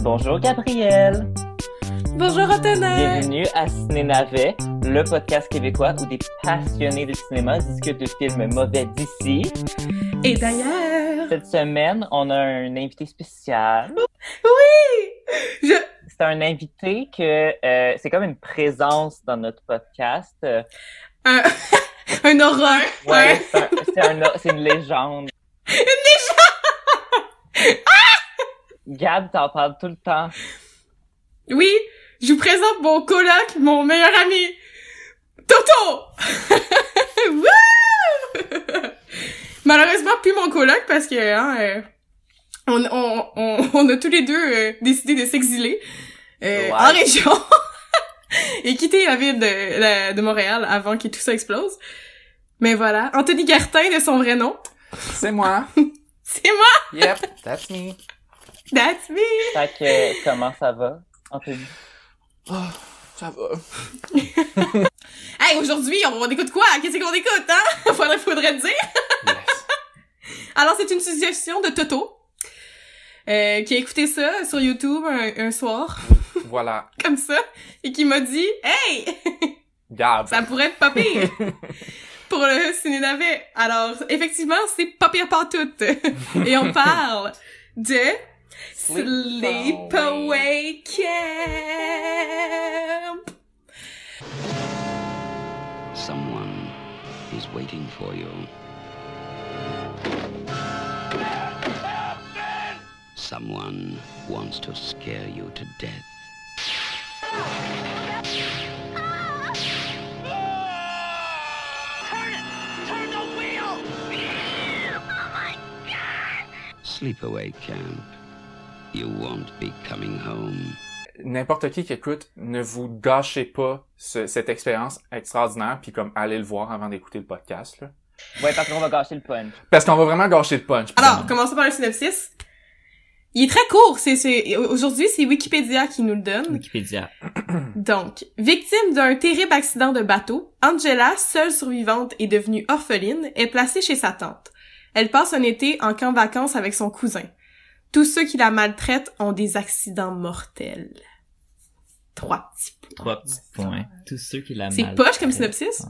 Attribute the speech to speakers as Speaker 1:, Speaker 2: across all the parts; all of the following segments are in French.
Speaker 1: Bonjour Gabriel.
Speaker 2: Bonjour Antonin.
Speaker 1: Bienvenue à Ciné Navet, le podcast québécois où des passionnés de cinéma discutent de films mauvais d'ici.
Speaker 2: Et d'ailleurs.
Speaker 1: Cette semaine, on a un invité spécial.
Speaker 2: Oui. Je.
Speaker 1: C'est un invité que euh, c'est comme une présence dans notre podcast. Euh,
Speaker 2: Un, un horreur.
Speaker 1: ouais, c'est un- c'est un- c'est une légende.
Speaker 2: Une légende. Ah!
Speaker 1: Gab t'en parles tout le temps.
Speaker 2: Oui. Je vous présente mon coloc, mon meilleur ami, Toto. Wouh! Malheureusement, plus mon coloc parce que hein, euh, on, on, on, on a tous les deux euh, décidé de s'exiler euh,
Speaker 1: Ouais.
Speaker 2: en région et quitter la ville de, la- de Montréal avant que tout ça explose. Mais voilà, Anthony Gartin de son vrai nom,
Speaker 3: C'est moi.
Speaker 2: c'est moi,
Speaker 3: Yep, that's me.
Speaker 2: that's me.
Speaker 1: Fait que, euh, comment ça va? On te dit.
Speaker 3: Oh, ça va.
Speaker 2: Hey, aujourd'hui, on, on écoute quoi? Qu'est-ce qu'on écoute, hein? Faudrait, faudrait le dire.
Speaker 3: Yes.
Speaker 2: Alors, c'est une suggestion de Toto, euh, qui a écouté ça sur YouTube un, un soir,
Speaker 3: Voilà.
Speaker 2: comme ça, et qui m'a dit, hey,
Speaker 3: Gab.
Speaker 2: ça pourrait être pas pire pour le ciné navet. Alors, effectivement, c'est pas pire pantoute. et on parle de Sleepaway Camp.
Speaker 4: Someone is waiting for you. Someone wants to scare you to death. Sleepaway camp. You won't be coming home.
Speaker 3: N'importe qui qui écoute, ne vous gâchez pas ce- cette expérience extraordinaire, puis comme allez le voir avant d'écouter le podcast. Là.
Speaker 1: Ouais, parce qu'on va gâcher le punch.
Speaker 3: Parce qu'on va vraiment gâcher le punch.
Speaker 2: Alors, commençons par le synopsis. Il est très court. C'est, c'est- aujourd'hui, c'est Wikipédia qui nous le donne.
Speaker 5: Wikipédia.
Speaker 2: Donc, victime d'un terrible accident de bateau, Angela, seule survivante et devenue orpheline, est placée chez sa tante. Elle passe un été en camp vacances avec son cousin. Tous ceux qui la maltraitent ont des accidents mortels. Trois petits.
Speaker 5: Trois petits points. Tous ceux qui la
Speaker 2: C'est
Speaker 5: maltraitent.
Speaker 2: poche comme synopsis?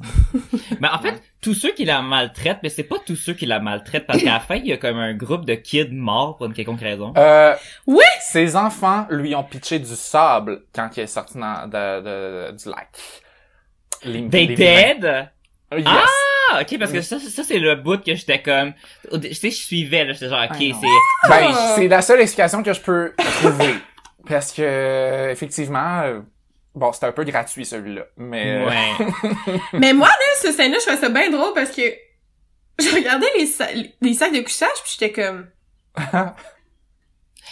Speaker 5: Mais Ben, en fait, tous ceux qui la maltraitent, mais c'est pas tous ceux qui la maltraitent, parce qu'à la fin, il y a comme un groupe de kids morts pour une quelconque raison.
Speaker 3: Euh,
Speaker 2: Oui!
Speaker 3: Ses enfants lui ont pitché du sable quand il est sorti dans, de, de- du lac. Les-
Speaker 5: They
Speaker 3: les-
Speaker 5: dead?
Speaker 3: Yes.
Speaker 5: Ah! Ah, ok, parce que ça, ça c'est le bout que j'étais comme... au dé- Tu sais, je suivais, là, j'étais genre, ok,
Speaker 3: Ah, non.
Speaker 5: c'est...
Speaker 3: Ben, c'est la seule explication que je peux trouver. Parce que, euh, effectivement, euh, bon, c'était un peu gratuit celui-là. Mais.
Speaker 5: Ouais.
Speaker 2: Mais moi, là, ce scène-là, je trouvais ça bien drôle parce que je regardais les, sa- les sacs de couchage puis j'étais comme,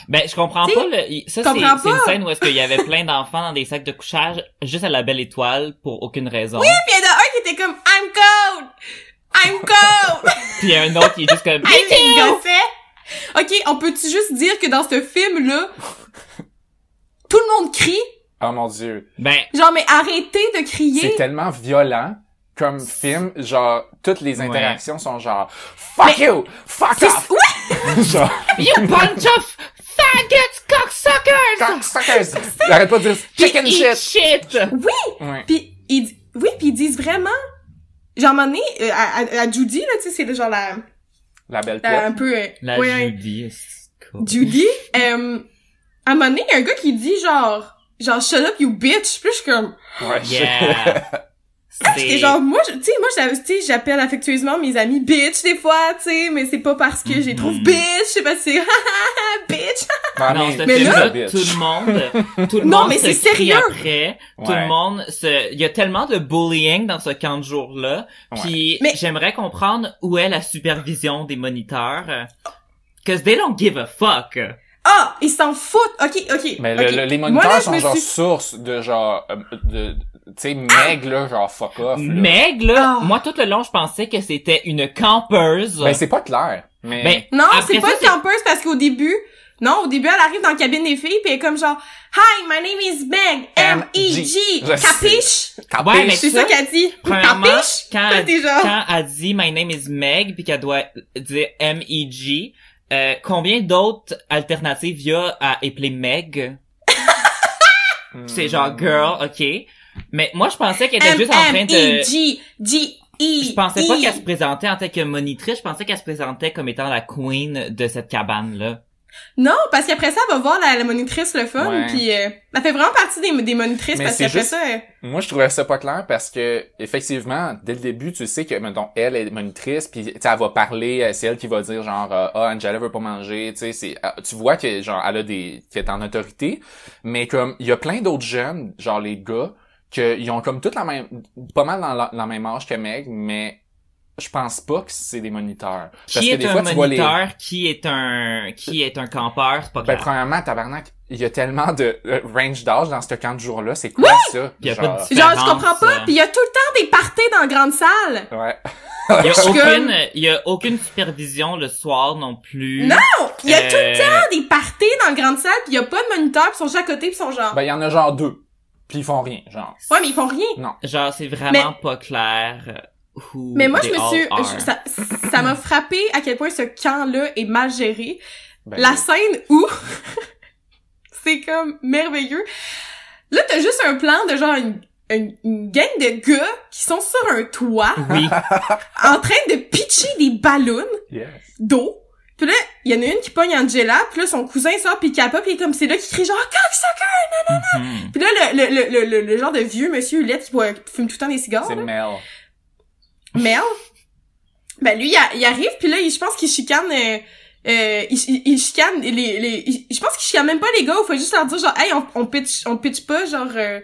Speaker 5: Ben, je comprends
Speaker 2: T'sais,
Speaker 5: pas, le... il- ça, c'est
Speaker 2: comprends
Speaker 5: c'est une
Speaker 2: pas.
Speaker 5: scène où est-ce qu'il y avait plein d'enfants dans des sacs de couchage, juste à la belle étoile, pour aucune raison.
Speaker 2: Puis il y en a un qui était comme I'm cold! I'm cold!
Speaker 5: Puis il y a un autre qui est juste comme...
Speaker 2: Hey, il gossait. OK, on peut-tu juste dire que dans ce film-là, tout le monde crie?
Speaker 3: Oh mon dieu.
Speaker 5: Ben,
Speaker 2: Genre, mais arrêtez de crier!
Speaker 3: C'est tellement violent comme film, genre toutes les interactions sont genre fuck you, fuck
Speaker 2: C'est-
Speaker 3: off, genre
Speaker 5: you bunch of faggots cocksuckers!
Speaker 3: cocksuckers. Arrête pas de dire chicken
Speaker 5: Eat
Speaker 3: shit.
Speaker 5: shit!
Speaker 3: Ouais.
Speaker 2: Puis ils, di- oui, puis ils disent vraiment... Genre, à un moment donné, euh, à, à- à Judy, là, tu sais, c'est le genre la,
Speaker 3: La belle
Speaker 2: la-
Speaker 3: tête.
Speaker 2: un peu... euh,
Speaker 5: La
Speaker 2: ouais, ouais.
Speaker 5: Judy.
Speaker 2: Judy, euh, à un moment donné, il y a un gars qui dit genre... Genre, shut up, you bitch! Puis là, je suis comme...
Speaker 3: Ouais.
Speaker 5: Yeah.
Speaker 2: Et genre moi je- tu sais moi j'a- tu sais, j'appelle affectueusement mes amis bitch des fois tu sais mais c'est pas parce que j'ai trouve
Speaker 5: Mhm.
Speaker 2: bitch c'est parce que c'est bitch
Speaker 3: Mamie,
Speaker 5: Non, ce
Speaker 2: Mais
Speaker 3: she's
Speaker 2: là-
Speaker 3: a
Speaker 5: film-là,
Speaker 3: bitch.
Speaker 5: tout le monde, tout le
Speaker 2: Non,
Speaker 5: monde
Speaker 2: mais
Speaker 5: se
Speaker 2: c'est
Speaker 5: crie
Speaker 2: sérieux.
Speaker 5: Après, tout
Speaker 3: Ouais.
Speaker 5: le monde se, il y a tellement de bullying dans ce camp de jour-là.
Speaker 3: Ouais.
Speaker 5: Puis
Speaker 2: Mais-
Speaker 5: j'aimerais comprendre où est la supervision des moniteurs. Cause they don't give a fuck.
Speaker 2: ah ils s'en foutent ok ok
Speaker 3: Mais le-
Speaker 2: ok.
Speaker 3: le- les
Speaker 2: Moi,
Speaker 3: moniteurs
Speaker 2: là, je
Speaker 3: sont
Speaker 2: me
Speaker 3: genre
Speaker 2: suis-
Speaker 3: source de genre euh, de tu sais maigre là, genre fuck off. là.
Speaker 5: Mais là,
Speaker 2: Ah.
Speaker 5: moi tout le long je pensais que c'était une campeuse.
Speaker 3: Ben, c'est pas clair. Mais
Speaker 5: Ben,
Speaker 2: non
Speaker 5: après
Speaker 2: c'est pas
Speaker 5: ça,
Speaker 2: une campeuse parce qu'au début non au début elle arrive dans la cabine des filles puis elle est comme genre hi my name is Meg M E G
Speaker 3: M.E.G.. Je
Speaker 2: capiche
Speaker 5: Ben, Ouais, mais
Speaker 2: c'est ça
Speaker 5: ça,
Speaker 2: qu'elle dit
Speaker 5: Premièrement,
Speaker 2: capiche
Speaker 5: quand
Speaker 2: Toi,
Speaker 5: elle,
Speaker 2: t'es genre
Speaker 5: quand elle dit My name is Meg puis qu'elle doit dire M-E-G, Euh, combien d'autres alternatives il y a à épeler Meg?
Speaker 3: Hmm.
Speaker 5: C'est genre girl, ok. Mais moi, je pensais qu'elle était juste en train
Speaker 2: E
Speaker 5: de...
Speaker 2: M-M-E-G-G-E.
Speaker 5: Je pensais pas qu'elle se présentait en tant que monitrice, je pensais qu'elle se présentait comme étant la queen de cette cabane-là.
Speaker 2: Non, parce qu'après ça, elle va voir la, la monitrice le fun,
Speaker 3: Ouais.
Speaker 2: puis euh, elle fait vraiment partie des, des monitrices
Speaker 3: Mais
Speaker 2: parce
Speaker 3: c'est
Speaker 2: qu'après
Speaker 3: juste-
Speaker 2: ça, euh, elle-
Speaker 3: Moi, je trouvais ça pas clair parce que, effectivement, dès le début, tu sais que, mettons, elle est monitrice, puis tu sais, elle va parler, euh, c'est elle qui va dire, genre, euh, ah, Angela veut pas manger, tu sais, c'est, ah, tu vois que, genre, elle a des, qu'elle est en autorité, mais comme, il y a plein d'autres jeunes, genre, les gars, qu'ils ont comme toute la même, pas mal dans la, dans la même âge que Meg, mais je pense pas que c'est des moniteurs. Parce
Speaker 5: Qui
Speaker 3: que
Speaker 5: est
Speaker 3: des
Speaker 5: un
Speaker 3: fois, tu vois les,
Speaker 5: moniteur, qui est un, qui est un campeur, c'est pas
Speaker 3: ben,
Speaker 5: clair.
Speaker 3: premièrement, tabarnak, il y a tellement de euh, range d'âge dans ce camp de jour-là, c'est quoi ça?
Speaker 5: Puis y a pas de-
Speaker 2: genre, je
Speaker 5: Différence,
Speaker 2: comprends pas,
Speaker 5: euh.
Speaker 2: puis il y a tout le temps des parties dans la grande salle.
Speaker 3: ouais.
Speaker 5: Il y a
Speaker 2: Je suis
Speaker 5: aucune,
Speaker 2: comme-
Speaker 5: il y a aucune supervision le soir non plus. euh,
Speaker 2: Non, Il y a tout le
Speaker 5: temps
Speaker 2: temps des parties dans la grande salle, puis il y a pas de moniteur, puis ils sont juste à côté, puis ils sont genre...
Speaker 3: Ben, il y en a genre deux. Puis ils font rien, genre.
Speaker 2: Ouais, mais ils font rien.
Speaker 5: Genre, c'est vraiment
Speaker 2: Mais-
Speaker 5: pas clair euh, who
Speaker 2: Mais moi, je
Speaker 5: they
Speaker 2: me
Speaker 5: all
Speaker 2: suis...
Speaker 5: are.
Speaker 2: je- ça ça m'a frappé à quel point ce camp-là est mal géré.
Speaker 3: Ben,
Speaker 2: La scène où c'est comme merveilleux. Là, t'as juste un plan de genre une, une, une gang de gars qui sont sur un toit
Speaker 5: Oui,
Speaker 2: en train de pitcher des ballons
Speaker 3: yes.
Speaker 2: d'eau. Puis là, il y en a une qui pogne Angela, puis là, son cousin sort, puis il capote, puis il est comme c'est là qui crie genre cocksucker!
Speaker 5: Mhm.
Speaker 2: Puis là, le, le, le, le, le, le genre de vieux monsieur Hulette qui boit- qui fume tout le temps des cigares,
Speaker 3: C'est
Speaker 2: là,
Speaker 3: Mel.
Speaker 2: Mel, ben lui, il, a- il arrive, puis là, il- je pense qu'il chicane... euh, euh, il, il- il chicane les, les il- je pense qu'il chicane même pas les gars il faut juste leur dire genre hey on, on pitch on pitch pas genre euh,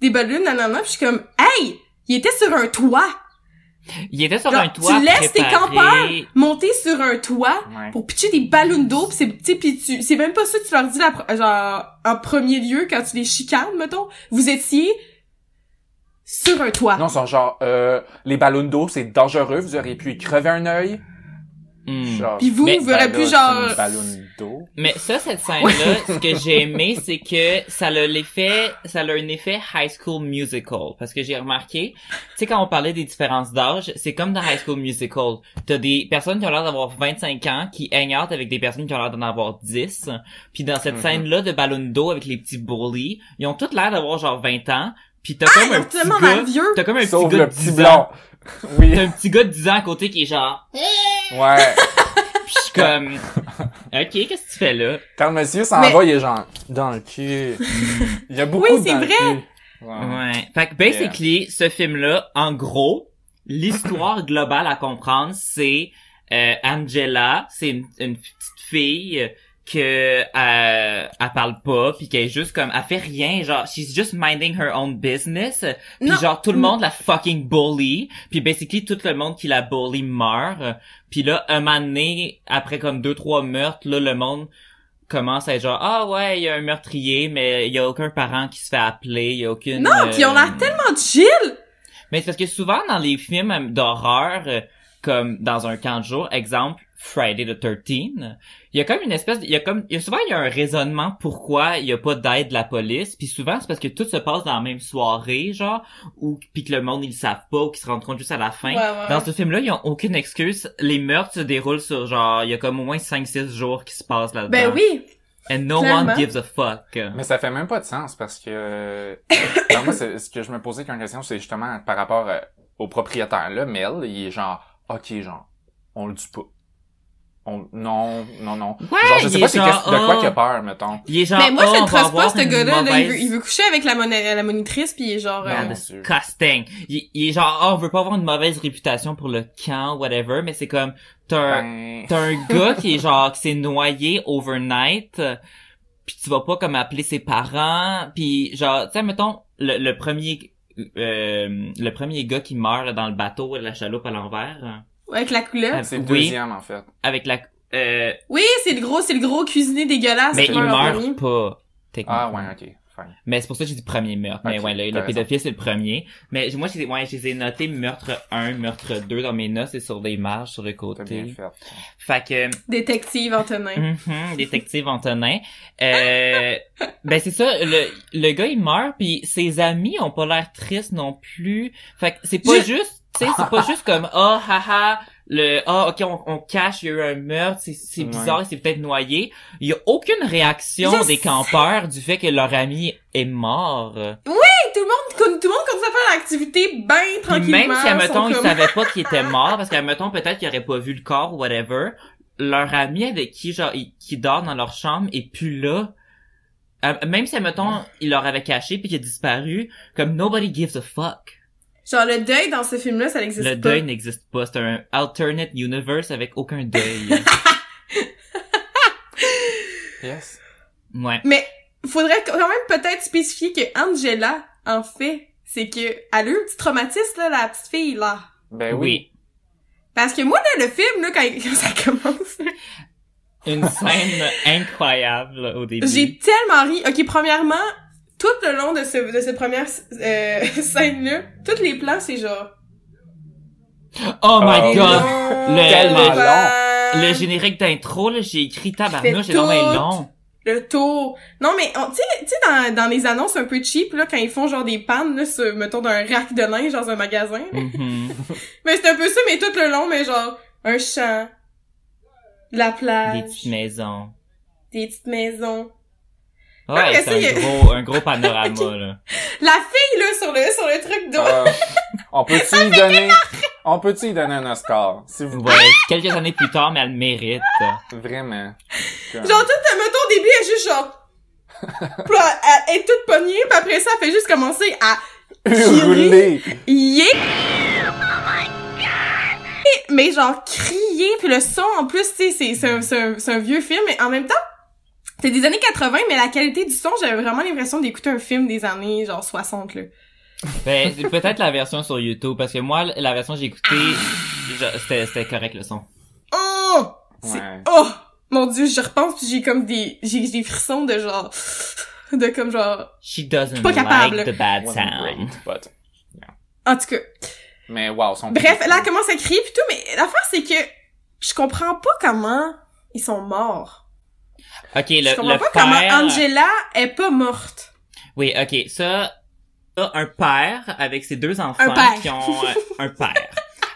Speaker 2: des ballons nanana puis je suis comme hey il était sur un toit
Speaker 5: il était sur
Speaker 2: Genre,
Speaker 5: un toit
Speaker 2: tu laisses tes
Speaker 5: préparé.
Speaker 2: campeurs monter sur un toit
Speaker 3: Ouais.
Speaker 2: pour pitcher des ballons d'eau pis c'est tu sais, pis tu c'est même pas ça que tu leur dis la pr- genre en premier lieu quand tu les chicanes mettons vous étiez sur un toit
Speaker 3: Non, ils sont genre, euh, les ballons d'eau, c'est dangereux, vous auriez pu y crever un œil.
Speaker 5: Mhm.
Speaker 3: Genre,
Speaker 2: Puis vous,
Speaker 5: Mais-
Speaker 2: vous
Speaker 3: ben
Speaker 2: aurez
Speaker 3: là,
Speaker 2: pu
Speaker 3: c'est
Speaker 2: genre
Speaker 3: une ballon d'eau.
Speaker 5: Mais ça, cette scène-là, ce que j'ai aimé, c'est que ça a l'effet, ça a un effet High School Musical. Parce que j'ai remarqué, tu sais, quand on parlait des différences d'âge, c'est comme dans High School Musical. T'as des personnes qui ont l'air d'avoir 25 ans, qui hangout avec des personnes qui ont l'air d'en avoir 10. Puis dans cette
Speaker 3: Mhm.
Speaker 5: scène-là de ballon d'eau avec les petits bullies, ils ont toutes l'air d'avoir genre 20 ans. Puis t'as
Speaker 2: Ah, ils
Speaker 5: comme
Speaker 2: ont
Speaker 5: un petit
Speaker 2: tellement l'air
Speaker 5: gars,
Speaker 2: vieux.
Speaker 5: t'as comme un
Speaker 3: Sauf
Speaker 5: petit gars
Speaker 3: le
Speaker 5: de
Speaker 3: petit
Speaker 5: 10 ans.
Speaker 3: blanc. oui.
Speaker 5: T'as un petit gars de 10 ans à côté qui est genre,
Speaker 3: Ouais.
Speaker 5: pis je suis comme, ok, qu'est-ce que tu fais là?
Speaker 3: Quand le monsieur s'en
Speaker 2: Mais- Hmm.
Speaker 3: va, il est genre, dans le cul. il y a beaucoup
Speaker 2: Oui,
Speaker 3: de
Speaker 2: c'est
Speaker 3: dans le
Speaker 2: vrai.
Speaker 3: cul. Ouais.
Speaker 5: Ouais. Fait que basically, ce film-là, en gros, l'histoire globale à comprendre, c'est euh, Angela, c'est une, une petite fille que euh, elle parle pas, puis qu'elle est juste comme, elle fait rien, genre, she's just minding her own business, puis
Speaker 2: Non. Mm.
Speaker 5: genre tout le monde la fucking bully, puis basically tout le monde qui la bully meurt, puis là un moment donné, après comme deux trois meurtres, là le monde commence à être genre ah ouais il y a un meurtrier mais il y a aucun parent qui se fait appeler, il y a aucune
Speaker 2: non
Speaker 5: euh,
Speaker 2: pis on a tellement chill
Speaker 5: mais c'est parce que souvent dans les films euh, d'horreur, euh, comme dans un camp de jour, exemple Friday the 13, il y a comme une espèce, de- il y a comme, il y a souvent il y a un raisonnement pourquoi il y a pas d'aide de la police, puis souvent c'est parce que tout se passe dans la même soirée, genre, ou puis que le monde ils le savent pas, ou qu'ils se rendent compte juste à la fin.
Speaker 2: Ouais, ouais.
Speaker 5: Ben, Dans ce film-là, ils ont aucune excuse. Les meurtres se déroulent sur genre, il y a comme au moins 5-6 jours qui se passent là-dedans.
Speaker 2: ben oui
Speaker 5: And no
Speaker 2: clairement.
Speaker 5: one gives a fuck.
Speaker 3: Mais ça fait même pas de sens parce que euh, alors moi c'est- ce que je me posais comme question c'est justement par rapport euh, au propriétaire là, Mel, il est genre OK genre on le dit pas. On non non non.
Speaker 5: Ouais,
Speaker 3: genre je sais
Speaker 5: il
Speaker 3: pas
Speaker 5: est
Speaker 3: c'est
Speaker 5: genre,
Speaker 3: qu'est-ce- de quoi
Speaker 5: oh.
Speaker 3: qu'il a peur mettons.
Speaker 5: Il est genre,
Speaker 2: mais Ben, moi je
Speaker 5: oh, on
Speaker 2: le
Speaker 5: va
Speaker 2: trace pas
Speaker 5: avoir
Speaker 2: ce
Speaker 5: une
Speaker 2: gars là il,
Speaker 5: mauvaise-
Speaker 2: veut, il veut coucher avec la, mona- la monitrice pis il est genre
Speaker 3: Non,
Speaker 2: euh,
Speaker 3: mais-
Speaker 5: Casting. Il, il est genre, Ah, on veut pas avoir une mauvaise réputation pour le camp, whatever, mais c'est comme, t'as un,
Speaker 3: Ben,
Speaker 5: t'as un gars qui est genre, qui s'est noyé overnight, euh, puis tu vas pas comme appeler ses parents, puis genre, tu sais, mettons, le, le premier, euh, le premier gars qui meurt là, dans le bateau, la chaloupe à l'envers, hein,
Speaker 2: avec la couleur
Speaker 3: c'est
Speaker 5: oui.
Speaker 3: le deuxième en fait.
Speaker 5: avec la, euh,
Speaker 2: oui c'est le gros c'est le gros cuisinier dégueulasse
Speaker 5: mais
Speaker 2: qui
Speaker 5: il
Speaker 2: meurt en
Speaker 5: meurt
Speaker 2: premier.
Speaker 5: pas. techniquement.
Speaker 3: Ah ouais, OK. Fine.
Speaker 5: Mais c'est pour ça que j'ai dit premier meurtre. Mais
Speaker 3: Ok,
Speaker 5: ouais, le,
Speaker 3: t'as
Speaker 5: le pédophile, c'est le premier. Mais moi, j'ai ouais, j'ai noté meurtre 1, meurtre 2 dans mes notes, c'est sur des marges, sur le
Speaker 3: T'as bien
Speaker 5: côté.
Speaker 3: fait.
Speaker 5: Fait que,
Speaker 2: détective Antonin
Speaker 5: mhm, détective Antonin. Euh, ben c'est ça, le, le gars, il meurt, puis ses amis ont pas l'air tristes non plus. Fait que c'est pas
Speaker 2: Je-
Speaker 5: juste, tu sais, c'est pas juste comme, oh, haha, le ah ok on, on cache il y a eu un meurtre c'est c'est
Speaker 3: Ouais.
Speaker 5: bizarre il s'est peut-être noyé il y a aucune réaction
Speaker 2: Je sais.
Speaker 5: des campeurs du fait que leur ami est mort
Speaker 2: Hey, tout le monde, con- tout le monde continue à faire l'activité ben
Speaker 5: Puis
Speaker 2: tranquillement.
Speaker 5: même si, admettons,
Speaker 2: sont
Speaker 5: ils
Speaker 2: comme-
Speaker 5: savaient pas qu'il était mort, parce qu'admettons, peut-être qu'ils auraient pas vu le corps ou whatever, leur ami avec qui, genre, il- qui dort dans leur chambre est plus là. Euh, Même si, admettons, il leur avait caché puis qu'il a disparu, comme nobody gives a fuck.
Speaker 2: Genre, le deuil dans ce film-là, ça n'existe
Speaker 5: Le
Speaker 2: pas.
Speaker 5: deuil n'existe pas. C'est un alternate universe avec aucun deuil.
Speaker 3: Yes.
Speaker 5: ouais.
Speaker 2: Faudrait quand même peut-être spécifier que Angela, en fait, c'est que elle a eu un petit traumatisme, là, la petite fille, là.
Speaker 3: Ben oui.
Speaker 5: Oui.
Speaker 2: Parce que moi, là, le film, là, quand, quand ça commence,
Speaker 5: Une scène incroyable au début.
Speaker 2: j'ai tellement ri. OK, premièrement, tout le long de, ce, de cette première euh, scène-là, tous les plans, c'est genre...
Speaker 5: Oh my
Speaker 3: Oh,
Speaker 5: god!
Speaker 2: Long,
Speaker 5: le-
Speaker 3: Tellement
Speaker 2: plan,
Speaker 5: Le générique d'intro, là, j'ai écrit tabarnouche,
Speaker 2: Fait
Speaker 5: c'est vraiment
Speaker 2: tout.
Speaker 5: long.
Speaker 2: le tour. Non, mais on- tu sais, tu sais, dans, dans les annonces un peu cheap, là, quand ils font genre des pannes, là, sur, mettons, d'un rack de linge dans un magasin.
Speaker 5: Mhm.
Speaker 2: Mais c'est un peu ça, mais tout le long, mais genre, un champ, de la plage,
Speaker 5: Des petites maisons.
Speaker 2: des petites maisons.
Speaker 5: Ouais,
Speaker 2: mais ça,
Speaker 5: c'est un
Speaker 2: il y
Speaker 5: gros, un gros panorama, là.
Speaker 2: La fille, là, sur le, sur le truc d'eau.
Speaker 3: Euh, on peut-tu y donner, on peut-tu y donner un Oscar, s'il vous
Speaker 5: Ouais, quelques années plus tard, mais elle le mérite.
Speaker 3: plaît, vraiment. Comme-
Speaker 2: Genre, tout, euh, mettons, au début, elle est juste genre, puis là, elle est toute pognée, puis après ça, elle fait juste commencer à
Speaker 3: Hurler.
Speaker 2: Yeah! Mais genre crier, puis le son en plus, tu sais, c'est- c'est un, c'est un- c'est un vieux film, mais en même temps, c'est des années 80, mais la qualité du son, j'avais vraiment l'impression d'écouter un film des années genre 60, là.
Speaker 5: Ben, c'est peut-être la version sur YouTube, parce que moi, la version que j'ai écoutée, je- c'était c'était correct le son.
Speaker 2: Oh! C'est-
Speaker 3: Ouais.
Speaker 2: Oh! Mon dieu, je repense, puis j'ai comme des... j'ai des frissons de genre... de comme genre...
Speaker 5: She doesn't
Speaker 2: Pas capable.
Speaker 5: like the bad
Speaker 3: Wasn't
Speaker 5: sound.
Speaker 3: great, but-
Speaker 2: En tout cas,
Speaker 3: Mais wow, son
Speaker 2: Bref, là, elle commence à crier pis tout, mais l'affaire, c'est que je comprends pas comment ils sont morts.
Speaker 5: Ok, le,
Speaker 2: je comprends
Speaker 5: le
Speaker 2: pas
Speaker 5: père...
Speaker 2: comment Angela est pas morte.
Speaker 5: Oui, ok, ça, ça, un père avec ses deux enfants
Speaker 2: Un père.
Speaker 5: qui ont euh, un père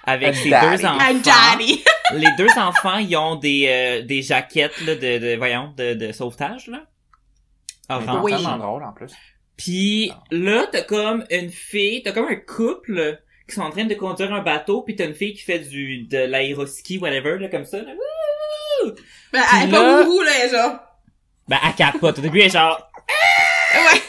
Speaker 5: avec
Speaker 3: Un
Speaker 5: ses
Speaker 3: daddy.
Speaker 5: deux enfants.
Speaker 2: Un daddy!
Speaker 5: Les deux enfants, ils ont des euh, des jaquettes là, de, de voyons de, de sauvetage là. Orange.
Speaker 2: Oui.
Speaker 3: Oui. tellement drôle, en plus.
Speaker 5: Puis là, t'as comme une fille, t'as comme un couple qui sont en train de conduire un bateau, puis t'as une fille qui fait du de l'aéroski, whatever, là, comme ça. Là. Wouh!
Speaker 2: Ben,
Speaker 5: Puis
Speaker 2: elle est
Speaker 5: là-
Speaker 2: pas gourou, là, elle est genre.
Speaker 5: Ben, elle capote. Au début, elle est genre...
Speaker 2: Ouais.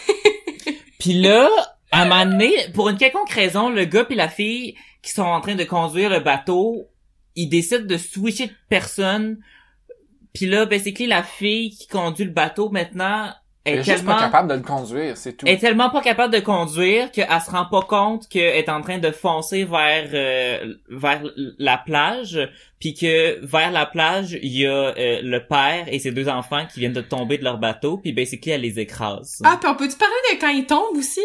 Speaker 5: Puis là, à un moment donné, pour une quelconque raison, le gars puis la fille qui sont en train de conduire le bateau, ils décident de switcher de personne. Puis là, basically, la fille qui conduit le bateau maintenant
Speaker 3: Elle
Speaker 5: est
Speaker 3: est juste
Speaker 5: tellement...
Speaker 3: pas capable de le conduire, c'est tout.
Speaker 5: Elle est tellement pas capable de conduire qu'elle se rend pas compte qu'elle est en train de foncer vers euh, vers l- la plage, puis que vers la plage il y a euh, le père et ses deux enfants qui viennent de tomber de leur bateau, puis basically elle les écrase.
Speaker 2: Ah, pis on peut-tu parler de quand ils tombent aussi?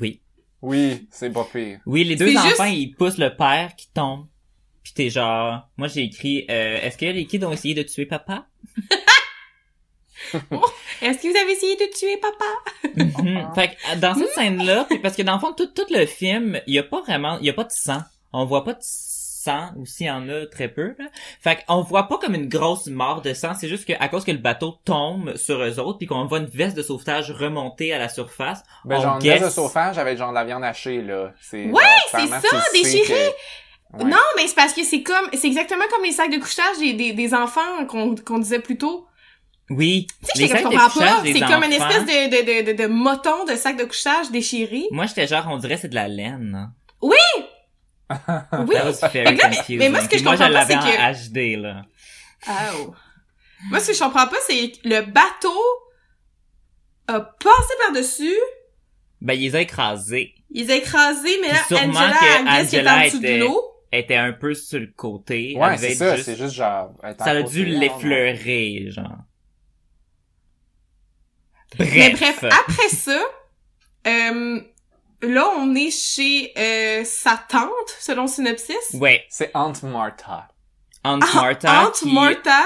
Speaker 5: Oui,
Speaker 3: Oui, c'est pas pire.
Speaker 5: oui, les deux
Speaker 2: C'est
Speaker 5: enfants
Speaker 2: juste-
Speaker 5: ils poussent le père qui tombe. Puis t'es genre, moi j'ai écrit, euh, est-ce que les kids ont essayé de tuer papa?
Speaker 2: Est-ce que vous avez essayé de tuer papa? Ah.
Speaker 5: Mhm. Fait que dans cette scène-là, puis parce que dans le fond, tout, tout le film, il y a pas vraiment, il y a pas de sang. On voit pas de sang, ou s'il y en a très peu. là. Fait qu'on voit pas comme une grosse mort de sang, c'est juste qu'à cause que le bateau tombe sur eux autres, puis qu'on voit une veste de sauvetage remonter à la surface.
Speaker 3: Ben,
Speaker 5: on
Speaker 3: genre, une
Speaker 5: guess-
Speaker 3: veste de sauvetage avec genre de la viande hachée, là. C'est,
Speaker 2: Ouais,
Speaker 3: genre,
Speaker 2: c'est
Speaker 3: clairement,
Speaker 2: ça,
Speaker 3: tu sais
Speaker 2: déchiré.
Speaker 3: que- Ouais.
Speaker 2: Non, mais c'est parce que c'est comme, c'est exactement comme les sacs de couchage des, des, des enfants qu'on, qu'on disait plus tôt.
Speaker 5: Oui.
Speaker 2: Tu sais,
Speaker 5: les
Speaker 2: je
Speaker 5: sacs de
Speaker 2: comprends
Speaker 5: couchage
Speaker 2: pas.
Speaker 5: des
Speaker 2: C'est comme une
Speaker 5: enfants.
Speaker 2: espèce de, de, de, de, de moton de sac de couchage déchiré.
Speaker 5: Moi, j'étais genre, on dirait c'est de la laine. hein.
Speaker 2: Oui.
Speaker 5: That was very
Speaker 2: Fait que là, mais-
Speaker 5: confusing.
Speaker 2: mais moi, ce que
Speaker 5: Puis
Speaker 2: je
Speaker 5: moi,
Speaker 2: comprends pas,
Speaker 5: l'avais
Speaker 2: c'est
Speaker 5: en HD, là.
Speaker 2: Oh. Moi, ce que je comprends pas, c'est que le bateau a passé par-dessus,
Speaker 5: Ben, ils ont écrasé.
Speaker 2: ils ont écrasé, mais là,
Speaker 5: Puis sûrement
Speaker 2: Angela,
Speaker 5: que
Speaker 2: elle guess qu'elle est
Speaker 5: Angela
Speaker 2: en dessous
Speaker 5: était-
Speaker 2: de l'eau.
Speaker 5: Elle était un peu sur le côté.
Speaker 3: Ouais,
Speaker 5: Elle
Speaker 3: c'est
Speaker 5: devait
Speaker 3: ça,
Speaker 5: juste-
Speaker 3: c'est juste genre... être à
Speaker 5: Ça a
Speaker 3: côté,
Speaker 5: dû
Speaker 3: non, non.
Speaker 5: l'effleurer, genre. Bref.
Speaker 2: Mais bref, après ça, euh, là, on est chez euh, sa tante, selon Synopsis.
Speaker 5: Ouais,
Speaker 3: C'est Aunt Martha.
Speaker 5: Aunt
Speaker 2: Ah,
Speaker 5: Martha,
Speaker 2: Aunt
Speaker 5: qui-
Speaker 2: Martha.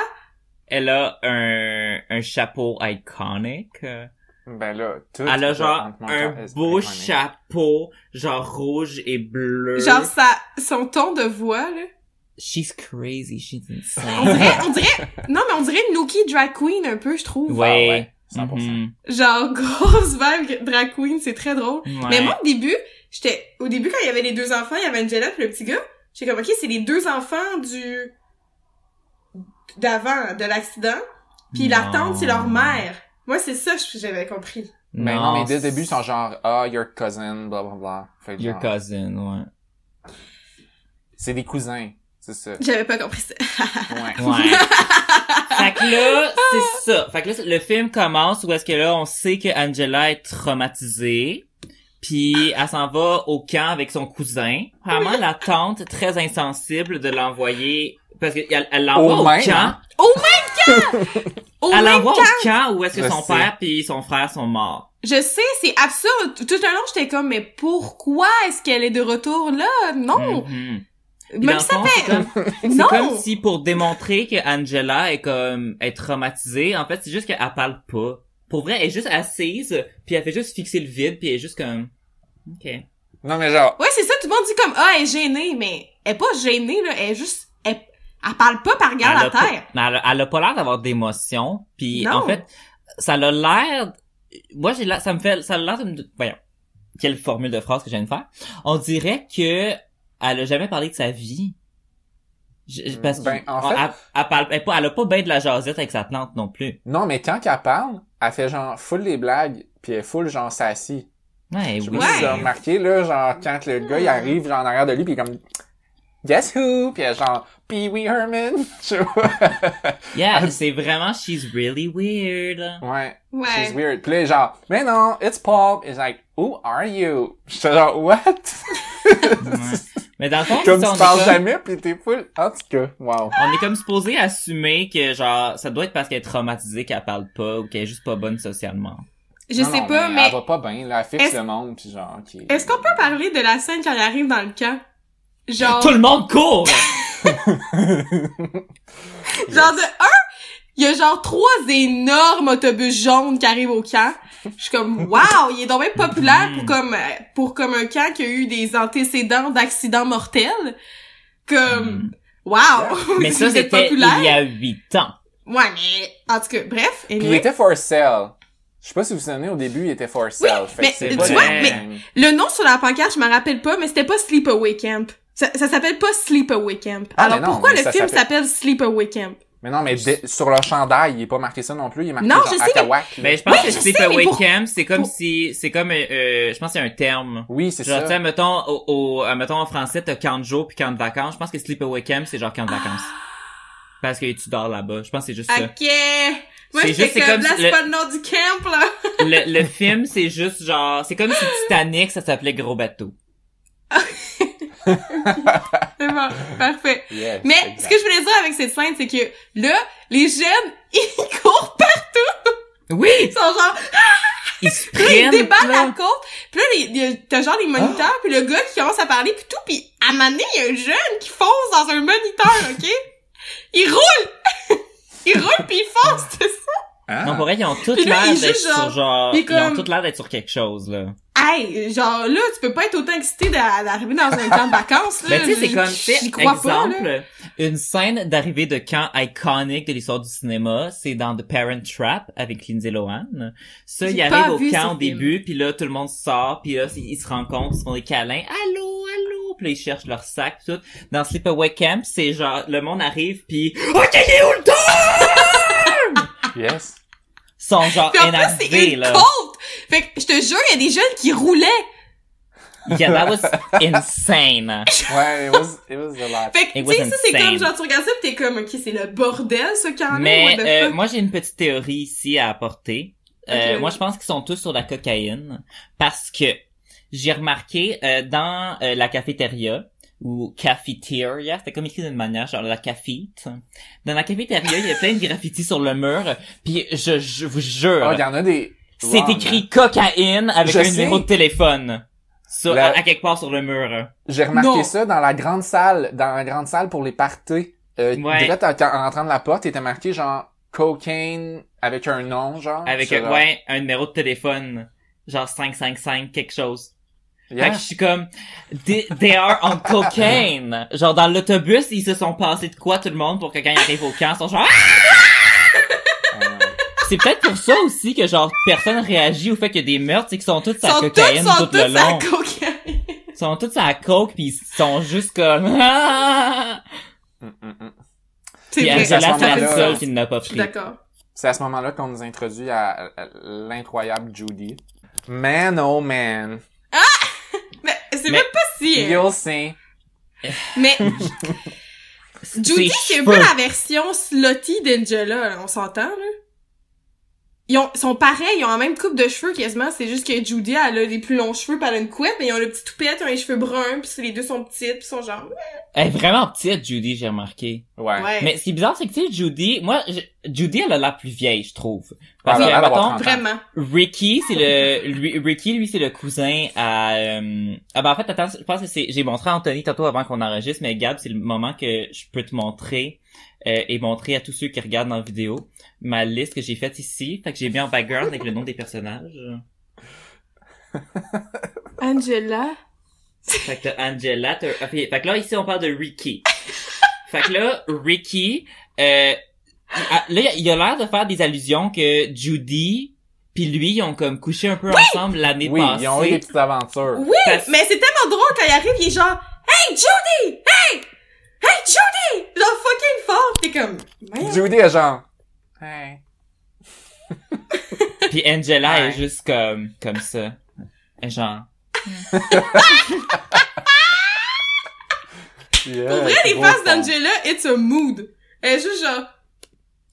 Speaker 5: elle a un, un chapeau iconique. Euh,
Speaker 3: Ben là, tout...
Speaker 5: Elle a
Speaker 3: de
Speaker 5: genre
Speaker 3: Aunt Martha Ah,
Speaker 5: un
Speaker 3: is
Speaker 5: beau
Speaker 3: iconic.
Speaker 5: chapeau, genre rouge et bleu.
Speaker 2: Genre, sa, son ton de voix, là.
Speaker 5: She's crazy, she's
Speaker 2: On
Speaker 5: insane.
Speaker 2: dirait, on dirait, non, mais on dirait Nookie drag queen un peu, je trouve.
Speaker 5: ouais.
Speaker 3: ouais, 100%.
Speaker 5: Mhm.
Speaker 2: Genre, grosse vague drag queen, c'est très drôle.
Speaker 5: Ouais.
Speaker 2: Mais moi, au début, j'étais, au début, quand il y avait les deux enfants, il y avait Angela pis le petit gars, j'étais comme, ok, c'est les deux enfants du, d'avant, de l'accident, puis la
Speaker 5: Non.
Speaker 2: tante, c'est leur mère. Moi, c'est ça que j'avais compris.
Speaker 3: Mais Ben non, mais dès le début, ils sont genre, ah, your cousin, bla bla bla. Fait que
Speaker 5: Your
Speaker 3: genre,
Speaker 5: cousin, ouais.
Speaker 3: C'est des cousins, c'est ça.
Speaker 2: J'avais pas compris ça.
Speaker 3: Ouais.
Speaker 5: Ouais. fait que là, c'est ça. Fait que là, le film commence où est-ce que là, on sait que Angela est traumatisée. Puis elle s'en va au camp avec son cousin. Vraiment la tante très insensible de l'envoyer parce qu'elle elle l'envoie
Speaker 3: Au
Speaker 5: au,
Speaker 3: même,
Speaker 5: camp.
Speaker 3: hein?
Speaker 2: Oh my
Speaker 5: Elle l'envoie au camp où est-ce que
Speaker 3: Je
Speaker 5: son
Speaker 3: sais.
Speaker 5: père puis son frère sont morts.
Speaker 2: Je sais, c'est absurde. Tout le long, j'étais comme, mais pourquoi est-ce qu'elle est de retour là? Non!
Speaker 5: Mhm. Puis dans
Speaker 2: Même
Speaker 5: le
Speaker 2: Oh! ça
Speaker 5: fond, c'est
Speaker 2: fait...
Speaker 5: comme- C'est
Speaker 2: Non!
Speaker 5: comme si pour démontrer que Angela est comme est traumatisée, en fait, c'est juste qu'elle parle pas. Pour vrai, elle est juste assise, puis elle fait juste fixer le vide, puis elle est juste comme OK.
Speaker 3: Non, mais genre,
Speaker 2: Ouais, c'est ça, tout le monde dit comme, ah, elle est gênée, mais elle est pas gênée, là, elle est juste, elle, elle parle pas par
Speaker 5: Elle
Speaker 2: regarde
Speaker 5: a
Speaker 2: la
Speaker 5: pas-
Speaker 2: terre.
Speaker 5: mais elle, a- elle a pas l'air d'avoir d'émotion, puis
Speaker 2: Non.
Speaker 5: en fait, ça a l'air moi j'ai l'air- ça me fait ça a l'air de me voyons. Quelle formule de phrase que je viens de faire On dirait que elle a jamais parlé de sa vie. Je- je- parce que-
Speaker 3: Ben, en fait-
Speaker 5: elle, elle parle elle, pas- elle a pas bien de la jasette avec sa plante non plus.
Speaker 3: non, mais quand qu'elle parle, elle fait genre full des blagues, puis elle full genre sassy.
Speaker 5: Ouais,
Speaker 3: Je
Speaker 5: oui.
Speaker 3: me suis
Speaker 2: Ouais.
Speaker 3: remarqué, là, genre, quand le gars, il arrive, genre, en arrière de lui, pis il est comme, Guess who? Pis elle est genre, Pee Wee Herman. Tu vois? Ah.
Speaker 5: Yeah, c'est vraiment she's really weird.
Speaker 3: ouais.
Speaker 2: Ouais.
Speaker 3: She's weird. Pis là, il est genre, mais non, it's Paul. It's like, who are you? J'étais genre, what?
Speaker 5: Ouais. Mais dans le fond,
Speaker 3: comme
Speaker 5: c'est ça,
Speaker 3: tu
Speaker 5: on,
Speaker 3: parles
Speaker 5: est comme,
Speaker 3: jamais, pis t'es full. En tout cas, wow.
Speaker 5: on est comme supposé assumer que genre ça doit être parce qu'elle est traumatisée qu'elle parle pas ou qu'elle est juste pas bonne socialement.
Speaker 2: Je
Speaker 3: Non,
Speaker 2: sais
Speaker 3: non,
Speaker 2: pas, mais,
Speaker 3: Elle va pas bien, là. Elle fixe
Speaker 2: Est-ce-
Speaker 3: le monde, pis genre, ok.
Speaker 2: est-ce qu'on peut parler de la scène quand elle arrive dans le camp? Genre,
Speaker 3: Ah.
Speaker 5: Tout le monde court.
Speaker 2: genre de un, il y a genre trois énormes autobus jaunes qui arrivent au camp. Je suis comme, wow, il est donc même populaire
Speaker 5: Mm.
Speaker 2: pour comme, euh, pour comme un camp qui a eu des antécédents d'accidents mortels. Comme, wow!
Speaker 5: Mm. Mais ça
Speaker 2: Il est
Speaker 5: c'était il y a huit ans.
Speaker 2: Ouais, mais, en tout cas, bref.
Speaker 3: Pis il
Speaker 2: anyway.
Speaker 3: était for sale. Je sais pas si vous vous souvenez, au début, il était for sale. Fait que
Speaker 2: mais
Speaker 3: c'est
Speaker 5: tu
Speaker 3: pas
Speaker 5: vois,
Speaker 3: le
Speaker 5: mais-
Speaker 3: même.
Speaker 2: Le nom sur la pancarte, je m'en rappelle pas, mais c'était pas Sleepaway Camp. Ça, ça s'appelle pas Sleepaway Camp.
Speaker 3: Ah,
Speaker 2: Alors
Speaker 5: ben
Speaker 3: mais non,
Speaker 2: pourquoi
Speaker 3: mais
Speaker 2: le
Speaker 3: ça
Speaker 2: film
Speaker 3: s'appelle-
Speaker 2: s'appelle Sleepaway Camp?
Speaker 3: Mais non, mais dé- sur leur chandail, il est pas marqué ça non plus. Il est marqué
Speaker 2: Non,
Speaker 3: genre
Speaker 2: je sais, mais-
Speaker 3: Akawak. là.
Speaker 5: Mais Ben, je pense
Speaker 2: Ouais,
Speaker 5: que
Speaker 2: je
Speaker 5: c'est
Speaker 2: sais, mais
Speaker 5: Sleepaway
Speaker 2: pour-
Speaker 5: Camp, c'est comme
Speaker 2: pour-
Speaker 5: si c'est comme euh, euh, je pense qu'il y a un terme.
Speaker 3: Oui, c'est
Speaker 5: Genre, tu
Speaker 3: ça.
Speaker 5: sais, mettons, au, au- euh, mettons, en français, t'as camp de jour puis camp de vacances. Je pense que sleepaway camp, c'est genre camp de vacances.
Speaker 3: Ah.
Speaker 5: Parce que tu dors là-bas. Je pense que c'est juste ça.
Speaker 2: Ok! Moi,
Speaker 5: C'est
Speaker 2: j'étais
Speaker 5: juste, c'est
Speaker 2: comme,
Speaker 5: comme
Speaker 2: là,
Speaker 5: si
Speaker 2: c'est
Speaker 5: le-
Speaker 2: pas le nom du camp, là!
Speaker 5: le, le film, c'est juste genre, c'est comme si Titanic, ça s'appelait Gros Bateau.
Speaker 2: C'est bon, parfait.
Speaker 3: Yes,
Speaker 2: Mais,
Speaker 3: exact.
Speaker 2: ce que je voulais dire avec cette scène, c'est que, là, les jeunes, ils courent pas,
Speaker 5: Oui!
Speaker 2: ils sont genre,
Speaker 5: Il se
Speaker 2: Puis là, il
Speaker 5: prennent, Ah.
Speaker 2: débarque à
Speaker 5: là.
Speaker 2: la côte. Puis là, il y a- t'as genre les moniteurs, puis le gars qui commence à parler, puis tout. Puis à un moment donné, il y a un jeune qui fonce dans un moniteur, OK? Il roule! il roule, puis il fonce, c'est ça!
Speaker 3: Ah.
Speaker 5: Non, pour vrai, ils ont toutes
Speaker 2: Puis là,
Speaker 5: l'air
Speaker 2: il
Speaker 5: d'être
Speaker 2: juste genre-
Speaker 5: sur genre,
Speaker 2: il est
Speaker 5: ils ont
Speaker 2: comme-
Speaker 5: toutes l'air d'être sur quelque chose, là.
Speaker 2: Hey, genre là, tu peux pas être autant excité d'a- d'arriver dans un camp de vacances, là.
Speaker 5: Ben, tu sais, c'est
Speaker 2: J-
Speaker 5: comme, tu sais,
Speaker 2: j'y crois pas,
Speaker 5: exemple,
Speaker 2: là.
Speaker 5: une scène d'arrivée de camp iconique de l'histoire du cinéma, c'est dans The Parent Trap avec Lindsay Lohan. Ça,
Speaker 2: J'ai
Speaker 5: il
Speaker 2: pas
Speaker 5: arrive au
Speaker 2: vu ce
Speaker 5: camp
Speaker 2: film.
Speaker 5: au début, puis là, tout le monde sort, puis là, c'est- ils se rencontrent, ils se font des câlins. Allô, allô! Puis là, ils cherchent leur sac, pis tout. Dans Sleepaway Camp, c'est genre, le monde arrive, puis OK, il est où le temps? Ah.
Speaker 3: Yes.
Speaker 5: Ils sont genre
Speaker 2: Puis en plus, c'est
Speaker 5: énervés,
Speaker 2: une
Speaker 5: là.
Speaker 2: côte! Fait que, je te jure, il y a des jeunes qui roulaient.
Speaker 5: Yeah, that was insane.
Speaker 3: Ouais, it was, it was a lot.
Speaker 2: Fait que,
Speaker 5: It
Speaker 2: tu sais,
Speaker 5: was
Speaker 2: ça, c'est
Speaker 5: insane.
Speaker 2: comme, genre, tu regardes ça, pis t'es comme, OK, c'est le bordel, ce camp-là.
Speaker 5: Mais
Speaker 2: what the
Speaker 5: euh,
Speaker 2: fuck?
Speaker 5: moi, j'ai une petite théorie ici à apporter. Euh,
Speaker 2: Ok.
Speaker 5: Moi, je pense qu'ils sont tous sur la cocaïne parce que j'ai remarqué euh, dans euh, la cafétéria ou cafeteria, c'était comme écrit d'une manière, genre la cafite. Dans la cafétéria, il y a plein de graffitis sur le mur, puis je, je vous jure,
Speaker 3: Oh, il y en a des...
Speaker 5: c'est
Speaker 3: Wow,
Speaker 5: écrit cocaïne avec
Speaker 3: Je
Speaker 5: un
Speaker 3: sais.
Speaker 5: numéro de téléphone sur,
Speaker 3: La-
Speaker 5: à, à quelque part sur le mur.
Speaker 3: J'ai remarqué
Speaker 2: Non.
Speaker 3: ça dans la grande salle, dans la grande salle pour les parties. Euh,
Speaker 5: Ouais.
Speaker 3: direct en, en entrant de la porte, il était marqué genre cocaine avec un nom, genre.
Speaker 5: Avec
Speaker 3: sur, euh,
Speaker 5: un, ouais, un numéro de téléphone, genre 555 quelque chose. Fait que je suis comme, they, they are on cocaine. Genre, dans l'autobus, ils se sont passés de quoi tout le monde pour que quand ils arrivent au camp, ils sont genre, Ah! C'est peut-être pour ça aussi que genre, personne réagit au fait qu'il y a des meurtres, c'est qu'ils sont tous
Speaker 2: Ils
Speaker 5: à la
Speaker 2: sont
Speaker 5: cocaïne
Speaker 2: toutes, sont
Speaker 5: tout le
Speaker 2: toutes à
Speaker 5: long.
Speaker 2: cocaïne.
Speaker 5: Ils sont tous à la coke pis ils sont juste comme, Ah!
Speaker 3: Hum, hum, hum.
Speaker 2: C'est
Speaker 5: Pis
Speaker 2: vrai.
Speaker 3: ça,
Speaker 5: Angela,
Speaker 3: ça
Speaker 5: c'est
Speaker 3: fait
Speaker 5: la
Speaker 3: sens.
Speaker 5: seule qui n'a pas
Speaker 2: Je suis
Speaker 5: pris.
Speaker 2: d'accord.
Speaker 3: C'est à ce moment-là qu'on nous introduit à, à l'incroyable Judy. Man, oh man.
Speaker 2: Mais c'est
Speaker 5: Mais-
Speaker 2: même pas si. hein.
Speaker 3: You'll see.
Speaker 2: Mais Judy,
Speaker 5: Ses
Speaker 2: c'est un peu
Speaker 5: cheveux.
Speaker 2: la version slotty d'Angela, là, on s'entend, là. Ils ont, sont pareils, ils ont la même coupe de cheveux quasiment, c'est juste que Judy, elle a les plus longs cheveux, pis elle a une couette, mais ils ont le petit toupette, ils ont les cheveux bruns, pis les deux sont petites, pis ils sont genre...
Speaker 5: Elle est vraiment petite, Judy, j'ai remarqué.
Speaker 3: Ouais.
Speaker 2: Ouais,
Speaker 5: Mais ce qui est bizarre, c'est que, tu sais, Judy, moi, je- Judy, elle a l'air plus vieille, je trouve.
Speaker 2: Ah,
Speaker 5: Parce
Speaker 3: Ouais,
Speaker 5: que,
Speaker 3: elle a l'air
Speaker 5: mettons,
Speaker 3: d'avoir
Speaker 2: vraiment.
Speaker 5: Ricky, c'est le, lui, Ricky, lui, c'est le cousin à, euh, ah ben, en fait, attends, je pense que c'est, j'ai montré à Anthony tantôt avant qu'on enregistre, mais Gab, c'est le moment que je peux te montrer, euh, et montrer à tous ceux qui regardent dans la vidéo, ma liste que j'ai faite ici, fait que j'ai mis en background avec le nom des personnages.
Speaker 2: Angela...
Speaker 5: Fait que t'as Angela, t'as... ok, fait que là, ici, on parle de Ricky. fait que là, Ricky, euh, il- ah, là, il a l'air de faire des allusions que Judy puis lui, ils ont comme couché un peu ensemble l'année
Speaker 3: Oui,
Speaker 5: passée.
Speaker 3: ils ont eu des petites aventures.
Speaker 2: Oui,
Speaker 5: Parce-
Speaker 2: mais c'est tellement drôle quand il arrive, il est genre « Hey, Judy! Hey! Hey, Judy! » Genre fucking fort, t'es comme... Merde.
Speaker 3: Judy est genre. Hey.
Speaker 5: Puis Angela
Speaker 3: Ouais.
Speaker 5: est juste comme, comme ça. Genre.
Speaker 2: Pour vrai, les faces d'Angela, it's a mood. Elle est juste genre...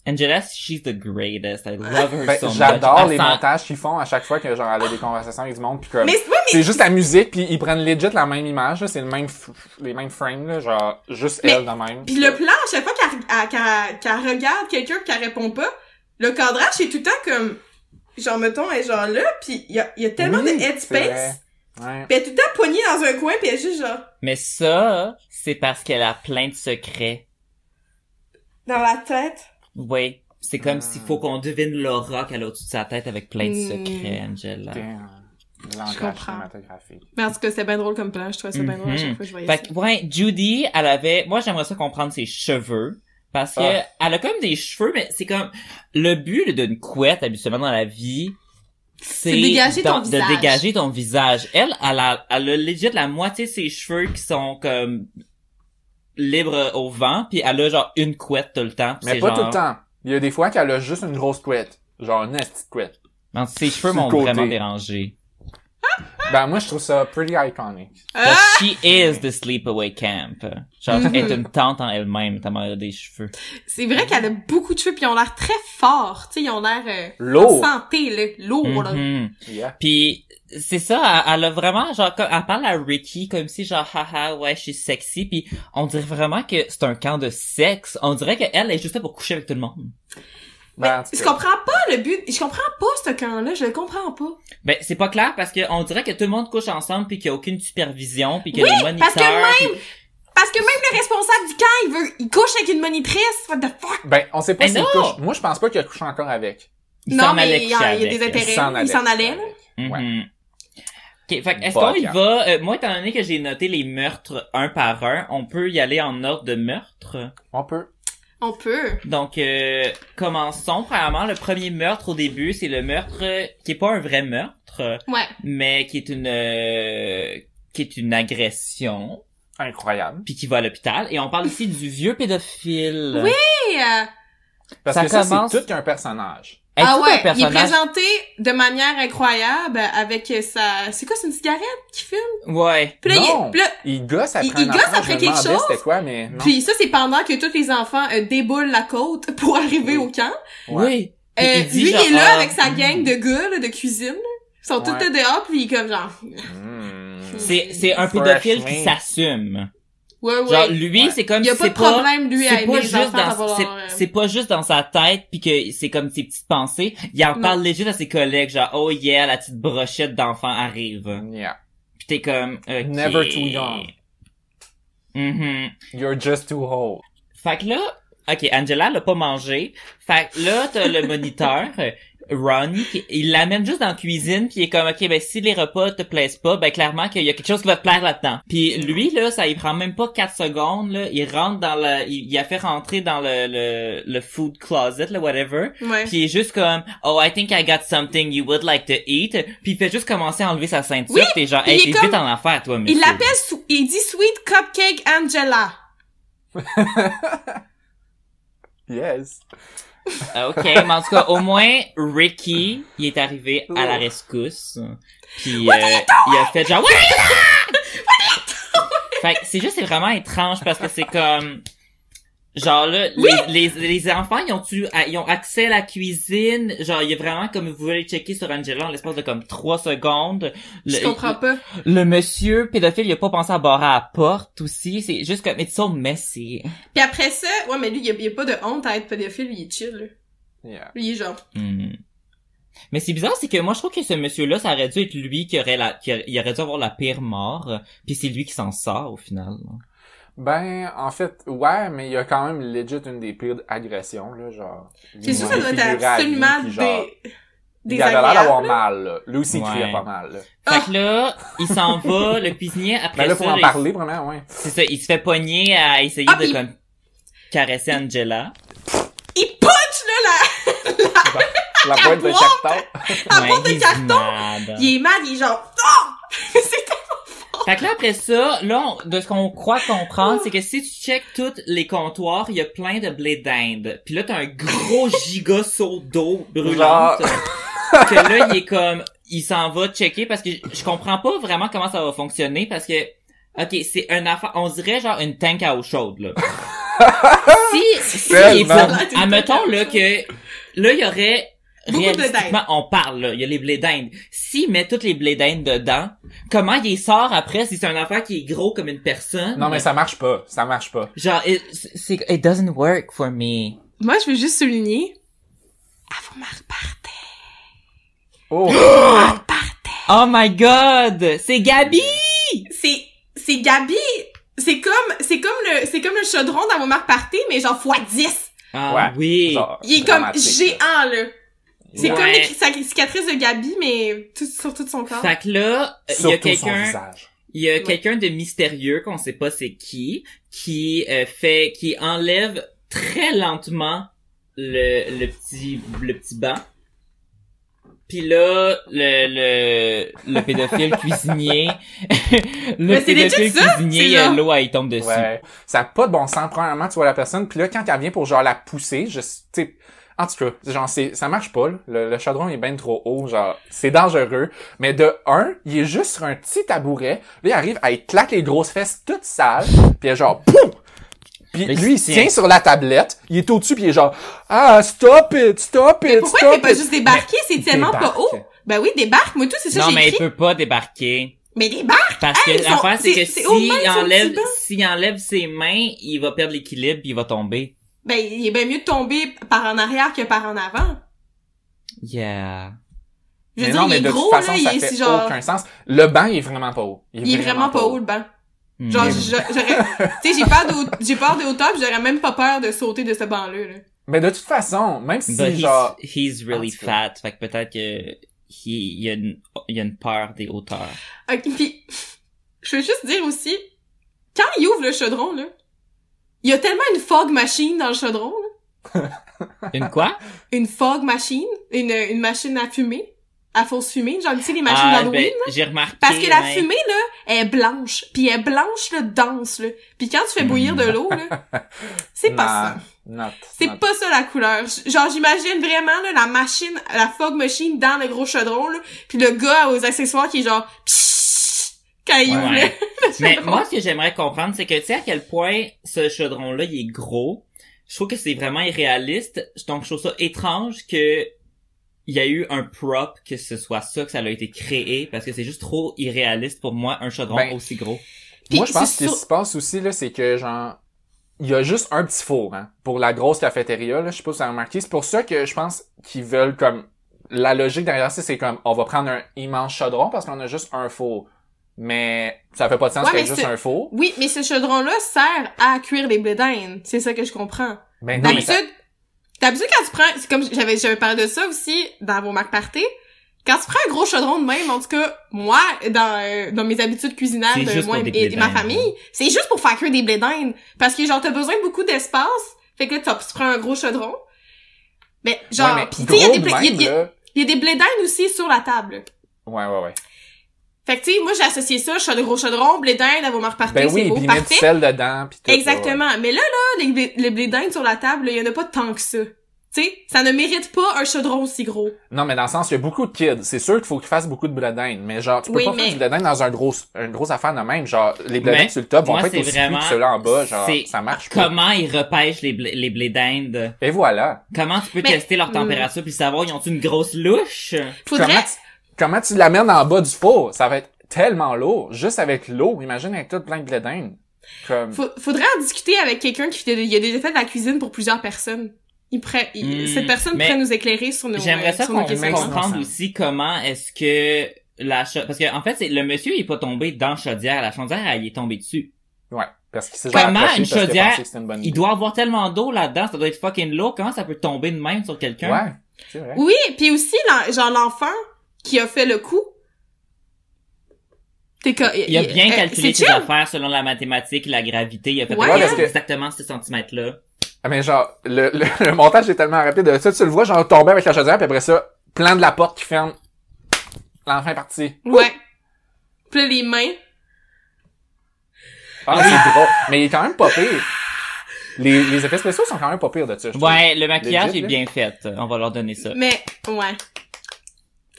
Speaker 5: Angela, she's the greatest. I love her so
Speaker 3: Ben,
Speaker 5: much.
Speaker 3: J'adore
Speaker 5: Elle
Speaker 3: les
Speaker 5: sent-
Speaker 3: montages qu'ils font à chaque fois que genre elle a des conversations avec du monde puis comme
Speaker 2: Mais oui, mais
Speaker 3: c'est juste la musique puis ils prennent legit la même image là, c'est le même f- les mêmes frames là, genre juste
Speaker 2: Mais-
Speaker 3: elle de même.
Speaker 2: Puis le plan, à chaque fois qu'elle à- qu'elle- qu'elle regarde quelqu'un pis qu'elle répond pas, le cadrage c'est tout le temps comme genre mettons elle est genre là puis il y a, il y a tellement
Speaker 3: Oui,
Speaker 2: de
Speaker 3: c'est vrai.
Speaker 2: headspace
Speaker 3: Ouais.
Speaker 2: pis elle est tout le temps poignée dans un coin pis elle est juste genre
Speaker 5: Mais ça, c'est parce qu'elle a plein de secrets.
Speaker 2: dans la tête.
Speaker 5: Oui. C'est comme
Speaker 3: Ah.
Speaker 5: s'il faut qu'on devine l'aura qu'elle a au-dessus de sa tête avec plein de
Speaker 2: Mm.
Speaker 5: secrets,
Speaker 3: Hmm.
Speaker 5: Angela.
Speaker 3: Damn.
Speaker 2: Je
Speaker 3: Langage
Speaker 2: comprends.
Speaker 3: cinématographique.
Speaker 2: Mais en tout cas c'est bien drôle comme plan, je trouvais ça bien drôle à
Speaker 5: Mhm.
Speaker 2: chaque fois que je voyais
Speaker 5: Fait que, ouais, Judy, elle avait, moi, j'aimerais ça comprendre ses cheveux. Parce que,
Speaker 3: Ah.
Speaker 5: elle a comme des cheveux, mais c'est comme, le but d'une couette, habituellement, dans la vie, c'est
Speaker 2: dégager ton
Speaker 5: de-
Speaker 2: visage.
Speaker 5: de dégager ton visage. Elle, elle a, elle a legit la moitié de ses cheveux qui sont comme libres au vent, puis elle a genre une couette tout le temps. puis
Speaker 3: Mais
Speaker 5: c'est
Speaker 3: pas
Speaker 5: genre-
Speaker 3: tout le temps. Il y a des fois qu'elle a juste une grosse couette, genre une petite couette.
Speaker 5: Non, ses cheveux
Speaker 3: Sur
Speaker 5: m'ont
Speaker 3: le côté.
Speaker 5: vraiment dérangé.
Speaker 3: Ben moi je trouve ça pretty iconic.
Speaker 2: Ah!
Speaker 5: Parce que she is the sleepaway camp. Genre,
Speaker 2: Mhm.
Speaker 5: elle est une tante en elle-même, tellement elle a des cheveux.
Speaker 2: ça. C'est vrai qu'elle
Speaker 3: Mhm.
Speaker 2: a beaucoup de cheveux pis ils ont l'air très forts, tu sais ils ont l'air euh,
Speaker 3: Lourd.
Speaker 2: santé là, lourd là.
Speaker 5: Mhm.
Speaker 3: Yeah.
Speaker 5: Puis c'est ça, elle, elle a vraiment genre comme elle parle à Ricky comme si genre haha ouais je suis sexy puis on dirait vraiment que c'est un camp de sexe. On dirait qu'elle est juste là pour coucher avec tout le monde.
Speaker 3: Ben, en tout
Speaker 2: Je
Speaker 3: cas.
Speaker 2: comprends pas le but, je comprends pas ce camp là, je le comprends pas.
Speaker 5: Ben c'est pas clair parce que on dirait que tout le monde couche ensemble puis qu'il y a aucune supervision puis que
Speaker 2: Oui,
Speaker 5: les moniteurs.
Speaker 2: parce que même-
Speaker 5: puis-
Speaker 2: Parce que même le responsable du camp, il veut, il couche avec une monitrice. What the fuck?
Speaker 3: Ben, on sait pas
Speaker 5: Mais
Speaker 3: s'il
Speaker 5: non!
Speaker 3: couche. Moi, je pense pas qu'il couche encore avec.
Speaker 5: ils
Speaker 2: non,
Speaker 5: s'en
Speaker 2: mais
Speaker 5: allaient
Speaker 2: il y a, il y a
Speaker 5: coucher
Speaker 2: des
Speaker 5: avec.
Speaker 2: intérêts.
Speaker 3: allait.
Speaker 2: Il s'en allait, là.
Speaker 5: Mhm.
Speaker 3: Ouais.
Speaker 5: Ok, fait que est-ce
Speaker 3: Pas
Speaker 5: qu'on y
Speaker 3: clair.
Speaker 5: va euh, Moi, étant donné que j'ai noté les meurtres un par un, on peut y aller en ordre de meurtre.
Speaker 3: On peut.
Speaker 2: On peut.
Speaker 5: Donc, euh, commençons. Premièrement, le premier meurtre au début, c'est le meurtre euh, qui est pas un vrai meurtre, euh,
Speaker 2: Ouais.
Speaker 5: mais qui est une euh, qui est une agression,
Speaker 3: Incroyable.
Speaker 5: puis qui va à l'hôpital. Et on parle ici du vieux pédophile.
Speaker 2: Oui! Et, euh,
Speaker 3: Parce
Speaker 5: Ça
Speaker 3: que ça,
Speaker 5: commence-
Speaker 3: c'est tout qu'un personnage.
Speaker 5: Hey,
Speaker 2: ah
Speaker 5: tout un
Speaker 2: ouais, il est
Speaker 5: personnage-
Speaker 2: présenté de manière incroyable avec sa... C'est quoi, c'est une cigarette qu'il fume?
Speaker 5: Ouais.
Speaker 2: Puis là,
Speaker 3: non.
Speaker 2: il- puis là-
Speaker 3: il gosse après
Speaker 2: il-
Speaker 3: un
Speaker 2: il gosse
Speaker 3: enfant,
Speaker 2: après
Speaker 3: je me
Speaker 2: quelque
Speaker 3: demandais
Speaker 2: chose.
Speaker 3: C'était quoi, mais non.
Speaker 2: Puis ça, c'est pendant que tous les enfants euh, déboulent la côte pour arriver
Speaker 3: Oui.
Speaker 2: au camp.
Speaker 3: Ouais.
Speaker 5: Oui. Puis
Speaker 2: Euh,
Speaker 5: il dit
Speaker 2: lui,
Speaker 5: genre,
Speaker 2: il est là
Speaker 5: ah,
Speaker 2: avec sa
Speaker 5: hmm.
Speaker 2: gang de gars, là, de cuisine. Ils sont tous
Speaker 3: Ouais.
Speaker 2: dehors, puis il est comme genre...
Speaker 3: Mm.
Speaker 5: C'est c'est un
Speaker 3: Fresh
Speaker 5: pédophile qui
Speaker 3: meat.
Speaker 5: s'assume.
Speaker 2: Ouais,
Speaker 5: Genre
Speaker 2: ouais.
Speaker 5: lui,
Speaker 3: Ouais.
Speaker 5: c'est comme
Speaker 2: Il y a
Speaker 5: si
Speaker 2: pas de
Speaker 5: c'est pas-
Speaker 2: problème, lui, à
Speaker 5: c'est
Speaker 2: aimer
Speaker 5: pas
Speaker 2: les
Speaker 5: juste
Speaker 2: enfants
Speaker 5: dans
Speaker 2: d'avoir...
Speaker 5: c'est,
Speaker 2: euh,
Speaker 5: c'est pas juste dans sa tête puis que c'est comme ses petites pensées il en
Speaker 2: Non.
Speaker 5: parle légit à ses collègues genre oh yeah la petite brochette d'enfant arrive
Speaker 3: Yeah.
Speaker 5: puis t'es comme ok.
Speaker 3: Never too young.
Speaker 5: Mhm.
Speaker 3: You're just too old.
Speaker 5: fait que là ok Angela elle a pas mangé fait que là t'as le moniteur Ronnie, qui- il l'amène juste dans la cuisine, puis il est comme, ok, ben si les repas te plaisent pas, ben clairement qu'il y a quelque chose qui va te plaire là-dedans. Puis lui, là, ça il prend même pas 4 secondes, là, il rentre dans le, il, il a fait rentrer dans le, le, le food closet, le whatever,
Speaker 2: Ouais.
Speaker 5: puis il est juste comme, oh, I think I got something you would like to eat, puis il fait juste commencer à enlever sa ceinture,
Speaker 2: Oui,
Speaker 5: t'es genre,
Speaker 2: puis
Speaker 5: hey,
Speaker 2: il est
Speaker 5: t'es
Speaker 2: comme-
Speaker 5: vite en affaire, toi, monsieur.
Speaker 2: Il l'appelle, sou- il dit Sweet Cupcake Angela.
Speaker 3: Yes.
Speaker 5: Ah, Ok, mais en tout cas, au moins, Ricky, il est arrivé à la rescousse. Puis, euh, il a fait genre, What are you doing? Fait que c'est juste, c'est vraiment étrange parce que c'est comme, genre là, les, les, les enfants, ils ont, tu, ils ont accès à la cuisine. Genre, il y a vraiment, comme vous voulez checker sur Angela en l'espace de comme trois secondes.
Speaker 2: Je
Speaker 5: Le-
Speaker 2: comprends pas.
Speaker 5: Le monsieur pédophile, il a pas pensé à barrer à la porte aussi. C'est juste comme, it's so messy.
Speaker 2: Puis après ça, ouais, mais lui, il y a, il y a pas de honte à être pédophile, lui, il est chill, là.
Speaker 3: Yeah.
Speaker 2: Lui, il est genre.
Speaker 5: Hmm. Mais c'est bizarre, c'est que moi je trouve que ce monsieur-là, ça aurait dû être lui qui aurait la, qui aurait, il aurait dû avoir la pire mort, euh, puis c'est lui qui s'en sort au final.
Speaker 3: Ben, en fait, ouais, mais il y a quand même legit une des pires agressions, là, genre.
Speaker 2: C'est sûr,
Speaker 3: Il
Speaker 2: ça
Speaker 3: est
Speaker 2: doit
Speaker 3: figuré à
Speaker 2: être
Speaker 3: vie,
Speaker 2: absolument
Speaker 3: puis genre,
Speaker 2: des.
Speaker 3: Il avait l'air d'avoir
Speaker 2: désagréable.
Speaker 3: mal, là. Lui aussi, il
Speaker 5: Ouais.
Speaker 3: criait pas mal, là.
Speaker 5: Fait que là, il s'en va, le cuisinier après
Speaker 3: Ben là,
Speaker 5: ça,
Speaker 3: pour en
Speaker 5: il-
Speaker 3: parler, vraiment, ouais.
Speaker 5: c'est ça, il se fait pogner à essayer
Speaker 2: Ah,
Speaker 5: de
Speaker 2: il-
Speaker 5: comme caresser Angela.
Speaker 2: Il punch, là,
Speaker 3: La boîte de
Speaker 2: boîte!
Speaker 3: carton.
Speaker 2: la, la porte de
Speaker 5: he's
Speaker 2: carton.
Speaker 5: mad.
Speaker 2: Il est mad, il est genre. Oh! C'est
Speaker 5: Fait que là, après ça, là, on- de ce qu'on croit comprendre, c'est que si tu checkes tous les comptoirs, il y a plein de blé d'Inde. Puis là, t'as un gros giga seau d'eau brûlante. euh, que là, il est comme, il s'en va checker parce que je je comprends pas vraiment comment ça va fonctionner parce que, ok, c'est un affaire, on dirait genre une tank à eau chaude, là. si, si, il est
Speaker 3: Tellement.
Speaker 5: fourni- admettons, Ah, là, que, là, il y aurait,
Speaker 2: Beaucoup de blé
Speaker 5: réalistiquement, on parle, là, il y a les blés d'Inde. S'il met toutes les blés d'Inde dedans, comment il les sort après si c'est un enfant qui est gros comme une personne?
Speaker 3: Non, mais ça marche pas. Ça marche pas.
Speaker 5: Genre, it, c'est- it doesn't work for me.
Speaker 2: Moi, je veux juste souligner. Avant ma repartait.
Speaker 3: Oh!
Speaker 5: Oh my god! C'est Gabi!
Speaker 2: C'est, c'est Gabi. C'est comme, c'est comme le, c'est comme le chaudron dans ma repartait, mais genre fois 10.
Speaker 5: Ah
Speaker 3: Ouais.
Speaker 5: oui!
Speaker 3: Genre,
Speaker 2: Il est comme
Speaker 3: Ah, dramatique, là.
Speaker 2: géant, là. C'est
Speaker 5: Ouais.
Speaker 2: comme les- sa cicatrice de Gabi, mais tout, sur tout son corps.
Speaker 5: Fait que là, il y a
Speaker 3: Surtout son
Speaker 5: quelqu'un...
Speaker 3: visage.
Speaker 5: Il y a
Speaker 2: Ouais.
Speaker 5: quelqu'un de mystérieux qu'on sait pas c'est qui qui euh, fait qui enlève très lentement le, le petit le petit banc. Puis là le le le pédophile cuisinier le
Speaker 2: Mais c'est
Speaker 5: pédophile
Speaker 2: legit ça, c'est
Speaker 5: cuisinier euh,
Speaker 2: genre-
Speaker 5: l'eau elle tombe dessus.
Speaker 3: Ouais. Ça a pas de bon sens, premièrement, tu vois la personne, puis là, quand elle vient pour genre la pousser, je, tu sais, en tout cas, genre, c'est, ça marche pas, là. le, le chaudron est bien trop haut, genre, c'est dangereux, mais de un, il est juste sur un petit tabouret, là, il arrive, à il claque les grosses fesses toutes sales, puis elle, genre, poum! Puis
Speaker 5: Mais
Speaker 3: lui, il
Speaker 5: il
Speaker 3: se
Speaker 5: tient.
Speaker 3: tient sur la tablette, il est au-dessus, puis il est genre, ah, stop it, stop it,
Speaker 2: Pourquoi il
Speaker 3: stop
Speaker 2: fait pas
Speaker 3: it!
Speaker 2: juste débarquer? C'est tellement pas
Speaker 3: débarque.
Speaker 2: haut. Ben oui, débarque. Moi, tout, c'est ça,
Speaker 5: Non
Speaker 2: que j'ai
Speaker 5: mais il
Speaker 2: écrit.
Speaker 5: peut pas débarquer
Speaker 2: Mais débarque!
Speaker 5: parce
Speaker 2: Hey,
Speaker 5: que
Speaker 2: ils sont-
Speaker 5: l'affaire c'est
Speaker 2: c'est-
Speaker 5: que
Speaker 2: c'est aux mains,
Speaker 5: s'il
Speaker 2: son petit
Speaker 5: enlève
Speaker 2: banc.
Speaker 5: s'il enlève ses mains, il va perdre l'équilibre, puis il va tomber.
Speaker 2: Ben, il est bien mieux de tomber par en arrière que par en avant.
Speaker 5: Yeah.
Speaker 2: Je veux
Speaker 3: mais
Speaker 2: dire,
Speaker 3: non,
Speaker 2: il
Speaker 3: mais
Speaker 2: est
Speaker 3: de
Speaker 2: gros,
Speaker 3: toute façon,
Speaker 2: là, il
Speaker 3: ça
Speaker 2: est
Speaker 3: fait
Speaker 2: si genre...
Speaker 3: aucun sens. Le banc, il est vraiment pas haut.
Speaker 2: Il est vraiment pas haut, le banc.
Speaker 5: Hmm.
Speaker 2: Genre, je- j'aurais... tu sais, j'ai peur d'au- j'ai peur des hauteurs, pis j'aurais même pas peur de sauter de ce banc-là, là.
Speaker 3: Mais de toute façon, même si,
Speaker 5: But he's,
Speaker 3: genre,
Speaker 5: he's really
Speaker 3: en tout
Speaker 5: fat, fait que peut-être que he- il y a une, il y a une peur des hauteurs.
Speaker 2: Ok, pis... Je veux juste dire aussi, quand il ouvre le chaudron, là, il y a tellement une fog machine dans le chaudron, là.
Speaker 5: Une quoi?
Speaker 2: Une fog machine, une, une machine à fumer, à fausse fumée, genre, tu sais, les machines
Speaker 5: Ah,
Speaker 2: d'Halloween,
Speaker 5: ben,
Speaker 2: là.
Speaker 5: j'ai remarqué.
Speaker 2: Parce que la
Speaker 5: ouais.
Speaker 2: fumée, là, elle est blanche. Puis elle est blanche, là, dense, là. Puis quand tu fais bouillir de l'eau, là, c'est pas ça.
Speaker 3: Non, not-
Speaker 2: C'est
Speaker 3: not-
Speaker 2: pas ça la couleur. J- Genre j'imagine vraiment là, la machine, la fog machine dans le gros chaudron là, puis le gars aux accessoires qui est genre pshhh quand il
Speaker 5: Ouais.
Speaker 2: ouvre le-
Speaker 5: Mais moi, ce que j'aimerais comprendre, c'est que tu sais à quel point ce chaudron-là, il est gros. Je trouve que c'est vraiment irréaliste. Donc, je trouve ça étrange que il y a eu un prop que ce soit ça que ça a été créé parce que c'est juste trop irréaliste pour moi un chaudron
Speaker 3: Ben,
Speaker 5: aussi gros.
Speaker 2: Puis
Speaker 3: Moi, je pense
Speaker 2: c'est
Speaker 3: que ce
Speaker 2: sur-
Speaker 3: qui se passe aussi, là, c'est que, genre, il y a juste un petit four, hein, pour la grosse cafétéria, là. Je sais pas si vous avez remarqué. C'est pour ça que je pense qu'ils veulent, comme, la logique derrière ça, c'est comme, on va prendre un immense chaudron parce qu'on a juste un four. Mais, ça fait pas de sens
Speaker 2: Ouais,
Speaker 3: qu'il y ait
Speaker 2: mais
Speaker 3: juste
Speaker 2: c'est-
Speaker 3: un four.
Speaker 2: Oui, mais ce chaudron là sert à cuire les blés d'Inde. C'est ça que je comprends.
Speaker 3: Ben, non, mais
Speaker 2: D'habitude, T'as habitué quand tu prends, c'est comme j'avais, j'avais parlé de ça aussi dans vos marques party. Quand tu prends un gros chaudron de même, en tout cas, moi, dans, euh, dans mes habitudes culinaires,
Speaker 5: C'est
Speaker 2: de
Speaker 5: juste
Speaker 2: moi
Speaker 5: pour des
Speaker 2: et, et
Speaker 5: blés
Speaker 2: ma
Speaker 5: d'Inde.
Speaker 2: famille, c'est juste pour faire cuire des blés d'Inde. Parce que genre, t'as besoin de beaucoup d'espace. Fait que là, t'as- tu prends un gros chaudron. Mais genre,
Speaker 3: ouais, mais
Speaker 2: pis tu sais, il y a
Speaker 3: gros
Speaker 2: des blés, il y a-
Speaker 3: même,
Speaker 2: il y a-
Speaker 3: là.
Speaker 2: il y a des blés d'Inde aussi sur la table.
Speaker 3: Ouais, ouais, ouais.
Speaker 2: Fait que tu sais, moi, j'ai associé ça, je suis de gros chaudron, blé d'Inde, à vos marques party,
Speaker 3: Ben
Speaker 2: c'est
Speaker 3: oui,
Speaker 2: beau,
Speaker 3: puis mettre du
Speaker 2: parfait.
Speaker 3: sel dedans, puis tout.
Speaker 2: Exactement. Mais là, là, les, blé- les blés d'Inde sur la table, il y en a pas tant que ça. Tu sais, ça ne mérite pas un chaudron aussi gros.
Speaker 3: ouais. Non, mais dans le sens, il y a beaucoup de kids. C'est sûr qu'il faut qu'ils fassent beaucoup de blé d'Inde, mais genre, tu peux
Speaker 2: Oui,
Speaker 3: pas
Speaker 2: mais-
Speaker 3: faire du blé d'Inde dans un gros, une grosse affaire de même. Genre, les blé
Speaker 5: Mais
Speaker 3: d'Inde sur le top vont
Speaker 5: moi,
Speaker 3: pas être
Speaker 5: c'est
Speaker 3: aussi
Speaker 5: vraiment-
Speaker 3: cuits que ceux-là en bas. Genre,
Speaker 5: c'est-
Speaker 3: ça marche pas.
Speaker 5: Comment ils repêchent les, blé- les blés d'Inde?
Speaker 3: Et voilà.
Speaker 5: Comment tu peux
Speaker 2: Mais-
Speaker 5: tester leur température puis savoir, ils ont une grosse louche?
Speaker 2: Faudrait,
Speaker 3: Comment, tu, comment tu l'amènes en bas du four? Ça va être tellement lourd. Juste avec l'eau. Imagine avec tout plein de blé d'Inde. Comme...
Speaker 2: faut- faudrait en discuter avec quelqu'un qui fait, de- il a déjà fait de la cuisine pour plusieurs personnes. Il pourrait- il-
Speaker 5: Hmm,
Speaker 2: cette personne
Speaker 5: mais
Speaker 2: pourrait nous éclairer sur nos,
Speaker 5: J'aimerais
Speaker 2: euh,
Speaker 5: ça
Speaker 2: sur nos
Speaker 5: qu'on
Speaker 3: questions.
Speaker 2: questionnements.
Speaker 5: comprenne
Speaker 3: Ensemble.
Speaker 5: aussi comment est-ce que la cha- parce que en fait c'est le monsieur il est pas tombé dans la chaudière la chaudière elle, il est tombée dessus
Speaker 3: Ouais. Parce qu'il s'est
Speaker 5: Comment
Speaker 3: genre approché parce
Speaker 5: une
Speaker 3: qu'il a pensé
Speaker 5: chaudière-
Speaker 3: que c'était une bonne
Speaker 5: il
Speaker 3: idée.
Speaker 5: doit avoir tellement d'eau là-dedans ça doit être fucking lourd comment ça peut tomber de même sur quelqu'un
Speaker 3: Ouais. C'est vrai.
Speaker 2: Oui, puis aussi, l'en- genre, l'enfant qui a fait le coup. T'es co-
Speaker 5: il a bien
Speaker 2: euh,
Speaker 5: calculé
Speaker 2: c'est
Speaker 5: ses
Speaker 2: chill.
Speaker 5: affaires selon la mathématique la gravité il a fait
Speaker 2: Ouais,
Speaker 5: regarde,
Speaker 3: parce que-
Speaker 5: exactement ce centimètre là
Speaker 3: Ah, mais genre, le, le, le montage est tellement rapide. de Ça, tu le vois, genre, tomber avec la chaudière, puis après ça, plan de la porte qui ferme. L'enfant est parti.
Speaker 2: Ouais. Puis là, les mains.
Speaker 3: Ah, c'est drôle. Mais il est quand même pas pire. Les, les effets spéciaux sont quand même pas pires de ça. je trouve.
Speaker 5: ouais le maquillage
Speaker 3: Legit,
Speaker 5: est
Speaker 3: là.
Speaker 5: bien fait on va leur donner ça
Speaker 2: Mais, ouais.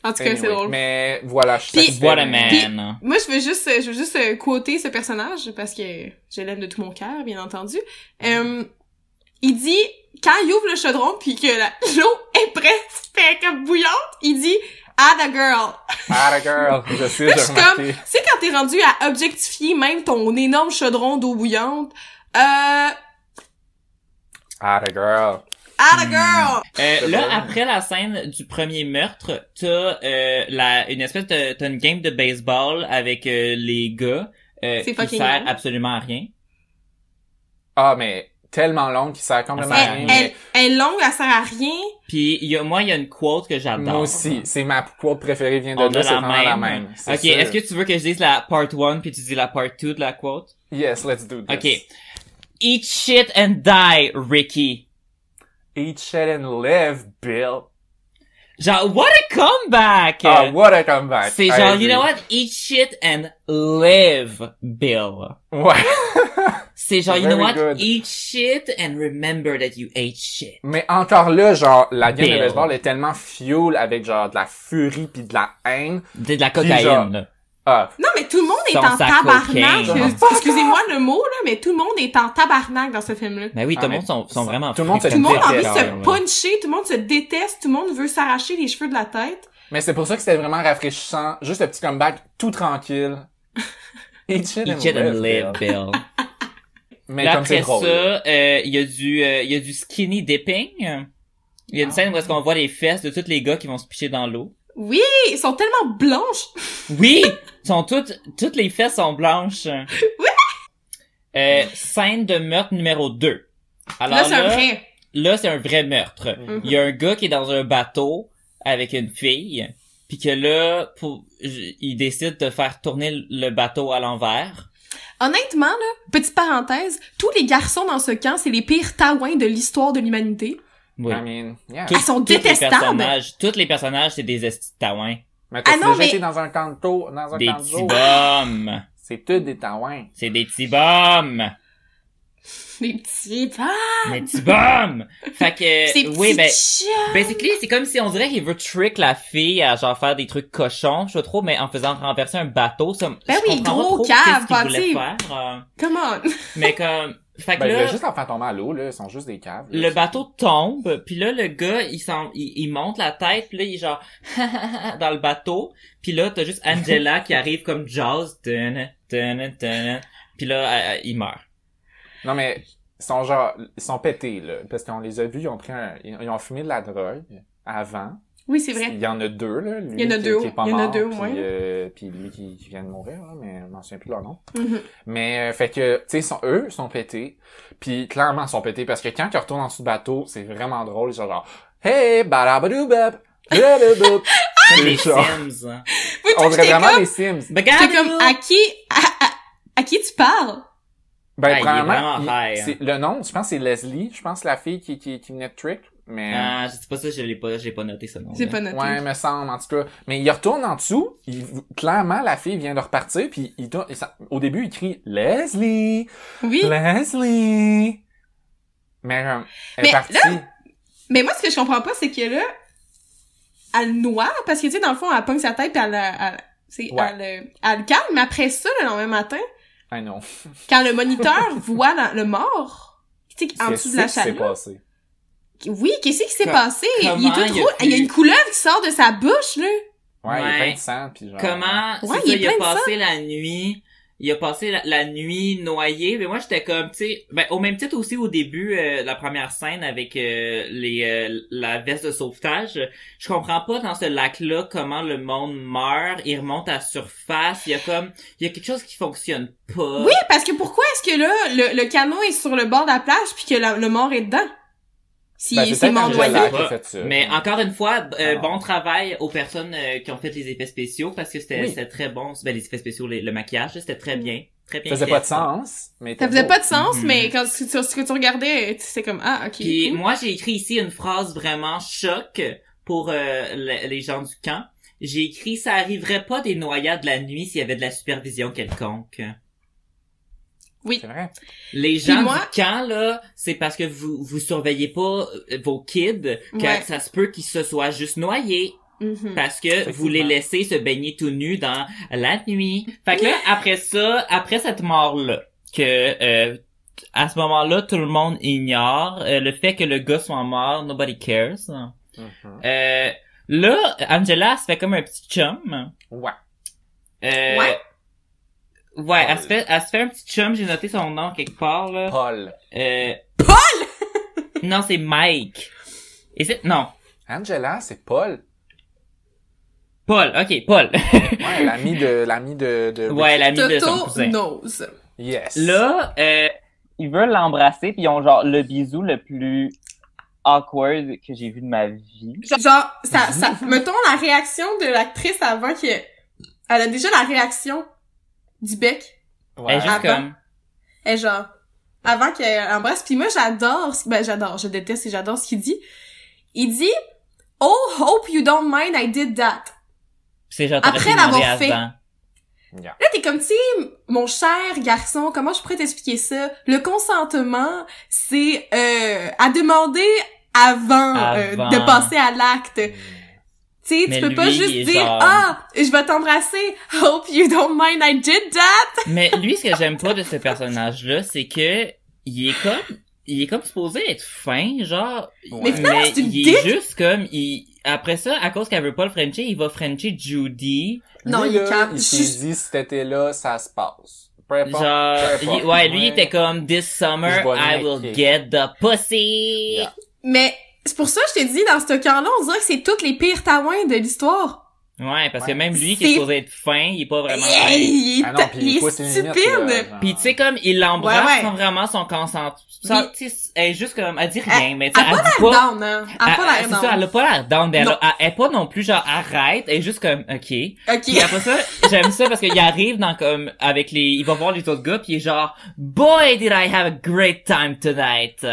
Speaker 2: En tout cas, c'est
Speaker 3: Anyway,
Speaker 2: drôle.
Speaker 3: Mais voilà, je suis
Speaker 2: Puis-
Speaker 3: satisfait,
Speaker 5: what a
Speaker 3: mais-
Speaker 2: Puis-
Speaker 5: man
Speaker 2: Moi, je veux juste, euh, je veux juste euh, quoter ce personnage parce que je l'aime de tout mon cœur, bien entendu. Euh, il dit quand il ouvre le chaudron puis que la- l'eau est prête, fait comme bouillante, il dit add a girl.
Speaker 3: Ah, la girl, je sais, j'ai
Speaker 2: Je suis comme,
Speaker 3: remarqué.
Speaker 2: tu sais quand t'es rendu à objectifier même ton énorme chaudron d'eau bouillante, euh, add
Speaker 3: Ah, la girl.
Speaker 2: a girl.
Speaker 5: Euh,
Speaker 3: C'est
Speaker 5: là,
Speaker 3: vrai.
Speaker 5: après la scène du premier meurtre, t'as euh, la une espèce de t'as une game de baseball avec euh, les gars euh,
Speaker 2: C'est
Speaker 5: qui
Speaker 2: fucking
Speaker 5: sert
Speaker 2: long.
Speaker 5: absolument à rien.
Speaker 3: Ah, mais tellement longue qui sert complètement à
Speaker 5: Elle-
Speaker 3: rien.
Speaker 2: Elle,
Speaker 3: mais
Speaker 2: elle, elle est longue, elle sert à rien.
Speaker 5: Puis il y a, moi, il y a une quote que j'adore.
Speaker 3: Moi aussi, c'est ma quote préférée vient de
Speaker 5: On
Speaker 3: là,
Speaker 5: a
Speaker 3: c'est
Speaker 5: la
Speaker 3: vraiment la
Speaker 5: même.
Speaker 3: même. c'est
Speaker 5: Ok,
Speaker 3: sûr.
Speaker 5: est-ce que tu veux que je dise la part 1 puis tu dis la part 2 de la quote?
Speaker 3: Yes, let's do this.
Speaker 5: Ok. Eat shit and die, Ricky.
Speaker 3: Eat, shit and live, Bill.
Speaker 5: Genre, what a comeback!
Speaker 3: Ah, what a comeback.
Speaker 5: C'est
Speaker 3: I
Speaker 5: genre,
Speaker 3: agree.
Speaker 5: you know what? Eat shit and live, Bill.
Speaker 3: Ouais.
Speaker 5: C'est genre, you know
Speaker 3: Very
Speaker 5: what?
Speaker 3: good.
Speaker 5: Eat shit and remember that you ate shit.
Speaker 3: Mais encore là, genre, la game de
Speaker 5: Bill.
Speaker 3: baseball est tellement fuel avec genre de la furie puis de la haine.
Speaker 5: C'est de la
Speaker 3: genre-
Speaker 5: cocaïne. là.
Speaker 3: Ah,
Speaker 2: Non, mais tout le monde est
Speaker 5: Son
Speaker 2: en
Speaker 5: sac
Speaker 2: tabarnak.
Speaker 5: cocaine.
Speaker 2: Euh, Excusez-moi le mot, là, mais tout le monde est en tabarnak dans ce film-là.
Speaker 5: Ben oui, tout
Speaker 3: Ah,
Speaker 5: le
Speaker 3: mais
Speaker 5: monde sont, sont vraiment
Speaker 3: tout le monde se
Speaker 2: Tout le monde a envie de
Speaker 3: déteste,
Speaker 2: se
Speaker 5: ouais.
Speaker 2: puncher, tout le monde se déteste, tout le monde veut s'arracher les cheveux de la tête.
Speaker 3: Mais c'est pour ça que c'était vraiment rafraîchissant. Juste le petit comeback, tout tranquille. Eat shit,
Speaker 5: Eat shit and live, Bill.
Speaker 3: Mais
Speaker 5: Là,
Speaker 3: comme c'est
Speaker 5: après ça,
Speaker 3: drôle.
Speaker 5: euh, il y a du, euh, il y a du skinny dipping. Il y a une scène où est-ce qu'on voit les fesses de tous les gars qui vont se picher dans l'eau.
Speaker 2: Oui, ils sont tellement blanches.
Speaker 5: Oui! Ils sont toutes, toutes les fesses sont blanches. Oui! Euh, scène de meurtre numéro 2. Alors
Speaker 2: là, c'est un vrai.
Speaker 5: là, c'est un vrai meurtre.
Speaker 3: Mhm.
Speaker 5: Il y a un gars qui est dans un bateau avec une fille, puis que là, pour, j- il décide de faire tourner le bateau à l'envers.
Speaker 2: Honnêtement, là, petite parenthèse, tous les garçons dans ce camp, c'est les pires taouins de l'histoire de l'humanité.
Speaker 5: Oui.
Speaker 3: I mean, yeah.
Speaker 5: Tout-
Speaker 2: Elles sont
Speaker 5: tous les
Speaker 2: détestables.
Speaker 5: personnages- Tous les personnages, c'est des estis de taouins.
Speaker 3: Mais t'as
Speaker 2: Ah non,
Speaker 3: déjà
Speaker 2: mais-
Speaker 3: été dans un canto, dans un
Speaker 5: Des petits
Speaker 3: canto.
Speaker 5: bombes.
Speaker 3: C'est tout des taouins.
Speaker 5: C'est des petits bombes.
Speaker 2: Les petits... Ah,
Speaker 5: Des petits bombes. Fait
Speaker 2: ces
Speaker 5: que, oui,
Speaker 2: petits
Speaker 5: ben,
Speaker 2: chiens.
Speaker 5: basically, c'est comme si on dirait qu'il veut trick la fille à genre faire des trucs cochons, je trouve, mais en faisant renverser un bateau. Ça,
Speaker 2: Ben
Speaker 5: je
Speaker 2: oui,
Speaker 5: comprends pas
Speaker 2: gros
Speaker 5: trop
Speaker 2: cave,
Speaker 5: qu'est-ce qu'il voulait
Speaker 2: bâti.
Speaker 5: faire, euh,
Speaker 2: Come on.
Speaker 5: Mais comme, fait que
Speaker 3: Ben, il
Speaker 5: là,
Speaker 3: voulait juste en faire tomber à l'eau, là. Ils sont juste des caves. là.
Speaker 5: le bateau tombe, puis là le gars il, s'en- il, il monte la tête, puis là il est genre dans le bateau, puis là t'as juste Angela qui arrive comme jazz, dun, dun, dun, puis là elle- elle- il meurt.
Speaker 3: Non, mais ils sont genre, ils sont pétés, là. Parce qu'on les a vus, ils ont pris un, ils ils ont fumé de la drogue avant.
Speaker 2: Oui, c'est vrai.
Speaker 3: Il y en a deux, là. Lui,
Speaker 2: Il y en a
Speaker 3: qui-
Speaker 2: deux,
Speaker 3: qui est pas
Speaker 2: il y en a
Speaker 3: mort,
Speaker 2: deux au
Speaker 3: puis,
Speaker 2: moins.
Speaker 3: euh, puis lui qui, qui vient de mourir, là, mais je m'en souviens plus de leur nom.
Speaker 2: Mhm.
Speaker 3: Mais euh, fait que, tu sais, sont, eux sont pétés. Puis clairement, ils sont pétés parce que quand ils retournent en dessous du bateau, c'est vraiment drôle. Ils sont genre, hey, balabadoubap, balabadoubap.
Speaker 5: Ah, Les
Speaker 3: C'est genre-
Speaker 5: Sims. Ah, hein.
Speaker 2: Moi, tout,
Speaker 3: On dirait
Speaker 2: j'étais
Speaker 3: vraiment
Speaker 2: comme,
Speaker 3: des Sims.
Speaker 5: Regarde,
Speaker 2: j'étais comme, à qui, à, à- à qui tu parles?
Speaker 3: Ben,
Speaker 5: Ah, il est
Speaker 3: premièrement,
Speaker 5: vraiment
Speaker 3: il-
Speaker 5: high, hein.
Speaker 3: c'est- le nom, je pense, c'est Leslie. Je pense la fille qui, qui, qui venait de Trick. Mais,
Speaker 5: Ah, je sais pas ça, je l'ai pas, j'ai pas noté ce nom.
Speaker 2: C'est pas noté.
Speaker 3: Ouais, me semble, en tout cas. Mais il retourne en dessous, il, clairement, la fille vient de repartir, puis il, tourne- il s'en- au début, il crie « Leslie!
Speaker 2: Oui.
Speaker 3: Leslie! » Mais euh, elle
Speaker 2: Mais
Speaker 3: est partie.
Speaker 2: Mais moi, ce que je comprends pas, c'est que là, elle noie, parce que, tu sais, dans le fond, elle pogne sa tête, puis elle, elle, elle, tu sais,
Speaker 3: Ouais.
Speaker 2: elle, euh, elle le calme, mais après ça, le lendemain matin,
Speaker 3: Ah non,
Speaker 2: quand le moniteur voit la- le mort, tu sais, en
Speaker 3: c'est
Speaker 2: dessous de la
Speaker 3: ça qui s'est
Speaker 2: chaleur,
Speaker 3: passé.
Speaker 2: Oui, qu'est-ce qui s'est
Speaker 5: Co-
Speaker 2: passé? Il est
Speaker 5: comment
Speaker 2: tout
Speaker 5: il a
Speaker 2: rouge.
Speaker 5: pu- Euh.
Speaker 2: Il y a une couleuvre qui sort de sa bouche, là.
Speaker 3: Ouais, il y a
Speaker 5: Ouais.
Speaker 3: plein de sang, puis genre... Ben,
Speaker 5: Comment c'est
Speaker 2: Ouais,
Speaker 5: ça,
Speaker 2: il est
Speaker 5: il a
Speaker 2: plein de
Speaker 5: passé la nuit, il a passé la, la nuit noyé, mais moi j'étais comme tu sais, ben au même titre aussi au début euh, la première scène avec euh, les euh, la veste de sauvetage, je comprends pas dans ce lac là comment le monde meurt, il remonte à surface, il y a comme il y a quelque chose qui fonctionne pas.
Speaker 2: Oui, parce que pourquoi est-ce que là, le, le canot est sur le bord de la plage puis que la- le mort est dedans? Si
Speaker 3: Ben,
Speaker 2: c'est mort
Speaker 5: peut-être
Speaker 2: noyé.
Speaker 5: Angela.
Speaker 3: Angela qui a fait ça.
Speaker 5: Mais encore une fois, b- euh,
Speaker 3: Ah.
Speaker 5: bon travail aux personnes euh, qui ont fait les effets spéciaux parce que c'était
Speaker 3: Oui.
Speaker 5: c'était très bon. Ben, les effets spéciaux, les- le maquillage, c'était très bien. Très bien.
Speaker 3: Ça faisait
Speaker 5: fait.
Speaker 3: pas de sens, mais...
Speaker 2: Ça
Speaker 3: t'es
Speaker 2: faisait
Speaker 3: beau.
Speaker 2: pas de sens,
Speaker 5: Mhm.
Speaker 2: mais quand tu, tu- ce que tu regardais, tu sais comme, ah, ok.
Speaker 5: Puis
Speaker 2: cool.
Speaker 5: moi, j'ai écrit ici une phrase vraiment choc pour euh, le- les gens du camp. J'ai écrit « Ça arriverait pas des noyades la nuit s'il y avait de la supervision quelconque.
Speaker 2: oui.
Speaker 3: C'est vrai. »
Speaker 5: Les gens
Speaker 2: moi-
Speaker 5: du camp, là, c'est parce que vous vous surveillez pas euh, vos kids que
Speaker 2: Ouais.
Speaker 5: ça se peut qu'ils se soient juste noyés.
Speaker 2: Mhm.
Speaker 5: parce que vous les laissez se baigner tout nus dans la nuit. Fait que là, après ça, après cette mort-là, que euh, à ce moment-là, tout le monde ignore euh, le fait que le gars soit mort, nobody cares.
Speaker 3: Mhm.
Speaker 5: Euh, là, Angela elle se fait comme un petit chum.
Speaker 3: Ouais.
Speaker 5: Euh,
Speaker 2: Ouais.
Speaker 5: Ouais, elle se, fait, elle se fait un petit chum, j'ai noté son nom quelque part, là.
Speaker 3: Paul.
Speaker 5: Euh... Paul! non, c'est Mike. Et c'est... Non,
Speaker 3: Angela, c'est Paul.
Speaker 5: Paul, ok, Paul.
Speaker 3: Ouais, l'ami de... l'ami de... de...
Speaker 5: ouais, l'ami de son
Speaker 2: Toto
Speaker 5: cousin.
Speaker 2: nose.
Speaker 3: Yes.
Speaker 5: Là, euh,
Speaker 1: Ils veulent l'embrasser, puis ils ont genre le bisou le plus awkward que j'ai vu de ma vie.
Speaker 2: Genre, ça, ça, mettons la réaction de l'actrice avant que, elle a déjà la réaction du bec.
Speaker 5: elle
Speaker 3: Ouais.
Speaker 5: est Ben, juste
Speaker 2: Avant.
Speaker 5: comme...
Speaker 2: Et genre, avant qu'elle embrasse, puis moi j'adore, ce- ben j'adore, je déteste et j'adore ce qu'il dit. Il dit « Oh, hope you don't mind I did that
Speaker 5: C'est genre,
Speaker 2: Après
Speaker 5: t'aurais pu demander
Speaker 2: l'avoir
Speaker 5: à
Speaker 2: fait.
Speaker 5: Zan. ».
Speaker 2: Là, t'es comme, tu sais, mon cher garçon, comment je pourrais t'expliquer ça? Le consentement, c'est euh, à demander avant, euh,
Speaker 5: Avant.
Speaker 2: de passer à l'acte. Tu sais,
Speaker 5: Mais
Speaker 2: tu peux pas
Speaker 5: lui, il est
Speaker 2: juste dire
Speaker 5: genre-
Speaker 2: Ah, je vais t'embrasser. Hope you don't mind I did that.
Speaker 5: Mais lui, ce que j'aime pas de ce personnage-là, c'est que il est comme, il est comme supposé être fin, genre.
Speaker 3: Mais
Speaker 2: finalement, c'est une
Speaker 5: il est
Speaker 2: dick.
Speaker 5: juste comme, il, après ça, à cause qu'elle veut pas le Frenchie, il va Frenchie Judy.
Speaker 2: Non,
Speaker 3: Lui,
Speaker 2: il est
Speaker 3: là,
Speaker 2: calme.
Speaker 3: Il s'est
Speaker 2: Juste-
Speaker 3: dit, si t'étais là, ça se passe. Peu importe.
Speaker 5: Genre,
Speaker 3: peu importe.
Speaker 5: il- ouais, lui, il
Speaker 3: Ouais.
Speaker 5: était comme, this summer,
Speaker 3: Je vais
Speaker 5: I
Speaker 3: niquer.
Speaker 5: will get the pussy.
Speaker 3: Yeah.
Speaker 2: Mais c'est pour ça que je t'ai dit, dans ce camp-là, on dirait que c'est toutes les pires taouins de l'histoire.
Speaker 5: Ouais, parce que
Speaker 3: Ouais.
Speaker 5: même lui, qui est
Speaker 2: C'est-
Speaker 5: supposé être fin, il est pas vraiment fin.
Speaker 2: Hey, il est,
Speaker 3: Ah non,
Speaker 2: ta-
Speaker 3: puis
Speaker 2: il est
Speaker 3: pousse les limites, là,
Speaker 2: stupide!
Speaker 3: genre.
Speaker 5: Pis tu sais comme il l'embrasse
Speaker 2: Ouais, ouais.
Speaker 5: sans vraiment son consentement.
Speaker 2: Mais-
Speaker 5: Elle est juste comme elle dit rien, mais tu sais,
Speaker 2: elle a
Speaker 5: elle dit pas.
Speaker 2: Down, hein? À pas
Speaker 5: Elle-
Speaker 2: l'air
Speaker 5: elle- c'est ça, elle
Speaker 2: down.
Speaker 5: a pas l'air down, mais elle,
Speaker 2: Non.
Speaker 5: a- elle- elle est pas non plus genre arrête, elle est juste comme ok. Puis
Speaker 2: Ok.
Speaker 5: après ça, j'aime ça parce qu'il arrive dans comme avec les, il va voir les autres gars puis il est genre boy did I have a great time tonight.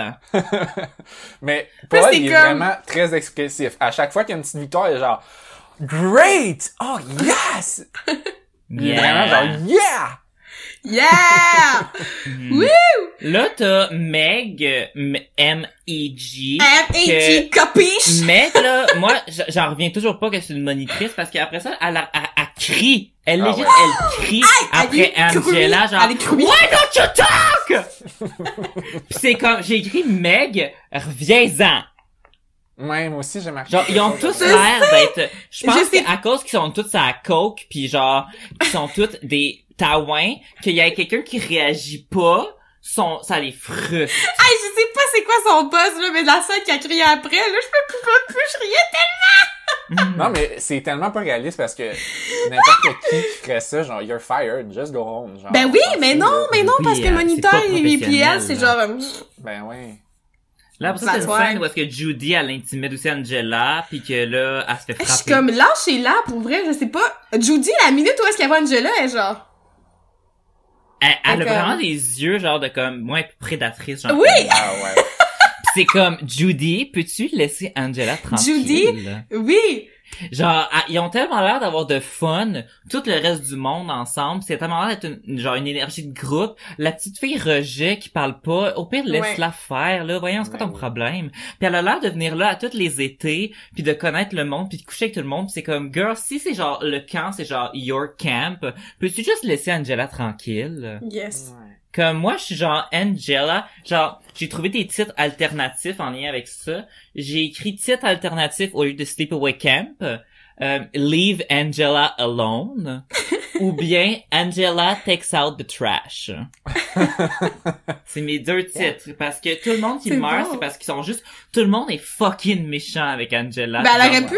Speaker 3: Mais
Speaker 2: Là,
Speaker 3: Paul,
Speaker 2: c'est
Speaker 3: il est
Speaker 2: comme-
Speaker 3: vraiment très expressif. À chaque fois qu'il y a une petite victoire, il est genre Great! Oh yes! Il est Vraiment genre Yeah!
Speaker 2: Yeah!
Speaker 5: Mhm. Là t'as Meg M E G.
Speaker 2: M.A.G. Copiche!
Speaker 5: Mais là, moi, j- j'en reviens toujours pas que c'est une monitrice parce qu'après ça, elle, a- elle, elle crie. Elle,
Speaker 3: Ah
Speaker 5: légit,
Speaker 3: ouais.
Speaker 5: elle crie après
Speaker 2: elle est
Speaker 5: Angela,
Speaker 2: crue.
Speaker 5: genre,
Speaker 2: Elle est crue.
Speaker 5: Why don't you talk? Pis c'est comme, j'ai écrit Meg, reviens-en.
Speaker 3: Ouais, moi aussi j'ai marqué.
Speaker 5: Genre, ils ont
Speaker 3: ça,
Speaker 5: tous
Speaker 3: j'adore.
Speaker 5: l'air d'être, je
Speaker 2: Je
Speaker 5: pense
Speaker 2: sais.
Speaker 5: qu'à cause qu'ils sont tous à la coke pis genre, qu'ils sont tous des taouins, qu'il y a quelqu'un qui réagit pas, son, ça les frustre.
Speaker 2: Hey, je sais pas c'est quoi son boss, là, mais la scène qui a crié après, là, je peux plus, je riais
Speaker 5: Mm.
Speaker 3: Non, mais c'est tellement pas réaliste parce que n'importe qui qui ferait ça, genre, you're fired, just go home. Genre,
Speaker 2: Ben oui,
Speaker 3: Genre,
Speaker 2: mais
Speaker 3: c'est-
Speaker 2: non, mais non,
Speaker 5: Ah, Oui,
Speaker 2: parce que
Speaker 5: euh,
Speaker 2: le
Speaker 5: c'est
Speaker 2: moniteur
Speaker 5: pas
Speaker 2: et lui puis elle, c'est genre...
Speaker 5: professionnel,
Speaker 2: euh,
Speaker 3: Ben oui.
Speaker 5: Là, pour ça, c'est une
Speaker 2: That's why.
Speaker 5: scène où est-ce que Judy, elle intimide aussi Angela, puis que là, elle se fait
Speaker 2: Je
Speaker 5: frapper.
Speaker 2: suis comme, lâchez-la, pour vrai, je sais pas. Judy, la minute où est-ce qu'elle voit Angela, elle est genre...
Speaker 5: Elle, elle a
Speaker 2: Fait comme-
Speaker 5: vraiment des yeux, genre, de comme, moins prédatrice, genre.
Speaker 2: Oui!
Speaker 3: Ah ouais.
Speaker 5: Pis c'est comme, Judy, peux-tu laisser Angela tranquille?
Speaker 2: Judy? Oui!
Speaker 5: Genre, ah, ils ont tellement l'air d'avoir de fun, tout le reste du monde ensemble, c'est tellement l'air d'être une, genre une énergie de groupe. La petite fille rejet qui parle pas, au pire laisse-la faire, là, voyons, c'est quoi ton
Speaker 3: Ouais.
Speaker 5: problème? Puis elle a l'air de venir là à tous les étés, puis de connaître le monde, puis de coucher avec tout le monde, puis c'est comme, girl, si c'est genre le camp, c'est genre your camp, peux-tu juste laisser Angela tranquille?
Speaker 2: Yes.
Speaker 5: Comme moi, je suis genre Angela. Genre, j'ai trouvé des titres alternatifs en lien avec ça. J'ai écrit titre alternatif au lieu de Sleepaway Camp. euh, Leave Angela alone. ou bien Angela takes out the trash. c'est mes deux titres. Parce que tout le monde qui
Speaker 2: C'est
Speaker 5: meurt,
Speaker 2: bon.
Speaker 5: c'est parce qu'ils sont juste... Tout le monde est fucking méchant avec Angela.
Speaker 2: Ben, elle aurait
Speaker 5: Genre,
Speaker 2: pu...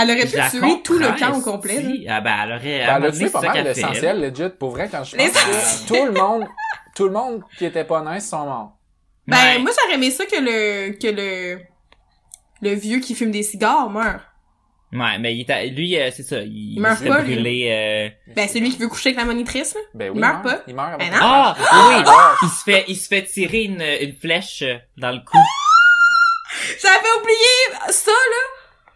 Speaker 2: Elle aurait
Speaker 5: je la
Speaker 2: pu tuer tout le
Speaker 5: comprends,
Speaker 2: camp au
Speaker 5: esti.
Speaker 2: complet, là.
Speaker 5: Ah ben, elle aurait... à un
Speaker 3: Ben,
Speaker 5: moment
Speaker 3: là,
Speaker 5: donné,
Speaker 3: tu sais, pas
Speaker 5: c'est ça
Speaker 3: mal
Speaker 5: qu'elle fait, elle.
Speaker 3: l'essentiel, legit, pour vrai, quand je pense.
Speaker 2: L'essentiel.
Speaker 3: que tout le monde, tout le monde qui était pas nice sont morts.
Speaker 2: Ben,
Speaker 5: Ouais.
Speaker 2: moi, j'aurais aimé ça que le, que le, le vieux qui fume des cigares meure.
Speaker 5: Ouais, mais il était- lui, euh, c'est ça, il,
Speaker 2: meurt
Speaker 5: s'est
Speaker 2: pas, lui.
Speaker 5: brûlé. euh,
Speaker 2: Ben, celui qui veut coucher avec la monitrice, là.
Speaker 3: Ben oui.
Speaker 2: Il meurt pas.
Speaker 3: Il meurt avec
Speaker 2: Ben non.
Speaker 5: Ah, oui,
Speaker 3: Ah!
Speaker 5: il se fait, il se fait tirer une, une flèche euh, dans le cou.
Speaker 2: Oh J'avais oublié ça, là!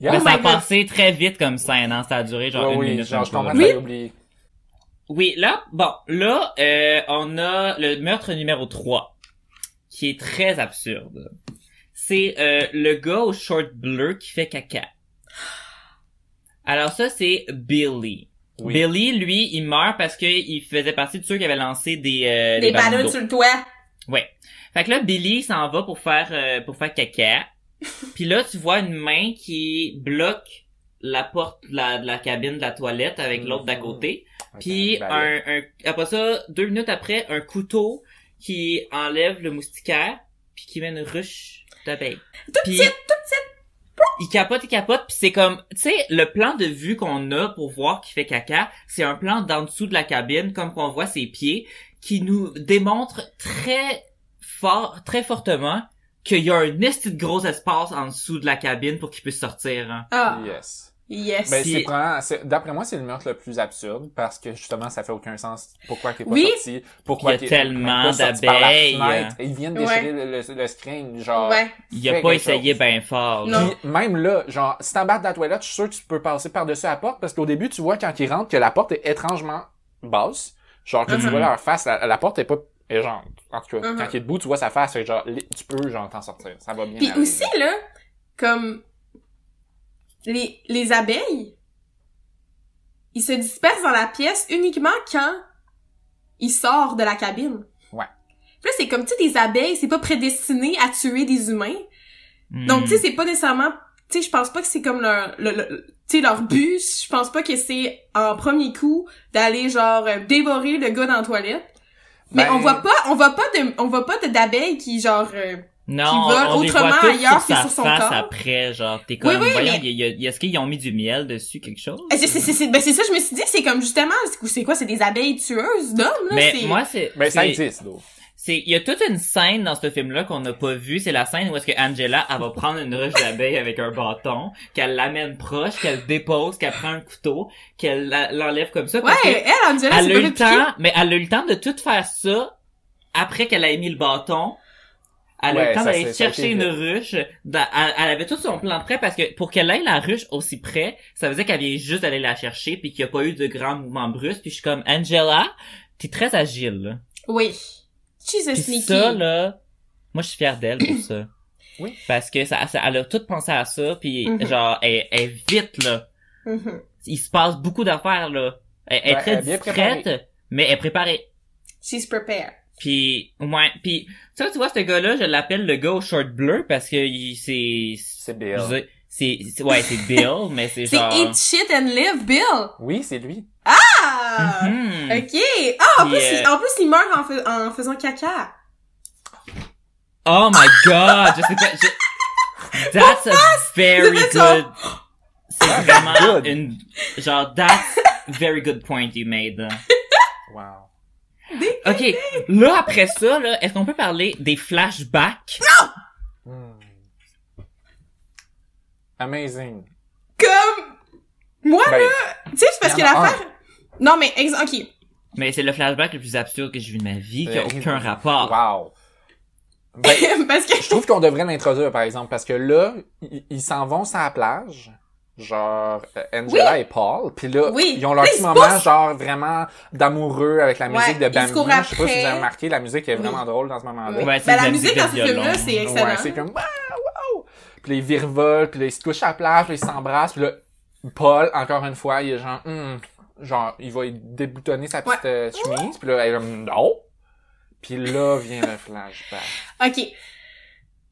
Speaker 3: Yeah.
Speaker 5: mais
Speaker 2: Oh
Speaker 5: ça a
Speaker 2: my God.
Speaker 5: passé très vite comme scène, hein, ça a duré genre
Speaker 3: Ouais,
Speaker 5: une
Speaker 3: oui,
Speaker 5: minute.
Speaker 3: genre, je
Speaker 5: encore.
Speaker 3: comprends,
Speaker 5: oui.
Speaker 3: t'avais oublié.
Speaker 5: oui, là, bon, là, euh, on a le meurtre numéro 3, qui est très absurde. C'est euh, le gars au short bleu qui fait caca. Alors ça, c'est Billy.
Speaker 3: Oui.
Speaker 5: Billy, lui, il meurt parce que il faisait partie de ceux qui avaient lancé des euh,
Speaker 2: Des
Speaker 5: ballons
Speaker 2: ballons
Speaker 5: d'eau.
Speaker 2: sur le toit.
Speaker 5: Ouais. Fait que là, Billy s'en va pour faire euh, pour faire caca. Puis là, tu vois une main qui bloque la porte de la, de la cabine de la toilette avec
Speaker 3: Mhm.
Speaker 5: l'autre d'à côté.
Speaker 3: Ok,
Speaker 5: Puis
Speaker 3: ben,
Speaker 5: un, un, après ça, deux minutes après, un couteau qui enlève le moustiquaire puis qui met une ruche d'abeilles. Tout
Speaker 2: petite,
Speaker 5: tout Il capote, il capote, puis c'est comme, tu sais, le plan de vue qu'on a pour voir qu'il fait caca, c'est un plan d'en dessous de la cabine, comme qu'on voit ses pieds, qui nous démontre très fort, très fortement qu'il y a un esti de gros espace en dessous de la cabine pour qu'il puisse sortir. hein.
Speaker 2: Ah.
Speaker 3: Yes.
Speaker 2: Yes.
Speaker 3: Ben,
Speaker 5: Puis-
Speaker 3: c'est probablement- c'est- d'après moi, c'est le meurtre le plus absurde parce que justement, ça fait aucun sens. Pourquoi qu'il est pas
Speaker 2: Oui.
Speaker 3: sorti? Pourquoi
Speaker 5: Il y a
Speaker 3: qu'il est-
Speaker 5: tellement
Speaker 3: il est pas sorti par la
Speaker 5: d'abeilles.
Speaker 3: fenêtre? Ils viennent déchirer le, le, le screen, genre.
Speaker 2: ouais.
Speaker 5: Il a
Speaker 3: Fais
Speaker 5: pas
Speaker 3: quelque
Speaker 5: essayé
Speaker 3: chose.
Speaker 5: bien fort. là.
Speaker 2: Non.
Speaker 3: Puis même là, genre, si t'embarques dans la toilette, je suis sûr que tu peux passer par-dessus la porte parce qu'au début, tu vois quand ils rentrent que la porte est étrangement basse. Genre, que tu
Speaker 2: Mm-hmm.
Speaker 5: Mhm.
Speaker 3: vois leur face, la, la porte est pas, est genre, en tout cas,
Speaker 2: Mhm.
Speaker 3: quand il est debout, tu vois sa face, fait genre, li- tu peux, genre, t'en sortir. Ça va bien.
Speaker 2: Puis
Speaker 3: aller.
Speaker 2: aussi, là, comme, les, les abeilles, ils se dispersent dans la pièce uniquement quand ils sortent de la cabine.
Speaker 3: Ouais.
Speaker 2: Puis là, c'est comme, tu sais, des abeilles, c'est pas prédestiné à tuer des humains.
Speaker 5: Mm.
Speaker 2: Donc, tu
Speaker 3: Hmm.
Speaker 2: sais, c'est pas nécessairement... Tu sais, je pense pas que c'est comme leur... Le, le- tu sais, leur but, je pense pas que c'est en premier coup d'aller, genre, euh, dévorer le gars dans la toilette. Mais
Speaker 3: Ben-
Speaker 2: on voit pas, on voit pas de, on voit pas de- d'abeilles qui, genre, euh,
Speaker 5: non,
Speaker 2: qui
Speaker 5: on-
Speaker 2: volent
Speaker 5: on les voit
Speaker 2: autrement
Speaker 5: tous
Speaker 2: ailleurs
Speaker 5: sur
Speaker 2: que
Speaker 5: sa
Speaker 2: sur son
Speaker 5: face
Speaker 2: corps.
Speaker 5: après, genre, t'es
Speaker 2: Oui,
Speaker 5: comme,
Speaker 2: oui,
Speaker 5: voyons,
Speaker 2: mais-
Speaker 5: y a- y a- est-ce qu'ils ont mis du miel dessus, quelque chose?
Speaker 2: c'est, c'est, c'est, c'est- ben, c'est ça, je me suis dit, c'est comme, justement, c'est- c'est quoi, c'est des abeilles tueuses d'hommes, là?
Speaker 5: mais
Speaker 2: c'est...
Speaker 5: moi, c'est...
Speaker 3: Ben, ça
Speaker 5: c'est-
Speaker 3: existe, donc.
Speaker 5: C'est, il y a toute une scène dans ce film-là qu'on n'a pas vue. C'est la scène où est-ce que Angela, elle va prendre une ruche d'abeille avec un bâton, qu'elle l'amène proche, qu'elle dépose, qu'elle prend un couteau, qu'elle la- l'enlève comme ça.
Speaker 2: Ouais,
Speaker 5: parce que
Speaker 2: elle, Angela,
Speaker 5: elle
Speaker 2: c'est
Speaker 5: a
Speaker 2: pas
Speaker 5: eu
Speaker 2: le
Speaker 5: le temps, mais elle a eu le temps de tout faire ça après qu'elle ait mis le bâton. Elle a eu
Speaker 3: Ouais,
Speaker 5: le temps
Speaker 3: ça,
Speaker 5: d'aller
Speaker 3: c'est- ça a
Speaker 5: chercher
Speaker 3: été
Speaker 5: une
Speaker 3: vite.
Speaker 5: ruche. Dans- elle, elle avait tout son plan prêt parce que pour qu'elle ait la ruche aussi près, ça veut dire qu'elle vient juste d'aller la chercher puis qu'il n'y a pas eu de grand mouvement brusque. Puis je suis comme, Angela, t'es très agile. là.
Speaker 2: Oui. She's a
Speaker 5: Puis
Speaker 2: sneaky.
Speaker 5: ça, là, moi, je suis fière d'elle pour ça.
Speaker 3: Oui.
Speaker 5: Parce que ça, ça- elle a tout pensé à ça, puis
Speaker 2: Mhm.
Speaker 5: genre, elle, elle est vite, là.
Speaker 2: Mhm.
Speaker 5: Il se passe beaucoup d'affaires, là. Elle, elle
Speaker 3: Ouais,
Speaker 5: est
Speaker 3: Ben,
Speaker 5: très
Speaker 3: elle est bien
Speaker 5: discrète, mais elle est préparée.
Speaker 2: She's prepared.
Speaker 5: Puis, ouais, puis, ça, tu vois, ce gars-là, je l'appelle le gars au short bleu, parce que il, c'est...
Speaker 3: C'est
Speaker 5: je
Speaker 3: Bill.
Speaker 5: veux dire, C'est, c'est- ouais, c'est Bill, mais c'est
Speaker 2: C'est
Speaker 5: genre...
Speaker 2: eat shit and live, Bill!
Speaker 3: Oui, c'est lui.
Speaker 2: Ah!
Speaker 5: Mhm.
Speaker 2: Ok! Ah, en,
Speaker 5: Puis,
Speaker 2: plus, il,
Speaker 5: euh,
Speaker 2: en plus, il meurt en, fais- en faisant caca.
Speaker 5: Oh my god, je sais pas, je... That's a very
Speaker 2: Vous êtes
Speaker 5: good... C'est vraiment
Speaker 3: good.
Speaker 5: une... Genre, that's very good point you made.
Speaker 3: Wow.
Speaker 5: OK, là, après ça, là, est-ce qu'on peut parler des flashbacks?
Speaker 3: Hmm. Amazing.
Speaker 2: Comme, moi,
Speaker 3: Ben,
Speaker 2: tu sais, c'est parce que
Speaker 3: il y en a
Speaker 2: l'affaire... Non, mais, ex- ok.
Speaker 5: Mais c'est le flashback le plus absurde que j'ai vu de ma vie, qui a
Speaker 3: Euh,
Speaker 5: aucun rapport.
Speaker 3: Wow. Ben,
Speaker 2: parce que...
Speaker 3: je trouve qu'on devrait l'introduire, par exemple, parce que là, ils ils s'en vont sur la plage, genre euh, Angela et Paul, puis là,
Speaker 2: Oui.
Speaker 3: ils ont leur
Speaker 2: Là, ils
Speaker 3: petit
Speaker 2: se
Speaker 3: moment,
Speaker 2: poussent.
Speaker 3: genre, vraiment d'amoureux avec la
Speaker 2: Ouais,
Speaker 3: musique de
Speaker 2: ils se
Speaker 3: Bambi.
Speaker 2: courent
Speaker 3: Je sais pas si vous
Speaker 2: après.
Speaker 3: avez remarqué, la musique est
Speaker 2: Oui.
Speaker 3: vraiment drôle dans ce moment-là.
Speaker 5: Ouais, c'est
Speaker 2: ben,
Speaker 5: de
Speaker 2: la
Speaker 5: la
Speaker 2: musique
Speaker 5: musique
Speaker 2: dans
Speaker 5: de
Speaker 2: ce film-là,
Speaker 5: violon.
Speaker 2: c'est excellent.
Speaker 3: Ouais, c'est comme wow, wow. Puis là, ils virevoltent, puis là, ils se couchent à la plage, puis ils s'embrassent, puis là, Paul, encore une fois, il est genre, Hmm. genre, il va déboutonner sa petite euh, chemise, puis là, elle est comme, non. Puis là vient le flashback.
Speaker 2: Ok. Tu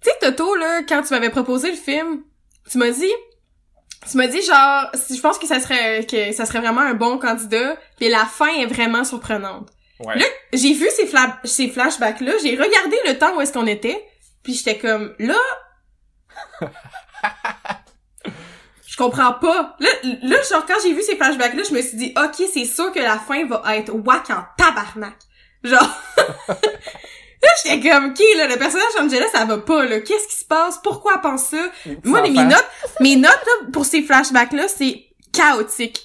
Speaker 2: sais, Toto, là, quand tu m'avais proposé le film, tu m'as dit, tu m'as dit genre, si je pense que ça serait, que ça serait vraiment un bon candidat, puis la fin est vraiment surprenante.
Speaker 3: Ouais.
Speaker 2: Le- J'ai vu ces, fla- ces flashbacks-là, j'ai regardé le temps où est-ce qu'on était, puis j'étais comme, là, je comprends pas. Là, là, genre, quand j'ai vu ces flashbacks-là, je me suis dit, ok, c'est sûr que la fin va être whack en tabarnak. Genre, là, j'étais comme, ok, là, le personnage Angela, ça va pas, là. Qu'est-ce qui se passe? Pourquoi elle pense ça? Moi, les- mes notes, mes notes, là, pour ces flashbacks-là, c'est chaotique.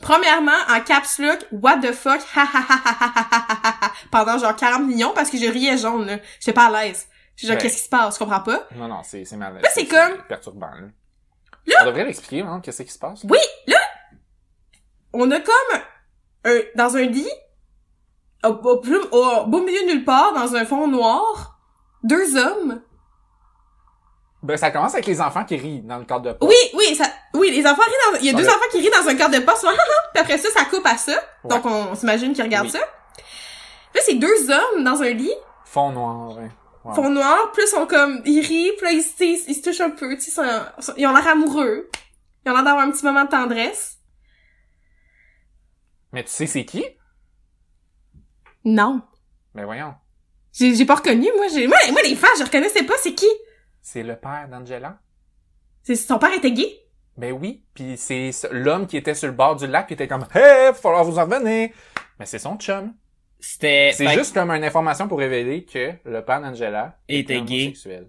Speaker 2: Premièrement, en caps lock, what the fuck, ha ha ha ha ha ha ha ha ha, pendant genre 40 millions parce que je riais jaune, là. J'étais pas à l'aise. J'étais genre,
Speaker 3: Ouais.
Speaker 2: qu'est-ce qui se passe? Je comprends pas.
Speaker 3: Non, non, c'est c'est mal.
Speaker 2: Là, c'est comme-
Speaker 3: Perturbant, là. On devrait l'expliquer, non? Qu'est-ce qui se passe?
Speaker 2: Oui, là, on a comme un, dans un lit, au, au plus- au beau milieu de nulle part, dans un fond noir, deux hommes.
Speaker 3: Ben, ça commence avec les enfants qui rient dans le cadre de Paul.
Speaker 2: Oui, oui, ça, oui, les enfants rient dans, il y a
Speaker 3: Dans
Speaker 2: deux
Speaker 3: le-
Speaker 2: enfants qui rient dans un cadre de poste, puis après ça, ça coupe à ça. Donc, on s'imagine qu'ils regardent
Speaker 3: Oui.
Speaker 2: ça. Là, c'est deux hommes dans un lit,
Speaker 3: Fond noir, hein. Wow.
Speaker 2: fond noir, plus ils sont comme, ils rient, puis là, ils, se- ils, se- ils se touchent un peu, tu sais, ils sont- ils ont l'air amoureux. Ils ont l'air d'avoir un petit moment de tendresse.
Speaker 3: Mais tu sais c'est qui?
Speaker 2: Non.
Speaker 3: Ben voyons.
Speaker 2: J'ai j'ai pas reconnu, moi, j'ai, moi, moi, les fans, je reconnaissais pas, c'est qui?
Speaker 3: C'est le père d'Angela.
Speaker 2: C'est, son père était gay?
Speaker 3: Ben oui. Puis c'est ce- l'homme qui était sur le bord du lac qui était comme « Hey, il falloir vous en revenir! » Mais c'est son chum.
Speaker 5: C'était... ben,
Speaker 3: C'est
Speaker 5: Eh, fait-
Speaker 3: juste comme une information pour révéler que le père d'Angela
Speaker 5: Était gay.
Speaker 3: homosexuel.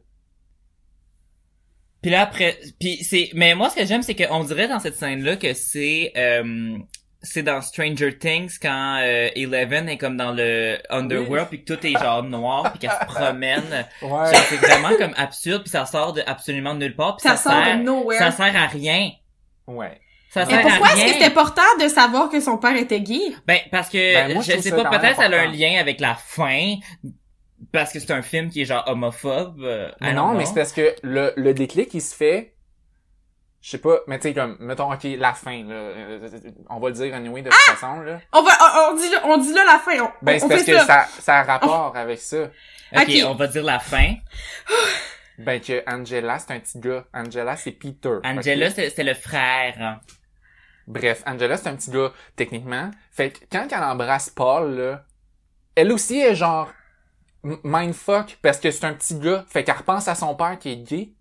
Speaker 5: Puis là après, puis c'est, mais moi ce que j'aime c'est qu'on dirait dans cette scène là que c'est, euh, c'est dans Stranger Things quand euh, Eleven est comme dans le underworld puis que tout est genre noir puis qu'elle se promène.
Speaker 3: Ouais.
Speaker 5: Genre, c'est vraiment comme absurde puis ça sort de absolument de nulle part puis
Speaker 2: Ça,
Speaker 5: ça,
Speaker 2: sort
Speaker 5: sert,
Speaker 2: de nowhere.
Speaker 5: ça sert à rien.
Speaker 3: Ouais.
Speaker 5: Ça
Speaker 2: Mais
Speaker 5: sert
Speaker 2: pourquoi
Speaker 5: à
Speaker 2: est-ce que
Speaker 5: rien.
Speaker 2: c'était important de savoir que son père était gay?
Speaker 5: ben parce que
Speaker 3: Ben, moi, je
Speaker 5: je
Speaker 3: trouve
Speaker 5: sais
Speaker 3: ça
Speaker 5: pas,
Speaker 3: quand même
Speaker 5: peut-être ça a un
Speaker 3: important.
Speaker 5: lien avec la fin parce que c'est un film qui est genre homophobe. euh, I
Speaker 3: Mais
Speaker 5: don't
Speaker 3: non,
Speaker 5: know.
Speaker 3: mais c'est parce que le, le déclic, il se fait... Je sais pas, mais tu sais, comme, mettons, OK, la fin, là. euh, On va le dire anyway, de toute
Speaker 5: Ah!
Speaker 3: façon, là.
Speaker 2: On va, on, on dit, on dit là la fin, on,
Speaker 3: Ben,
Speaker 2: on
Speaker 3: c'est parce
Speaker 2: fait
Speaker 3: que
Speaker 2: ça.
Speaker 3: ça, ça
Speaker 5: Oh!
Speaker 3: a rapport avec ça.
Speaker 2: Ok.
Speaker 5: ok, on va dire la fin.
Speaker 3: Ben, que Angela, c'est un petit gars. Angela, c'est Peter.
Speaker 5: Angela,
Speaker 3: Ok?
Speaker 5: c'est c'est le frère. hein.
Speaker 3: Bref, Angela, c'est un petit gars, techniquement. Fait que quand elle embrasse Paul, là, elle aussi est genre m- mindfuck parce que c'est un petit gars. Fait qu'elle repense à son père qui est gay.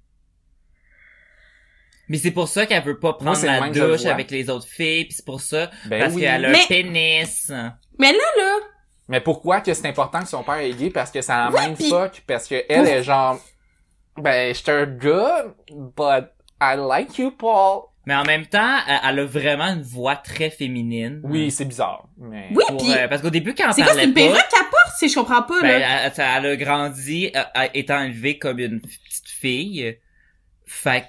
Speaker 5: Mais c'est pour ça qu'elle veut pas prendre
Speaker 3: Moi, c'est le
Speaker 5: la
Speaker 3: même que je le
Speaker 5: douche
Speaker 3: vois.
Speaker 5: avec les autres filles, puis c'est pour ça
Speaker 3: Ben
Speaker 5: parce
Speaker 3: oui.
Speaker 5: qu'elle a
Speaker 2: Mais-
Speaker 5: un pénis.
Speaker 2: Mais là, là,
Speaker 3: Mais pourquoi que c'est important que son père est gay? Parce que ça la
Speaker 2: Oui,
Speaker 3: mindfuck.
Speaker 2: pis-
Speaker 3: Parce que elle est genre, ben, je suis un gars, but I like you, Paul.
Speaker 5: Mais en même temps, euh, elle a vraiment une voix très féminine.
Speaker 3: Oui, c'est bizarre. Mais...
Speaker 2: oui,
Speaker 5: Pour,
Speaker 2: pis,
Speaker 5: euh, parce qu'au début, quand
Speaker 2: c'est
Speaker 5: elle
Speaker 2: quoi, c'est
Speaker 5: parlait
Speaker 2: une
Speaker 5: pas,
Speaker 2: perruque qu'elle porte, si je comprends pas,
Speaker 5: ben,
Speaker 2: là.
Speaker 5: elle, ça- elle a grandi euh, euh, étant élevée comme une petite fille. Fait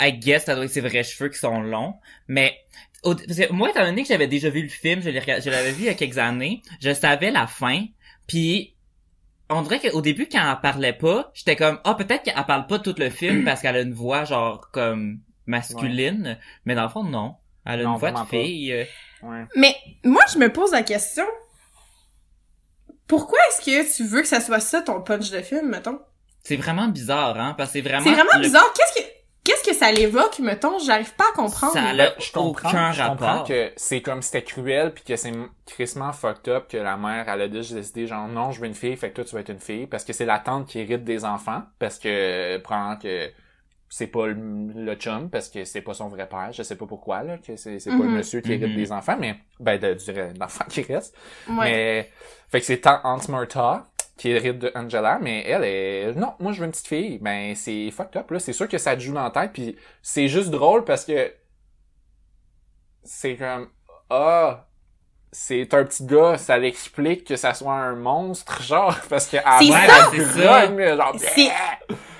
Speaker 5: que, I guess, ça doit être ses vrais cheveux qui sont longs. Mais au- parce que moi, étant donné que j'avais déjà vu le film, je l'ai regard- je l'avais vu il y a quelques années, je savais la fin. Puis, on dirait qu'au début, quand elle parlait pas, j'étais comme, ah, peut-être qu'elle parle pas tout le film parce qu'elle a une voix, genre, comme, masculine. Mais dans le fond, non. Elle a
Speaker 3: Non,
Speaker 5: une voix de
Speaker 3: vraiment pas.
Speaker 5: fille. euh,
Speaker 3: Ouais.
Speaker 2: Mais moi, je me pose la question. Pourquoi est-ce que tu veux que ça soit ça ton punch de film, mettons?
Speaker 5: C'est vraiment bizarre, hein, parce que c'est vraiment...
Speaker 2: C'est vraiment
Speaker 5: le-
Speaker 2: bizarre. Qu'est-ce que, qu'est-ce que ça l'évoque, mettons? J'arrive pas à comprendre.
Speaker 5: Ça
Speaker 3: Ben,
Speaker 5: l'a
Speaker 3: je comprends,
Speaker 5: aucun
Speaker 3: je comprends
Speaker 5: rapport.
Speaker 3: que c'est comme c'était cruel puis que c'est crissement fucked up que la mère elle a déjà décidé genre non je veux une fille fait que toi tu vas être une fille parce que c'est la tante qui hérite des enfants parce que euh, probablement que c'est pas le, le chum parce que c'est pas son vrai père, je sais pas pourquoi là, que c'est c'est pas le
Speaker 2: Mhm.
Speaker 3: monsieur qui hérite
Speaker 5: Mhm.
Speaker 3: des enfants, mais ben de, du de l'enfant qui reste.
Speaker 2: Ouais.
Speaker 3: Mais fait que c'est tant Aunt Martha qui hérite de Angela, mais elle est non, moi je veux une petite fille, ben c'est fucked up là, c'est sûr que ça te joue dans la tête puis c'est juste drôle parce que c'est comme ah c'est un petit gars, ça l'explique que ça soit un monstre genre parce que avant,
Speaker 2: C'est
Speaker 3: elle
Speaker 5: ça! C'est ça.
Speaker 3: grogne, genre,
Speaker 2: C'est-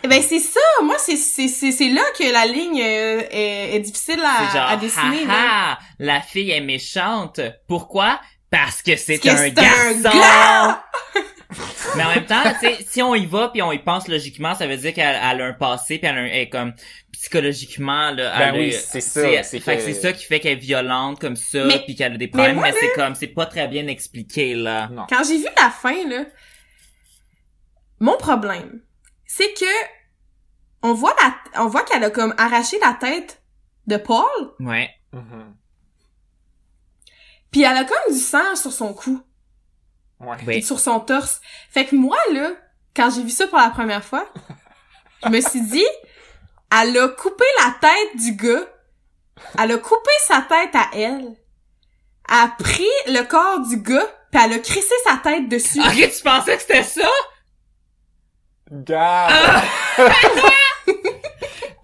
Speaker 2: Eh Ben c'est ça, moi c'est c'est c'est c'est là que la ligne euh, est, est difficile à,
Speaker 5: C'est genre,
Speaker 2: à dessiner. là.
Speaker 5: haha, la fille est méchante. Pourquoi? Parce que c'est
Speaker 2: Parce que
Speaker 5: un
Speaker 2: c'est un
Speaker 5: garçon!
Speaker 2: gars!
Speaker 5: Mais en même temps, tu sais, si on y va puis on y pense logiquement, ça veut dire qu'elle elle a un passé puis elle, a un- elle est comme psychologiquement là.
Speaker 3: Ben
Speaker 5: elle a-
Speaker 3: oui, c'est ça,
Speaker 5: c'est-
Speaker 3: c'est
Speaker 5: fait que
Speaker 3: que-
Speaker 5: c'est ça qui fait qu'elle est violente comme ça
Speaker 2: Mais-
Speaker 5: puis qu'elle a des problèmes.
Speaker 2: moi,
Speaker 5: Mais, c'est comme, c'est pas très bien expliqué là.
Speaker 3: Non.
Speaker 2: Quand j'ai vu la fin là, mon problème, c'est que on voit la on voit qu'elle a comme arraché la tête de Paul,
Speaker 5: Ouais.
Speaker 3: Mhm.
Speaker 2: puis elle a comme du sang sur son cou,
Speaker 3: Ouais.
Speaker 2: et
Speaker 5: Oui.
Speaker 2: sur son torse. Fait que moi là, quand j'ai vu ça pour la première fois, je me suis dit elle a coupé la tête du gars. Elle a coupé sa tête à elle. Elle a pris le corps du gars, puis elle a crissé sa tête dessus.
Speaker 5: Ok, tu pensais que c'était ça?
Speaker 3: Garde.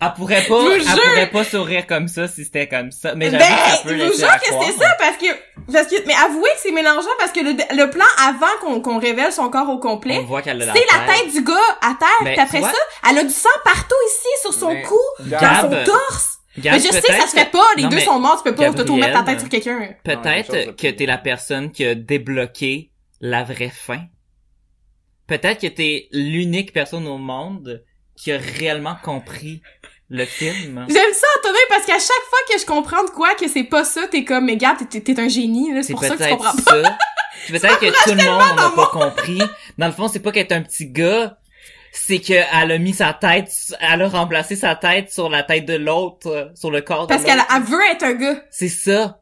Speaker 5: Elle pourrait
Speaker 2: Je
Speaker 5: pas,
Speaker 2: vous
Speaker 5: elle
Speaker 2: jure.
Speaker 5: pourrait pas sourire comme ça si c'était comme ça. Mais
Speaker 2: Ben,
Speaker 5: j'avoue que ça peut
Speaker 2: je vous
Speaker 5: laisser
Speaker 2: jure
Speaker 5: à
Speaker 2: que
Speaker 5: croire.
Speaker 2: c'est ça, parce que, parce que, mais avouez que c'est mélangeant, parce que le, le plan avant qu'on qu'on révèle son corps au
Speaker 5: On
Speaker 2: complet,
Speaker 5: voit qu'elle a
Speaker 2: c'est la tête du gars à terre,
Speaker 5: Ben,
Speaker 2: puis après
Speaker 5: tu vois-
Speaker 2: ça, elle a du sang partout ici, sur son
Speaker 3: Mais-
Speaker 2: cou, dans
Speaker 5: Gab,
Speaker 2: son torse.
Speaker 5: Gab,
Speaker 2: mais je sais que ça se fait
Speaker 5: peut-être-
Speaker 2: pas, les
Speaker 5: Non,
Speaker 2: deux
Speaker 5: mais- euh,
Speaker 2: sont morts, tu peux pas
Speaker 5: Gabrielle-
Speaker 2: tout mettre ta tête sur quelqu'un.
Speaker 3: Non, il y a quelque chose de
Speaker 5: Peut-être que
Speaker 3: plus-
Speaker 5: t'es la personne qui a débloqué la vraie fin. Peut-être que t'es l'unique personne au monde qui a réellement compris le film.
Speaker 2: J'aime ça, Antonin, parce qu'à chaque fois que je comprends de quoi, que c'est pas ça, t'es comme, mais gars, t'es- t'es t'es un génie, là, c'est
Speaker 5: C'est
Speaker 2: pour ça que tu
Speaker 5: peut-être
Speaker 2: comprends.
Speaker 5: ça. C'est peut-être que tout le monde n'a
Speaker 2: dans
Speaker 5: pas compris. Dans le fond, c'est pas qu'elle est un petit gars, c'est qu'elle a mis sa tête, elle a remplacé sa tête sur la tête de l'autre, euh, sur le corps de
Speaker 2: Parce qu'elle
Speaker 5: l'autre.
Speaker 2: elle veut être un gars.
Speaker 5: C'est ça.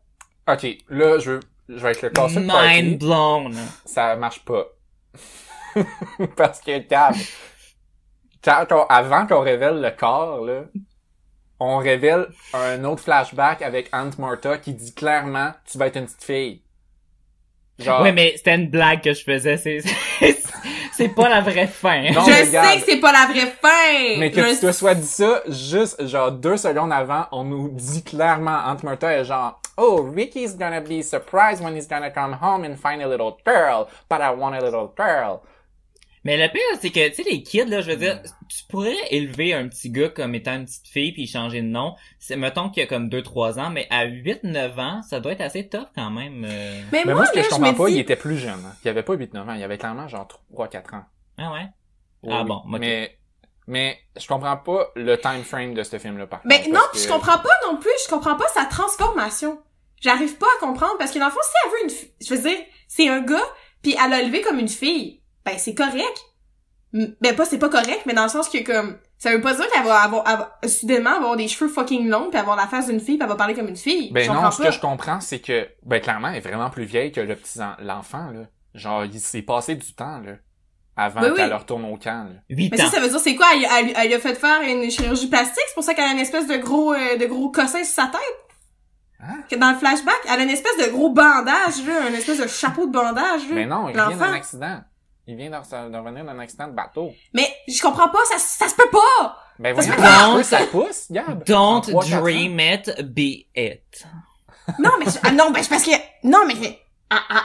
Speaker 3: Ok, là, je, veux- je vais être le casseur de
Speaker 5: Mind
Speaker 3: party.
Speaker 5: blown.
Speaker 3: Ça marche pas. Parce que, Gab, quand on- avant qu'on révèle le corps, là, on révèle un autre flashback avec Aunt Martha qui dit clairement « Tu vas être une petite fille. » Genre,
Speaker 5: Ouais, mais c'était une blague que je faisais. C'est, c'est- c'est pas la vraie fin.
Speaker 3: Non,
Speaker 2: je
Speaker 3: mais
Speaker 2: sais
Speaker 3: Gab-
Speaker 2: que c'est pas la vraie fin!
Speaker 3: mais que
Speaker 2: Je
Speaker 3: tu te sois dit ça, juste, genre, deux secondes avant, on nous dit clairement, Aunt Martha est genre « Oh, Ricky's gonna be surprised when he's gonna come home and find a little girl, but I want a little girl. »
Speaker 5: Mais le pire, c'est que, tu sais, les kids, là, je veux dire, tu pourrais élever un petit gars comme étant une petite fille puis changer de nom. C'est, mettons qu'il a comme 2-3 ans, mais à 8-9 ans, ça doit être assez tough quand même. euh.
Speaker 2: Mais,
Speaker 3: Mais
Speaker 2: moi,
Speaker 3: moi, ce que
Speaker 2: là,
Speaker 3: je
Speaker 2: je
Speaker 3: comprends
Speaker 2: me
Speaker 3: pas,
Speaker 2: dis,
Speaker 3: il était plus jeune. hein. Il avait pas 8-9 ans. Il avait clairement genre 3-4 ans.
Speaker 5: Ah ouais? Ah bon, ok.
Speaker 3: Mais, mais je comprends pas le time frame de ce film-là, par
Speaker 2: Mais
Speaker 3: contre,
Speaker 2: Ben, non,
Speaker 3: parce
Speaker 2: puis je
Speaker 3: que-
Speaker 2: comprends pas non plus, je comprends pas sa transformation. J'arrive pas à comprendre parce que dans le fond, si elle veut une fi- je veux dire, c'est un gars puis elle a élevé comme une fille, ben c'est correct. M- Ben pas c'est pas correct, mais dans le sens que comme ça veut pas dire qu'elle va avoir, avoir- soudainement avoir des cheveux fucking longs puis avoir la face d'une fille puis elle va parler comme une fille.
Speaker 3: Ben
Speaker 2: je
Speaker 3: non,
Speaker 2: comprends
Speaker 3: ce
Speaker 2: pas.
Speaker 3: que je comprends, c'est que, ben clairement, elle est vraiment plus vieille que le petit en- l'enfant, là. Genre, il s'est passé du temps, là. Avant
Speaker 2: Ben oui. Mm-hmm.
Speaker 3: qu'elle retourne au camp, là.
Speaker 5: 8
Speaker 2: Mais
Speaker 5: ans.
Speaker 2: ça, ça veut dire c'est quoi elle, elle- elle lui a fait faire une chirurgie plastique, c'est pour ça qu'elle a une espèce de gros euh, de gros cossin sur sa tête.
Speaker 3: Hein?
Speaker 2: Que dans le flashback, elle a une espèce de gros bandage, là, un espèce de chapeau de bandage. Là.
Speaker 3: Mais non, il vient
Speaker 2: l'enfant.
Speaker 3: d'un accident. Il vient de, re- de revenir d'un accident de bateau.
Speaker 2: Mais je comprends pas, ça, ça se peut pas!
Speaker 3: Ben
Speaker 2: Parce
Speaker 3: voyons,
Speaker 2: que-
Speaker 3: ça pousse, ça pousse, Gab. En
Speaker 5: Don't
Speaker 3: trois, quatre ans.
Speaker 5: dream it, be it.
Speaker 2: Non, mais je- ah, non, ben, je- parce que, non, mais, ah, ah.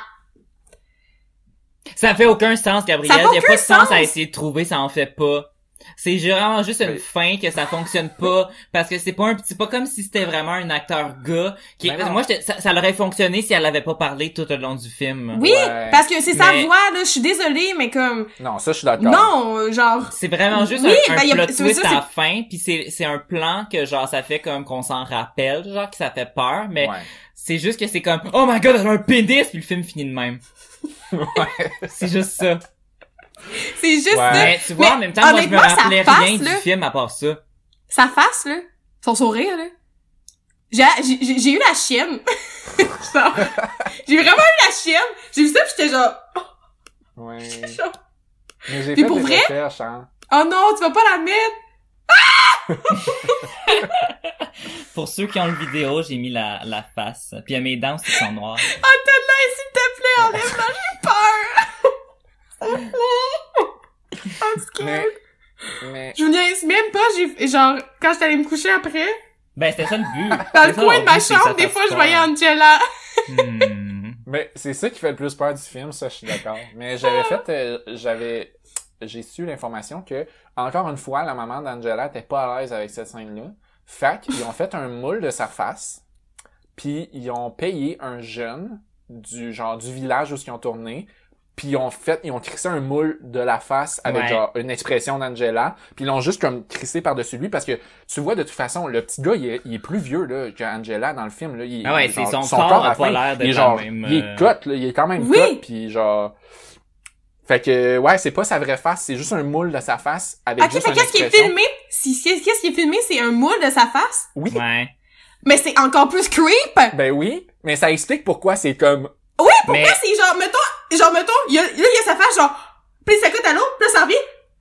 Speaker 5: Ça fait aucun sens, Gabriel.
Speaker 2: Ça fait
Speaker 5: Il y a
Speaker 2: aucun
Speaker 5: pas de sens à
Speaker 2: sens.
Speaker 5: essayer de trouver, ça en fait pas. C'est vraiment juste une
Speaker 3: Mais-
Speaker 5: fin que ça fonctionne pas parce que c'est pas un petit pas comme si c'était vraiment un acteur gars qui
Speaker 3: Ben non.
Speaker 5: moi j'étais- ça, ça aurait fonctionné si elle avait pas parlé tout au long du film.
Speaker 2: oui,
Speaker 3: Ouais.
Speaker 2: parce que c'est sa
Speaker 5: Mais-
Speaker 2: voix, là, je suis désolée, mais comme,
Speaker 3: Non, ça, je suis d'accord.
Speaker 2: non, euh, genre,
Speaker 5: C'est vraiment juste
Speaker 2: Oui,
Speaker 5: un, un
Speaker 2: ben, y a-
Speaker 5: plot
Speaker 2: ça veut
Speaker 5: twist
Speaker 2: dire
Speaker 5: à la fin puis c'est c'est un plan que genre ça fait comme qu'on s'en rappelle, genre que ça fait peur mais
Speaker 3: Ouais.
Speaker 5: c'est juste que c'est comme oh my god, elle a un pénis puis le film finit de même. c'est juste ça.
Speaker 2: c'est juste,
Speaker 3: Ouais.
Speaker 2: là,
Speaker 5: Mais tu vois,
Speaker 2: Euh, Mais
Speaker 5: en même temps, moi, je me
Speaker 2: honnêtement, sa
Speaker 5: rappelais
Speaker 2: face,
Speaker 5: rien du
Speaker 2: là-
Speaker 5: film à part ça.
Speaker 2: sa face, là, son sourire, là. J'ai, j'ai, j'ai eu la chienne. Genre, j'ai vraiment eu la chienne. J'ai vu ça pis j'étais genre,
Speaker 3: Ouais.
Speaker 2: genre,
Speaker 3: Mais j'ai
Speaker 2: Puis
Speaker 3: fait
Speaker 2: pour
Speaker 3: des
Speaker 2: vrai-
Speaker 3: recherches, hein.
Speaker 2: oh non, tu vas pas la mettre.
Speaker 5: Pour ceux qui ont le vidéo, j'ai mis la, la face. Puis il y a mes dents qui sont noires.
Speaker 2: Antonella, s'il te plaît, enlève-la, j'ai peur! I'm scared.
Speaker 3: Mais, mais,
Speaker 2: Je vous niaise même pas, j'ai, genre, quand j'étais allée me coucher après,
Speaker 5: Ben, c'était ça le but.
Speaker 2: dans
Speaker 5: C'était
Speaker 2: le
Speaker 5: ça
Speaker 2: coin
Speaker 5: leur
Speaker 2: de ma
Speaker 5: but, c'est que ça hein.
Speaker 2: chambre, des
Speaker 5: fasse
Speaker 2: fois, je
Speaker 5: peur.
Speaker 2: voyais Angela.
Speaker 5: Hmm.
Speaker 3: mais c'est ça qui fait le plus peur du film, ça, je suis d'accord. Mais j'avais fait, euh, j'avais, j'ai su l'information que, encore une fois, la maman d'Angela était pas à l'aise avec cette scène-là. Fait qu'ils ont fait un moule de sa face, puis ils ont payé un jeune du genre du village où ils ont tourné, puis ils ont fait, ils ont crissé un moule de la face avec
Speaker 5: Ouais.
Speaker 3: genre une expression d'Angela, puis ils l'ont juste comme crissé par-dessus lui parce que tu vois de toute façon le petit gars il est, il est plus vieux là qu'Angela dans le film là, il,
Speaker 5: Ah ouais,
Speaker 3: il-
Speaker 5: c'est
Speaker 3: genre,
Speaker 5: son corps a
Speaker 3: à
Speaker 5: pas
Speaker 3: fin,
Speaker 5: l'air
Speaker 3: il est
Speaker 5: d'être
Speaker 3: genre
Speaker 5: la même,
Speaker 3: il
Speaker 5: euh,
Speaker 3: est cut là, il est quand même
Speaker 2: Oui.
Speaker 3: cut puis genre fait que ouais, c'est pas sa vraie face, c'est juste un moule de sa face avec
Speaker 2: Ok,
Speaker 3: juste
Speaker 2: fait
Speaker 3: une
Speaker 2: Ah, qu'est-ce qui est
Speaker 3: expression.
Speaker 2: filmé? Si, si- qu'est-ce qui est filmé, c'est un moule de sa face?
Speaker 3: Oui.
Speaker 5: Ouais.
Speaker 2: Mais c'est encore plus creep!
Speaker 3: Ben oui, mais ça explique pourquoi c'est comme
Speaker 2: Oui, pourquoi
Speaker 5: Mais-
Speaker 2: c'est genre, mettons, genre, mettons, il y a, là, il y a sa face, genre, pis ça coûte à l'autre, pis là, ça revient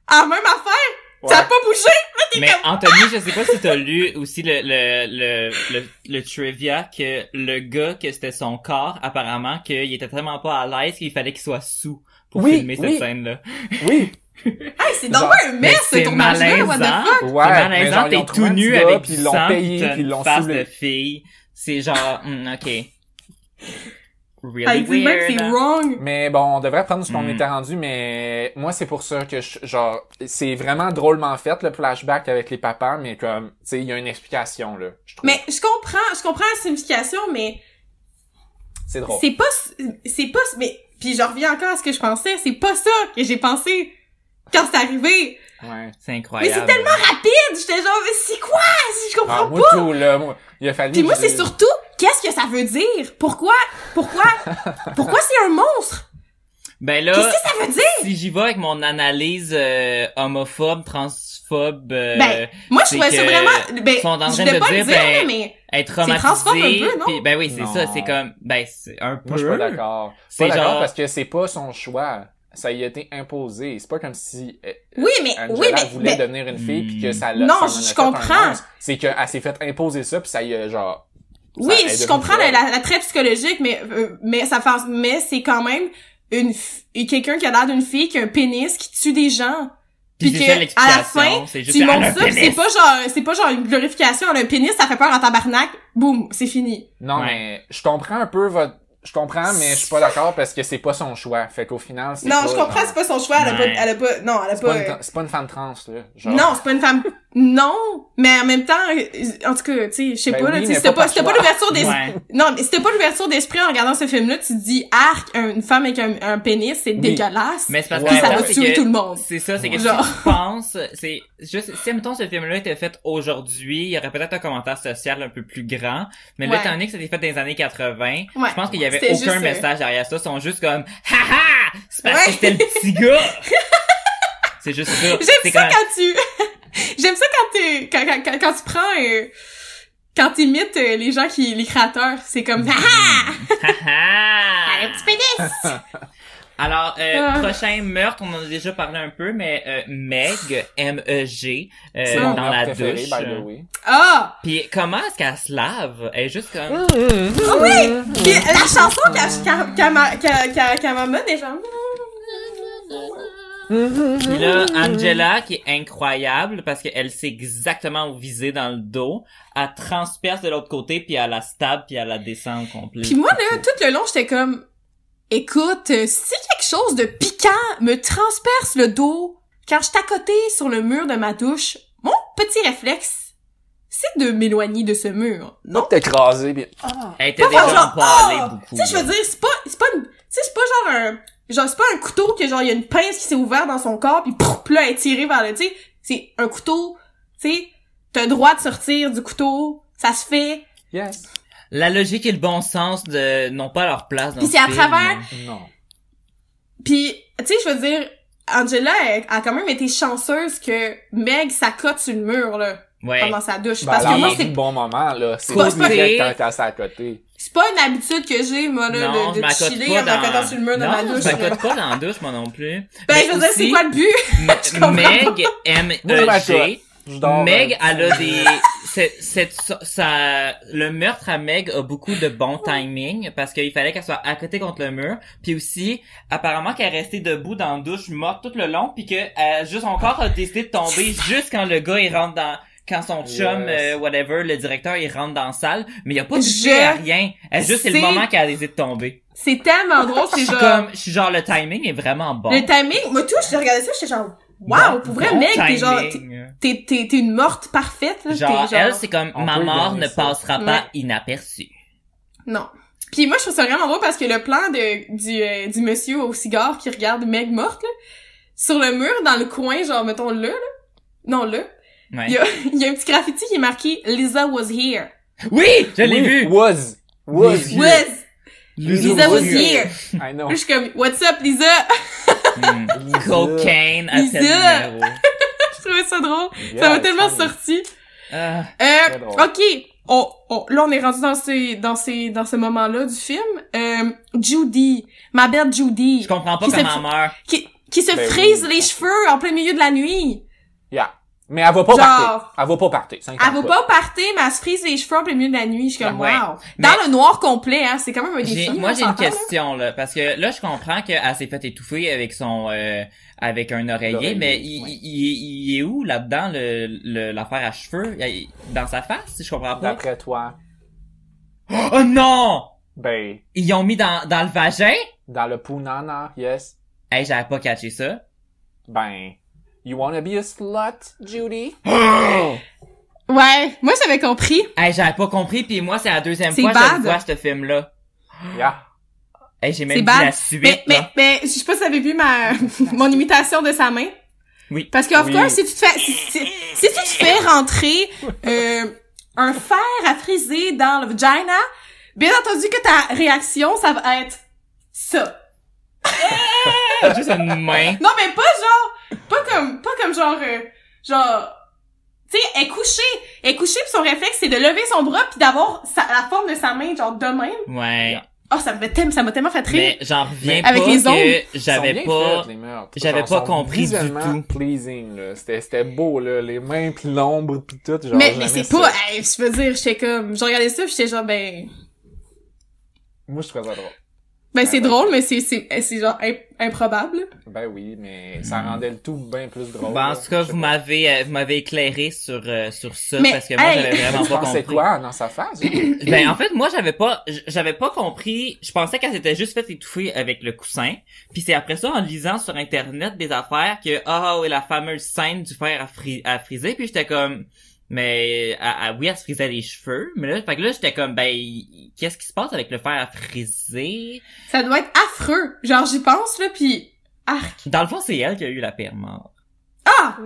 Speaker 2: à la même affaire, ça a
Speaker 3: Ouais.
Speaker 2: pas bougé!
Speaker 5: Mais Anthony, je sais pas si t'as lu aussi le, le, le, le, le trivia que le gars, que c'était son corps, apparemment, qu'il était tellement pas à l'aise qu'il fallait qu'il soit sous pour
Speaker 3: Oui,
Speaker 5: filmer cette
Speaker 3: oui.
Speaker 5: scène-là.
Speaker 3: oui,
Speaker 2: Hey, c'est
Speaker 3: Genre,
Speaker 2: donc un mess, ce tournage-là, what the fuck?
Speaker 3: ouais,
Speaker 5: C'est
Speaker 3: mais
Speaker 5: malaisant,
Speaker 3: genre, ils
Speaker 5: t'es
Speaker 3: ont
Speaker 5: tout
Speaker 3: trouvé un petit
Speaker 5: nu
Speaker 3: gars,
Speaker 5: avec
Speaker 3: puis
Speaker 5: du
Speaker 3: ils l'ont
Speaker 5: sang,
Speaker 3: payé,
Speaker 5: pis t'as
Speaker 3: puis ils
Speaker 5: une
Speaker 3: l'ont
Speaker 5: face
Speaker 3: saoulé.
Speaker 5: de fille. C'est genre, hmm, ok. Really
Speaker 2: Hey, dis-moi que
Speaker 5: weird. hein.
Speaker 2: c'est wrong!
Speaker 3: Mais bon, on devrait prendre ce qu'on
Speaker 5: Mm.
Speaker 3: était rendu, mais moi c'est pour ça que je- genre c'est vraiment drôlement fait le flashback avec les papas, mais comme tu sais il y a une explication là, je trouve.
Speaker 2: Mais je comprends, je comprends la signification, mais
Speaker 3: C'est drôle.
Speaker 2: c'est pas, c'est pas, mais puis je reviens encore à ce que je pensais, c'est pas ça que j'ai pensé quand c'est arrivé.
Speaker 3: Ouais.
Speaker 5: C'est
Speaker 2: Mais
Speaker 5: incroyable.
Speaker 2: c'est tellement rapide, j'étais genre mais c'est quoi, je comprends
Speaker 3: Ah,
Speaker 2: pas.
Speaker 3: moi tout là, moi, il a fallu.
Speaker 2: Puis moi
Speaker 3: que
Speaker 2: c'est
Speaker 3: je-
Speaker 2: surtout qu'est-ce que ça veut dire Pourquoi pourquoi pourquoi c'est un monstre
Speaker 5: Ben là,
Speaker 2: Qu'est-ce que ça veut dire
Speaker 5: si j'y vais avec mon analyse euh, homophobe, transphobe, euh,
Speaker 2: Ben, Moi je
Speaker 5: c'est
Speaker 2: trouvais ça
Speaker 5: que
Speaker 2: vraiment ben
Speaker 5: sont en train
Speaker 2: je voulais
Speaker 5: de
Speaker 2: pas le
Speaker 5: dire,
Speaker 2: dire là,
Speaker 5: ben,
Speaker 2: mais
Speaker 5: être
Speaker 2: C'est transphobe
Speaker 5: traumatisé.
Speaker 2: un peu, non?
Speaker 5: puis- ben oui, c'est
Speaker 3: Non.
Speaker 5: ça, c'est comme ben c'est un peu.
Speaker 3: Moi je suis pas d'accord.
Speaker 5: C'est
Speaker 3: Pas d'accord
Speaker 5: genre-
Speaker 3: parce que c'est pas son choix. Ça y a été imposé. C'est pas comme si euh,
Speaker 2: oui mais
Speaker 3: Angela
Speaker 2: oui mais, ben,
Speaker 3: voulait
Speaker 2: mais-
Speaker 3: devenir une fille
Speaker 5: Hmm.
Speaker 3: puis que ça l'a.
Speaker 2: Non,
Speaker 3: ça en a
Speaker 2: je
Speaker 3: fait un
Speaker 2: comprends.
Speaker 3: monstre. C'est qu'elle s'est fait imposer ça puis ça y a genre.
Speaker 2: oui,
Speaker 3: ça- elle est
Speaker 2: je
Speaker 3: devenue
Speaker 2: comprends la,
Speaker 3: folle.
Speaker 2: la, la trait psychologique mais euh, mais ça fait mais c'est quand même une f- quelqu'un qui a l'air d'une fille qui a un pénis qui tue des gens.
Speaker 5: Puis
Speaker 2: Puis
Speaker 5: c'est
Speaker 2: que,
Speaker 5: ça
Speaker 2: à la
Speaker 5: l'explication, c'est juste
Speaker 2: tu
Speaker 5: elle a
Speaker 2: montres
Speaker 5: un
Speaker 2: ça, pis c'est
Speaker 5: pénis.
Speaker 2: pas genre, c'est pas genre une glorification, elle a un pénis, ça fait peur en tabarnak, boum, c'est fini.
Speaker 3: Non,
Speaker 5: Ouais.
Speaker 3: mais je comprends un peu votre. Je comprends, mais je suis pas d'accord parce que c'est pas son choix. Fait qu'au final, c'est
Speaker 2: Non,
Speaker 3: pas,
Speaker 2: je comprends,
Speaker 3: genre,
Speaker 2: c'est pas son choix, elle a pas,
Speaker 5: Ouais.
Speaker 2: elle a pas, non, elle a
Speaker 3: c'est pas
Speaker 2: pas,
Speaker 3: une, c'est pas une femme trans, là.
Speaker 2: euh,
Speaker 3: Genre,
Speaker 2: non, c'est pas une femme, non, mais en même temps, euh, en tout cas, tu sais, je sais
Speaker 3: Ben
Speaker 2: pas, là,
Speaker 3: oui,
Speaker 2: tu sais,
Speaker 3: mais
Speaker 2: c'était
Speaker 3: pas
Speaker 2: pas,
Speaker 3: par
Speaker 2: c'était pas
Speaker 3: choix.
Speaker 2: l'ouverture d'esprit,
Speaker 5: Ouais.
Speaker 2: non, mais c'était pas l'ouverture d'esprit en regardant ce film-là, tu te dis, arc, un- une femme avec un, un pénis, c'est dégueulasse.
Speaker 5: Mais c'est parce
Speaker 3: Ouais,
Speaker 5: que
Speaker 2: Puis ça
Speaker 5: moi,
Speaker 2: va
Speaker 5: c'est
Speaker 2: tuer
Speaker 5: que-
Speaker 2: tout le monde.
Speaker 5: C'est ça, c'est que
Speaker 2: Genre.
Speaker 5: si tu penses, c'est juste si mettons ce film-là était fait aujourd'hui, il y aurait peut-être un commentaire social un peu plus grand. Mais
Speaker 2: Ouais.
Speaker 5: là, étant donné que c'était fait dans les années 80,
Speaker 2: Ouais.
Speaker 5: je pense qu'il y avait
Speaker 2: C'était juste,
Speaker 5: aucun
Speaker 2: euh,
Speaker 5: message derrière ça. Ils sont juste comme, haha, c'est parce que
Speaker 2: Ouais.
Speaker 5: c'était le petit gars. c'est juste ça.
Speaker 2: J'aime
Speaker 5: C'est
Speaker 2: ça
Speaker 5: comme-
Speaker 2: quand tu J'aime ça quand tu quand, quand, quand- quand tu prends euh, quand tu imites euh, les gens qui les créateurs, c'est
Speaker 3: Mm.
Speaker 2: comme ah ah, un
Speaker 5: Haha!
Speaker 2: petit pénis.
Speaker 5: Alors, euh,
Speaker 2: Ah.
Speaker 5: prochain meurtre, on en a déjà parlé un peu, mais euh, Meg, M-E-G, euh,
Speaker 3: C'est mon
Speaker 5: dans
Speaker 3: meurtre
Speaker 5: la
Speaker 3: préféré,
Speaker 5: douche. euh.
Speaker 3: by the way.
Speaker 2: Ah
Speaker 5: Puis comment est-ce qu'elle se lave? Elle est juste comme...
Speaker 2: Ah oui, Puis la chanson qu'elle qu'elle- qu'elle m'a- qu'elle- qu'elle- qu'elle m'a mis, genre
Speaker 5: Puis là,
Speaker 2: Ah,
Speaker 5: Angela, qui est incroyable parce qu'elle sait exactement où viser dans le dos, elle transperce de l'autre côté, puis elle la stab, puis elle la descend au complet.
Speaker 2: Puis moi là tout le long, j'étais comme écoute, euh, si quelque chose de piquant me transperce le dos quand je suis à côté sur le mur de ma douche, mon petit réflexe, c'est de m'éloigner de ce mur. Non
Speaker 3: Hop, t'écraser, pis...
Speaker 5: Elle était
Speaker 2: Pas
Speaker 5: déjà
Speaker 2: faire genre,
Speaker 5: empalée
Speaker 2: Ah!
Speaker 5: beaucoup.
Speaker 2: Tu sais, je
Speaker 5: là.
Speaker 2: veux dire, c'est pas, c'est pas une, tu sais, c'est pas genre un, genre, c'est pas un couteau que genre, il y a une pince qui s'est ouverte dans son corps pis pouf, pis là, elle est tirée vers le, tu sais, c'est un couteau, tu sais, t'as le droit de sortir du couteau, ça se fait,
Speaker 3: Yes.
Speaker 5: La logique et le bon sens de n'ont pas leur place dans
Speaker 2: Puis
Speaker 5: le
Speaker 2: c'est à
Speaker 5: film.
Speaker 2: travers-
Speaker 3: Non.
Speaker 2: pis, tu sais, je veux dire, Angela, elle, a quand même été chanceuse que Meg s'accote sur le mur, là,
Speaker 5: Ouais. Bah,
Speaker 2: pendant sa douche,
Speaker 3: Ben,
Speaker 2: parce
Speaker 3: elle
Speaker 2: que
Speaker 3: a
Speaker 2: moi,
Speaker 3: mangé
Speaker 2: c'est,
Speaker 3: le bon moment, là. C'est
Speaker 2: Pas-
Speaker 3: direct quand quand c'est à côté.
Speaker 2: c'est pas une habitude que j'ai, moi, là,
Speaker 5: non,
Speaker 2: de,
Speaker 5: je
Speaker 2: de
Speaker 5: m'accote
Speaker 2: chiller
Speaker 5: pas
Speaker 2: en m'accotant
Speaker 5: dans...
Speaker 2: sur le mur de
Speaker 5: non,
Speaker 2: ma douche,
Speaker 5: je
Speaker 2: là.
Speaker 5: m'accote pas dans la douche, moi non plus.
Speaker 2: Ben,
Speaker 5: Mais
Speaker 2: je veux dire, c'est
Speaker 5: aussi-
Speaker 2: quoi le but?
Speaker 5: M- E
Speaker 2: Je comprends
Speaker 5: Meg,
Speaker 3: Moi, je
Speaker 5: M-E-G,
Speaker 3: m'accote. Je dors,
Speaker 5: Meg,
Speaker 3: euh,
Speaker 2: hein.
Speaker 5: elle a des, c'est, c'est, ça, le meurtre à Meg a beaucoup de bon timing parce qu'il fallait qu'elle soit à côté contre le mur, puis aussi apparemment qu'elle est restée debout dans la douche morte tout le long, puis que euh, juste encore a décidé de tomber juste quand le gars il rentre dans, quand son chum,
Speaker 3: Yes.
Speaker 5: euh, whatever, le directeur il rentre dans la salle, mais il a pas touché
Speaker 2: Je
Speaker 5: à rien. Elle, juste c'est le
Speaker 2: sais.
Speaker 5: moment qu'elle a décidé de tomber.
Speaker 2: C'est tellement drôle,
Speaker 5: Je
Speaker 2: c'est
Speaker 5: suis
Speaker 2: genre...
Speaker 5: comme, je suis genre le timing est vraiment bon.
Speaker 2: Le timing, moi tout, je regardais ça, j'étais genre, wow, pour vrai,
Speaker 5: Bon
Speaker 2: mec, t'es genre, t'es-
Speaker 5: timing.
Speaker 2: t'es, t'es, t'es une morte parfaite, là,
Speaker 5: Genre,
Speaker 2: t'es genre...
Speaker 5: elle, c'est comme,
Speaker 3: On
Speaker 5: ma
Speaker 3: peut
Speaker 5: mort
Speaker 3: donner
Speaker 5: ne
Speaker 3: ça.
Speaker 5: passera
Speaker 2: Ouais.
Speaker 5: pas inaperçue.
Speaker 2: Non. Puis moi, je trouve ça vraiment drôle parce que le plan de, du, euh, du monsieur au cigare qui regarde Meg morte, là, sur le mur, dans le coin, genre, mettons, là, là, non, là,
Speaker 5: Ouais.
Speaker 2: il y a, il y a un petit graffiti qui est marqué « Lisa was here
Speaker 5: Oui! Je l'ai
Speaker 3: oui,
Speaker 5: vu!
Speaker 3: Was. Was. ».
Speaker 5: Here.
Speaker 2: Was! Lisa was
Speaker 3: here.
Speaker 2: here!
Speaker 3: I know.
Speaker 2: Là, je suis comme « What's up, Lisa?
Speaker 5: Hmm. Cocaine à
Speaker 2: Lisa.
Speaker 5: tel numéro. »
Speaker 2: Je trouvais ça drôle.
Speaker 3: Yes,
Speaker 2: ça m'a tellement
Speaker 3: honey.
Speaker 2: sorti.
Speaker 5: Ah,
Speaker 2: Euh,
Speaker 3: Très drôle.
Speaker 2: ok. On, on- là, on est rendu dans ces, dans ces, dans ce moment-là du film. Euh, Judy, ma belle Judy,
Speaker 5: je comprends pas
Speaker 2: Qui
Speaker 5: comment
Speaker 2: s'est-
Speaker 5: elle meurt.
Speaker 2: qui, qui se
Speaker 3: Ben
Speaker 2: frise
Speaker 3: oui.
Speaker 2: les cheveux en plein milieu de la nuit.
Speaker 3: Yeah. Mais elle va pas
Speaker 2: Genre-
Speaker 3: partir. Elle va pas partir.
Speaker 2: Elle va pas au party, mais elle se frise les cheveux en plein milieu de la nuit. Je suis comme,
Speaker 5: Ouais.
Speaker 2: wow.
Speaker 5: Mais-
Speaker 2: Dans le noir complet, hein. C'est quand même un
Speaker 5: J'ai-
Speaker 2: défi.
Speaker 5: Moi,
Speaker 2: on
Speaker 5: j'ai une
Speaker 2: s'entend, là.
Speaker 5: question, là. Parce que là, je comprends qu'elle s'est fait étouffer avec son, euh, avec un oreiller,
Speaker 3: L'oreiller,
Speaker 5: mais il,
Speaker 3: ouais.
Speaker 5: il- il est où, là-dedans, le, le- l'affaire à cheveux? Il- Dans sa face? Je comprends pas.
Speaker 3: D'après toi,
Speaker 5: Oh non!
Speaker 3: ben,
Speaker 5: Ils ont mis dans, dans le vagin?
Speaker 3: dans le pounana, yes.
Speaker 5: Hey, j'avais pas catché ça.
Speaker 3: Ben, you wanna be a slut, Judy?
Speaker 2: Ouais. Moi, j'avais compris.
Speaker 5: Hey, j'avais pas compris, puis moi, c'est la deuxième
Speaker 2: C'est
Speaker 5: fois que je
Speaker 2: bad.
Speaker 5: le vois, ce film-là.
Speaker 3: Yeah.
Speaker 5: Hey, j'ai même
Speaker 2: C'est
Speaker 5: vu
Speaker 2: bad.
Speaker 5: la suite,
Speaker 2: Mais, mais,
Speaker 5: là.
Speaker 2: mais, je sais pas si t'avais vu ma, mon imitation de sa main.
Speaker 5: Oui.
Speaker 2: Parce que, of
Speaker 3: Oui.
Speaker 2: course, si tu te fais, si, si- si tu te fais rentrer, euh, un fer à friser dans le vagina, bien entendu que ta réaction, ça va être ça.
Speaker 5: Juste une main.
Speaker 2: Non, mais pas genre, pas comme, pas comme genre, euh, genre, tu sais, elle est couchée, elle est couchée pis son réflexe, c'est de lever son bras pis d'avoir sa- la forme de sa main, genre, de même.
Speaker 5: Ouais.
Speaker 2: Oh, ça me fait tellement, ça m'a tellement fait rire.
Speaker 5: Mais j'en reviens
Speaker 2: Avec
Speaker 5: pas
Speaker 2: les ongles,
Speaker 5: que j'avais pas... j'avais pas compris du tout.
Speaker 3: pleasing, là. C'était, c'était beau, là. Les mains pis l'ombre pis tout. Genre,
Speaker 2: Mais, mais,
Speaker 3: j'aimais
Speaker 2: c'est
Speaker 3: ça.
Speaker 2: pas, hey, je veux dire, j'étais comme, je regardais ça pis j'étais genre, ben,
Speaker 3: Moi, je trouvais ça drôle.
Speaker 2: ben
Speaker 5: Ah
Speaker 2: c'est
Speaker 3: ben.
Speaker 2: drôle, mais c'est, c'est, c'est genre imp- improbable.
Speaker 3: Ben oui, mais ça rendait le tout bien plus drôle.
Speaker 5: Bon, Hmm. Ben, en
Speaker 3: là.
Speaker 5: tout cas,
Speaker 3: Je sais
Speaker 5: vous
Speaker 3: pas.
Speaker 5: m'avez euh, vous m'avez éclairé sur euh, sur ça
Speaker 2: Mais,
Speaker 5: parce que moi
Speaker 2: hey!
Speaker 5: j'avais vraiment
Speaker 3: Tu
Speaker 5: pas
Speaker 3: pensais
Speaker 5: compris.
Speaker 3: quoi dans sa face? hein?
Speaker 5: Ben en fait, moi j'avais pas j- j'avais pas compris, je pensais qu'elle s'était juste fait étouffer avec le coussin. Puis c'est après ça en lisant sur internet des affaires que ah oui, la fameuse scène du fer à, fri- à friser puis j'étais comme mais ah, ah, oui, elle se frisait les cheveux, mais là fait que là j'étais comme ben qu'est-ce qui se passe avec le fer à friser
Speaker 2: Ça doit être affreux. Genre, j'y pense, là pis, arc.
Speaker 5: Dans le fond, c'est elle qui a eu la pire mort.
Speaker 2: Ah!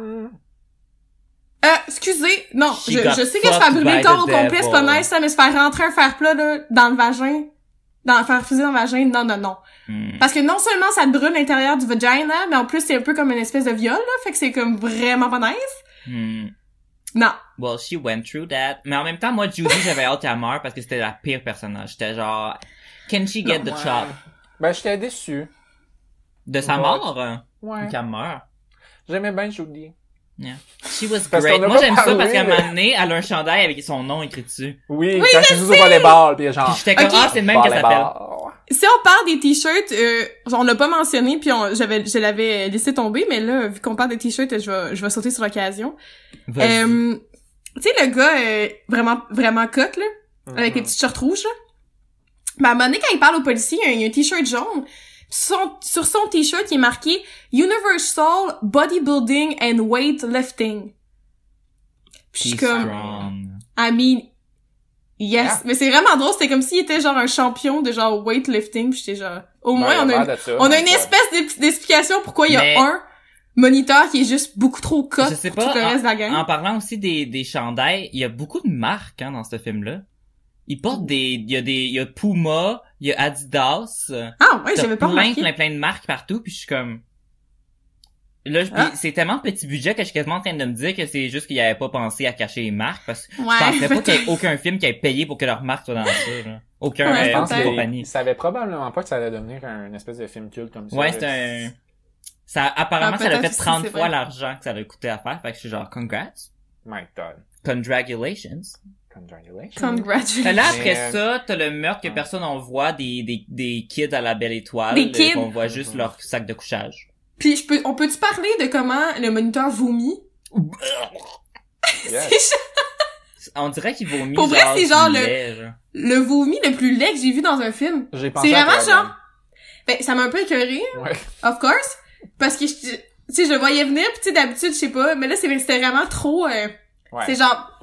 Speaker 2: Euh, excusez, non,
Speaker 5: She
Speaker 2: je,
Speaker 5: got
Speaker 2: je sais que se
Speaker 5: fucked
Speaker 2: faire brûler
Speaker 5: by
Speaker 2: le corps au
Speaker 5: the
Speaker 2: complet, c'est pas
Speaker 5: devil.
Speaker 2: nice, ça, mais se faire rentrer un fer plat, là, dans le vagin, dans, faire fuser dans le vagin, non, non, non.
Speaker 5: Hmm.
Speaker 2: Parce que non seulement ça te brûle l'intérieur du vagina, mais en plus, c'est un peu comme une espèce de viol, là, fait que c'est comme vraiment pas nice.
Speaker 5: Hmm.
Speaker 2: Non.
Speaker 5: Well, she went through that. Mais en même temps, moi, Judy, j'avais hâte qu'elle meure parce que c'était la pire personnage. J'étais genre, can she get the
Speaker 3: Ouais.
Speaker 5: chop?
Speaker 3: Ben, j'étais déçu.
Speaker 5: De sa
Speaker 3: Ouais.
Speaker 5: mort? hein?
Speaker 3: Ouais.
Speaker 5: Qu'elle meure.
Speaker 3: J'aimais bien Judy.
Speaker 5: She was
Speaker 3: Parce
Speaker 5: great.
Speaker 3: qu'on a
Speaker 5: Moi,
Speaker 3: pas
Speaker 5: j'aime ça
Speaker 3: parlé,
Speaker 5: parce qu'à un
Speaker 3: mais-
Speaker 5: moment donné, elle a un chandail avec son nom écrit dessus.
Speaker 3: Oui, quand je joue au volleyball pis genre.
Speaker 5: Puis j'étais comme,
Speaker 2: Ok.
Speaker 5: ah, c'est le même qu'elle s'appelle.
Speaker 3: Volleyball.
Speaker 2: Si on parle des t-shirts, euh, on l'a pas mentionné, puis on, j'avais, je l'avais laissé tomber, mais là, vu qu'on parle des t-shirts, je vais, je vais sauter sur l'occasion.
Speaker 3: ben,
Speaker 5: Vas-y.
Speaker 2: Euh, tu sais, le gars, euh, vraiment, vraiment cote, là, avec les
Speaker 3: Mhm.
Speaker 2: petites shorts rouges, là. Ben, à un moment donné, quand il parle au policier, il y a un- il y a un t-shirt jaune. Puis Son, sur son t-shirt, il est marqué Universal Bodybuilding and Weightlifting. Puis je suis
Speaker 5: She's
Speaker 2: comme,
Speaker 5: strong.
Speaker 2: I mean, yes.
Speaker 3: Yeah.
Speaker 2: Mais c'est vraiment drôle, c'était comme s'il était genre un champion de genre weightlifting, puis j'étais genre, au moins,
Speaker 3: Ben,
Speaker 2: on a
Speaker 3: l'air
Speaker 2: une
Speaker 3: de ça,
Speaker 2: on a
Speaker 3: donc,
Speaker 2: une
Speaker 3: euh,
Speaker 2: espèce d'ex- d'explication pourquoi il y a
Speaker 5: Mais-
Speaker 2: un moniteur qui est juste beaucoup trop cut
Speaker 5: Je sais
Speaker 2: pour
Speaker 5: pas,
Speaker 2: tout le reste de la gang.
Speaker 5: En parlant aussi des, des chandails, il y a beaucoup de marques, hein, dans ce film-là. Ils portent des, il y a des, il y a Puma, il y a Adidas.
Speaker 2: Ah ouais,
Speaker 5: T'as
Speaker 2: j'avais pas
Speaker 5: plein,
Speaker 2: remarqué.
Speaker 5: plein, plein de marques partout, puis je suis comme... Là, je-
Speaker 2: Ah.
Speaker 5: puis c'est tellement petit budget que je suis quasiment en train de me dire que c'est juste qu'il avait pas pensé à cacher les marques, parce que je
Speaker 2: Ouais,
Speaker 5: pensais pas qu'il y ait
Speaker 2: peut-être.
Speaker 5: aucun film qui ait payé pour que leur marque soit dans ça, là. Aucun,
Speaker 2: Ouais,
Speaker 5: euh,
Speaker 3: Je pense
Speaker 2: peut-être.
Speaker 5: compagnie.
Speaker 3: qu'ils savaient probablement pas que ça allait devenir un espèce de film culte comme ça.
Speaker 5: Ouais,
Speaker 3: là.
Speaker 5: c'est un... Ça, apparemment,
Speaker 2: Ah,
Speaker 5: ça l'a
Speaker 2: peut-être
Speaker 5: fait
Speaker 2: aussi,
Speaker 5: 30
Speaker 2: c'est
Speaker 5: fois
Speaker 2: vrai.
Speaker 5: l'argent que ça l'a coûté à faire, fait que je suis genre, congrats.
Speaker 3: My God.
Speaker 5: Congratulations.
Speaker 3: Congratulations.
Speaker 5: Euh,
Speaker 2: Congratulations.
Speaker 5: Là,
Speaker 3: Mais,
Speaker 5: après
Speaker 3: euh,
Speaker 5: ça, t'as le meurtre que
Speaker 3: ouais.
Speaker 5: personne on voit des, des, des kids à la belle étoile.
Speaker 2: Des
Speaker 5: euh,
Speaker 2: kids.
Speaker 5: qu'on voit juste
Speaker 3: Mhm.
Speaker 5: leur sac de couchage.
Speaker 2: Puis je peux, on peut-tu parler de comment le moniteur vomit?
Speaker 3: Yes.
Speaker 5: On dirait qu'ils vomissent.
Speaker 2: Pour vrai, c'est
Speaker 5: du
Speaker 2: genre le-
Speaker 5: lait, genre.
Speaker 2: Le vomi le plus laid que j'ai vu dans un film.
Speaker 3: J'ai
Speaker 2: C'est
Speaker 3: à
Speaker 2: vraiment
Speaker 3: toi,
Speaker 2: genre- Ben, ça m'a un peu écœuré,
Speaker 3: Ben. Ouais.
Speaker 2: of course, parce que je, tu sais, je le voyais venir, pis tu sais, d'habitude, je sais pas, mais là, c'est- c'était vraiment trop, euh,
Speaker 3: Ouais.
Speaker 2: c'est genre,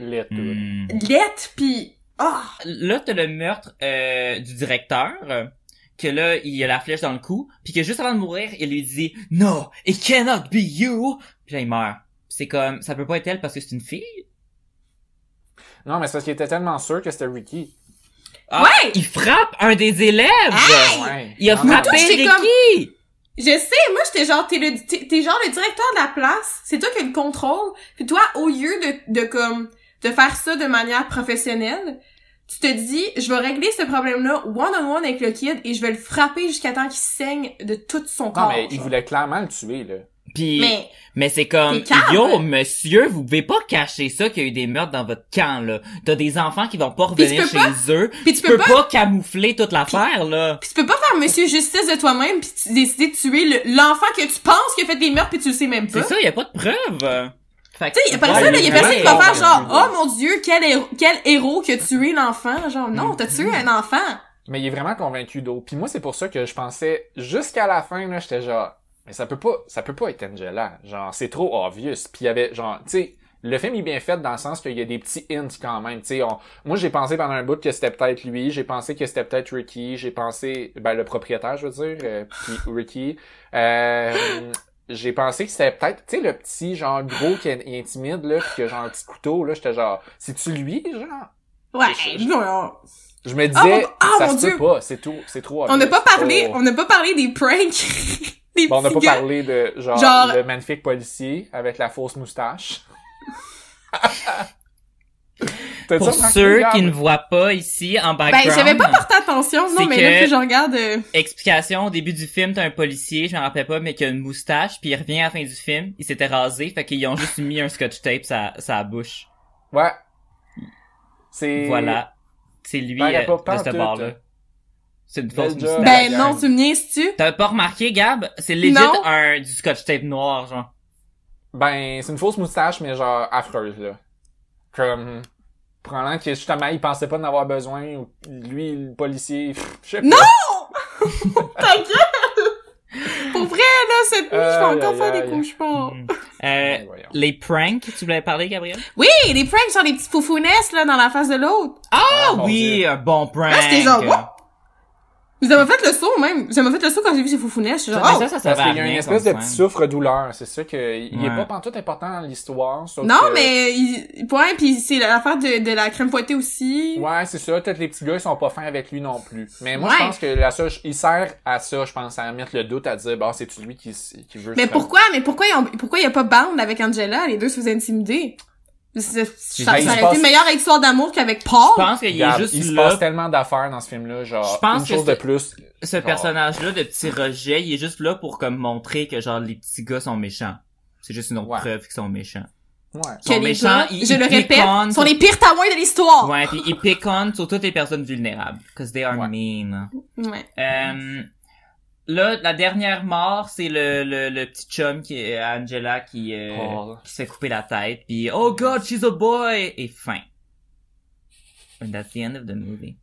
Speaker 3: Lit, dude.
Speaker 5: Hmm.
Speaker 2: lette, pis, oh!
Speaker 5: Là, t'as le meurtre euh, du directeur, euh, que là, il a la flèche dans le cou, puis que juste avant de mourir, il lui dit « No, it cannot be you! » Puis là, il meurt. C'est comme, ça peut pas être elle parce que c'est une fille.
Speaker 3: Non, mais c'est parce qu'il était tellement sûr que c'était Ricky.
Speaker 5: Ah,
Speaker 2: Ouais!
Speaker 5: Il frappe un des élèves!
Speaker 3: Ouais.
Speaker 5: Il a
Speaker 3: Non, non,
Speaker 5: frappé
Speaker 2: Toi, j'étais comme-
Speaker 5: Ricky!
Speaker 2: Je sais, moi, j'étais genre, t'es le, t'es- t'es genre le directeur de la place, c'est toi qui as le contrôle, pis toi, au lieu de, de comme, de faire ça de manière professionnelle, tu te dis, je vais régler ce problème-là one-on-one avec le kid, et je vais le frapper jusqu'à temps qu'il saigne de tout son
Speaker 3: Non,
Speaker 2: corps.
Speaker 3: mais il
Speaker 2: genre.
Speaker 3: voulait clairement le tuer, là.
Speaker 5: Puis, mais,
Speaker 2: Mais,
Speaker 5: c'est comme,
Speaker 2: T'es calme.
Speaker 5: yo, monsieur, vous pouvez pas cacher ça qu'il y a eu des meurtres dans votre camp, là. T'as des enfants qui vont pas
Speaker 2: Puis tu
Speaker 5: revenir
Speaker 2: peux
Speaker 5: chez eux.
Speaker 2: pis
Speaker 5: Tu peux pas, camoufler toute l'affaire, là.
Speaker 2: Pis tu peux pas faire monsieur justice de toi-même pis tu décider de tuer le- l'enfant que tu penses qui a fait des meurtres pis tu le sais même pas.
Speaker 5: C'est ça, y a pas de preuve. Fait que-
Speaker 2: Tu sais, par
Speaker 5: Ouais,
Speaker 2: ça, là,
Speaker 5: mais
Speaker 2: y a
Speaker 5: vraiment,
Speaker 2: personne qui va
Speaker 5: ouais.
Speaker 2: faire genre, oh mon dieu, quel, héro- quel héros qui a tué l'enfant. Genre, non, t'as tué un enfant.
Speaker 3: Mais il est vraiment convaincu d'eau. Puis moi, c'est pour ça que je pensais, jusqu'à la fin, là, j'étais genre, mais ça peut pas, ça peut pas être Angela. Genre, c'est trop obvious. Puis il y avait, genre, tu sais, le film est bien fait dans le sens qu'il y a des petits hints quand même. Tu sais, on- moi, j'ai pensé pendant un bout que c'était peut-être lui, j'ai pensé que c'était peut-être Ricky, j'ai pensé, ben, le propriétaire, je veux dire, euh, puis Ricky. Euh, j'ai pensé que c'était peut-être, tu sais, le petit, genre, gros qui est, il est intimide, là, puis que genre, un petit couteau, là, j'étais genre, c'est-tu lui, genre?
Speaker 2: Ouais,
Speaker 3: Je- je-
Speaker 2: non, non.
Speaker 3: Je me disais,
Speaker 2: Oh, oh,
Speaker 3: ça
Speaker 2: mon
Speaker 3: se
Speaker 2: Dieu.
Speaker 3: peut pas, c'est tout, c'est trop.
Speaker 2: on n'a
Speaker 3: obvious.
Speaker 2: pas parlé,
Speaker 3: Oh.
Speaker 2: on n'a pas parlé des pranks. des
Speaker 3: Bon, on n'a
Speaker 2: petits
Speaker 3: pas
Speaker 2: gars.
Speaker 3: parlé de genre,
Speaker 2: Genre-
Speaker 3: le magnifique policier avec la fausse moustache. T'as
Speaker 5: Pour
Speaker 3: dit,
Speaker 5: ceux
Speaker 3: regarde,
Speaker 5: qui ne voient pas ici, en background.
Speaker 2: Ben, j'avais pas porté attention, non,
Speaker 5: C'est
Speaker 2: mais
Speaker 5: que-
Speaker 2: là, plus je regarde, euh,
Speaker 5: Explication, au début du film, t'as un policier, je m'en rappelle pas, mais qui a une moustache, puis il revient à la fin du film, il s'était rasé, fait qu'ils ont juste mis un scotch tape sa, sa bouche.
Speaker 3: Ouais. C'est.
Speaker 5: Voilà. C'est lui
Speaker 3: Ben, y a
Speaker 5: euh,
Speaker 3: pas
Speaker 5: de ce
Speaker 3: pantoute.
Speaker 5: bar-là. C'est une
Speaker 3: Bel
Speaker 5: fausse
Speaker 3: job.
Speaker 5: moustache.
Speaker 2: ben,
Speaker 3: la
Speaker 2: non,
Speaker 3: gang.
Speaker 2: tu me niaises-tu?
Speaker 5: T'as pas remarqué, Gab? C'est legit
Speaker 2: Non.
Speaker 5: un du scotch tape noir, genre.
Speaker 3: Ben, c'est une fausse moustache, mais genre affreuse, là. Comme. Probablement que justement, il pensait pas d'en avoir besoin. ou Lui, le policier. pff, Je sais pas.
Speaker 2: Non! Ta gueule! Pour vrai, là, cette nuit, je
Speaker 3: Aïe,
Speaker 2: vais encore
Speaker 3: aïe,
Speaker 2: faire des
Speaker 3: aïe. Mm.
Speaker 2: coups, je pense.
Speaker 5: Mhm.
Speaker 3: Ben,
Speaker 5: Euh,
Speaker 3: Voyons.
Speaker 5: les pranks, tu voulais parler, Gabriel?
Speaker 2: Oui, les pranks genre des petits foufounesses là dans la face de l'autre.
Speaker 5: Ah
Speaker 3: mon
Speaker 5: oui,
Speaker 3: Dieu.
Speaker 5: un bon prank!
Speaker 2: Ah, c'était genre, what? Vous avez fait le saut même. Ça m'a fait le saut quand j'ai vu ces foufounesses. Je suis
Speaker 5: Ça,
Speaker 2: genre,
Speaker 5: mais
Speaker 2: oh!
Speaker 5: ça, ça, ça
Speaker 3: Parce
Speaker 5: va
Speaker 3: qu'il y a
Speaker 5: rien
Speaker 3: une espèce de
Speaker 5: comme
Speaker 3: petit
Speaker 5: ça.
Speaker 3: souffre-douleur. C'est sûr qu'il il est
Speaker 5: Ouais.
Speaker 3: pas pantoute important dans l'histoire. sauf
Speaker 2: Non,
Speaker 5: euh,
Speaker 3: que-
Speaker 2: mais il... ouais, puis c'est l'affaire de, de la crème fouettée aussi.
Speaker 3: Ouais, c'est ça. Peut-être les petits gars, ils sont pas fins avec lui non plus. Mais moi, je
Speaker 2: Ouais.
Speaker 3: pense que la seule, il sert à ça, je pense, à mettre le doute, à dire, bon, c'est-tu lui qui, s- qui veut
Speaker 2: Mais
Speaker 3: se-
Speaker 2: pourquoi, mais pourquoi ils ont... pourquoi il y a pas bande avec Angela Les deux se faisaient intimider. C'est- c'est- Ça,
Speaker 3: Ben, il
Speaker 2: ça
Speaker 3: se
Speaker 2: aurait
Speaker 3: passe-
Speaker 2: été meilleur avec histoire d'amour qu'avec
Speaker 5: Je
Speaker 2: Paul.
Speaker 5: pense qu'il est
Speaker 3: Regarde,
Speaker 5: juste
Speaker 3: il se
Speaker 5: là,
Speaker 3: passe tellement d'affaires dans ce film-là, genre,
Speaker 5: Je pense
Speaker 3: une
Speaker 5: que
Speaker 3: chose de
Speaker 5: c'est-
Speaker 3: plus.
Speaker 5: ce
Speaker 3: genre.
Speaker 5: personnage-là de petit rejet, il est juste là pour comme montrer que genre les petits gars sont méchants. C'est juste une autre
Speaker 3: Ouais.
Speaker 5: preuve qu'ils sont méchants.
Speaker 3: Ouais.
Speaker 2: Que
Speaker 5: sont
Speaker 2: les
Speaker 5: méchants,
Speaker 2: gens,
Speaker 5: ils-
Speaker 2: je
Speaker 5: ils
Speaker 2: le répète,
Speaker 5: piquent.
Speaker 2: sont les pires taouins de l'histoire.
Speaker 5: Ouais, puis ils piquent sur toutes les personnes vulnérables, cause they are
Speaker 3: Ouais.
Speaker 5: mean.
Speaker 2: Ouais.
Speaker 5: Euh, là, la dernière mort, c'est le, le, le petit chum qui est Angela qui, euh,
Speaker 3: Paul.
Speaker 5: qui se fait couper la tête. Puis oh god, she's a boy et fin. And that's the end of the movie.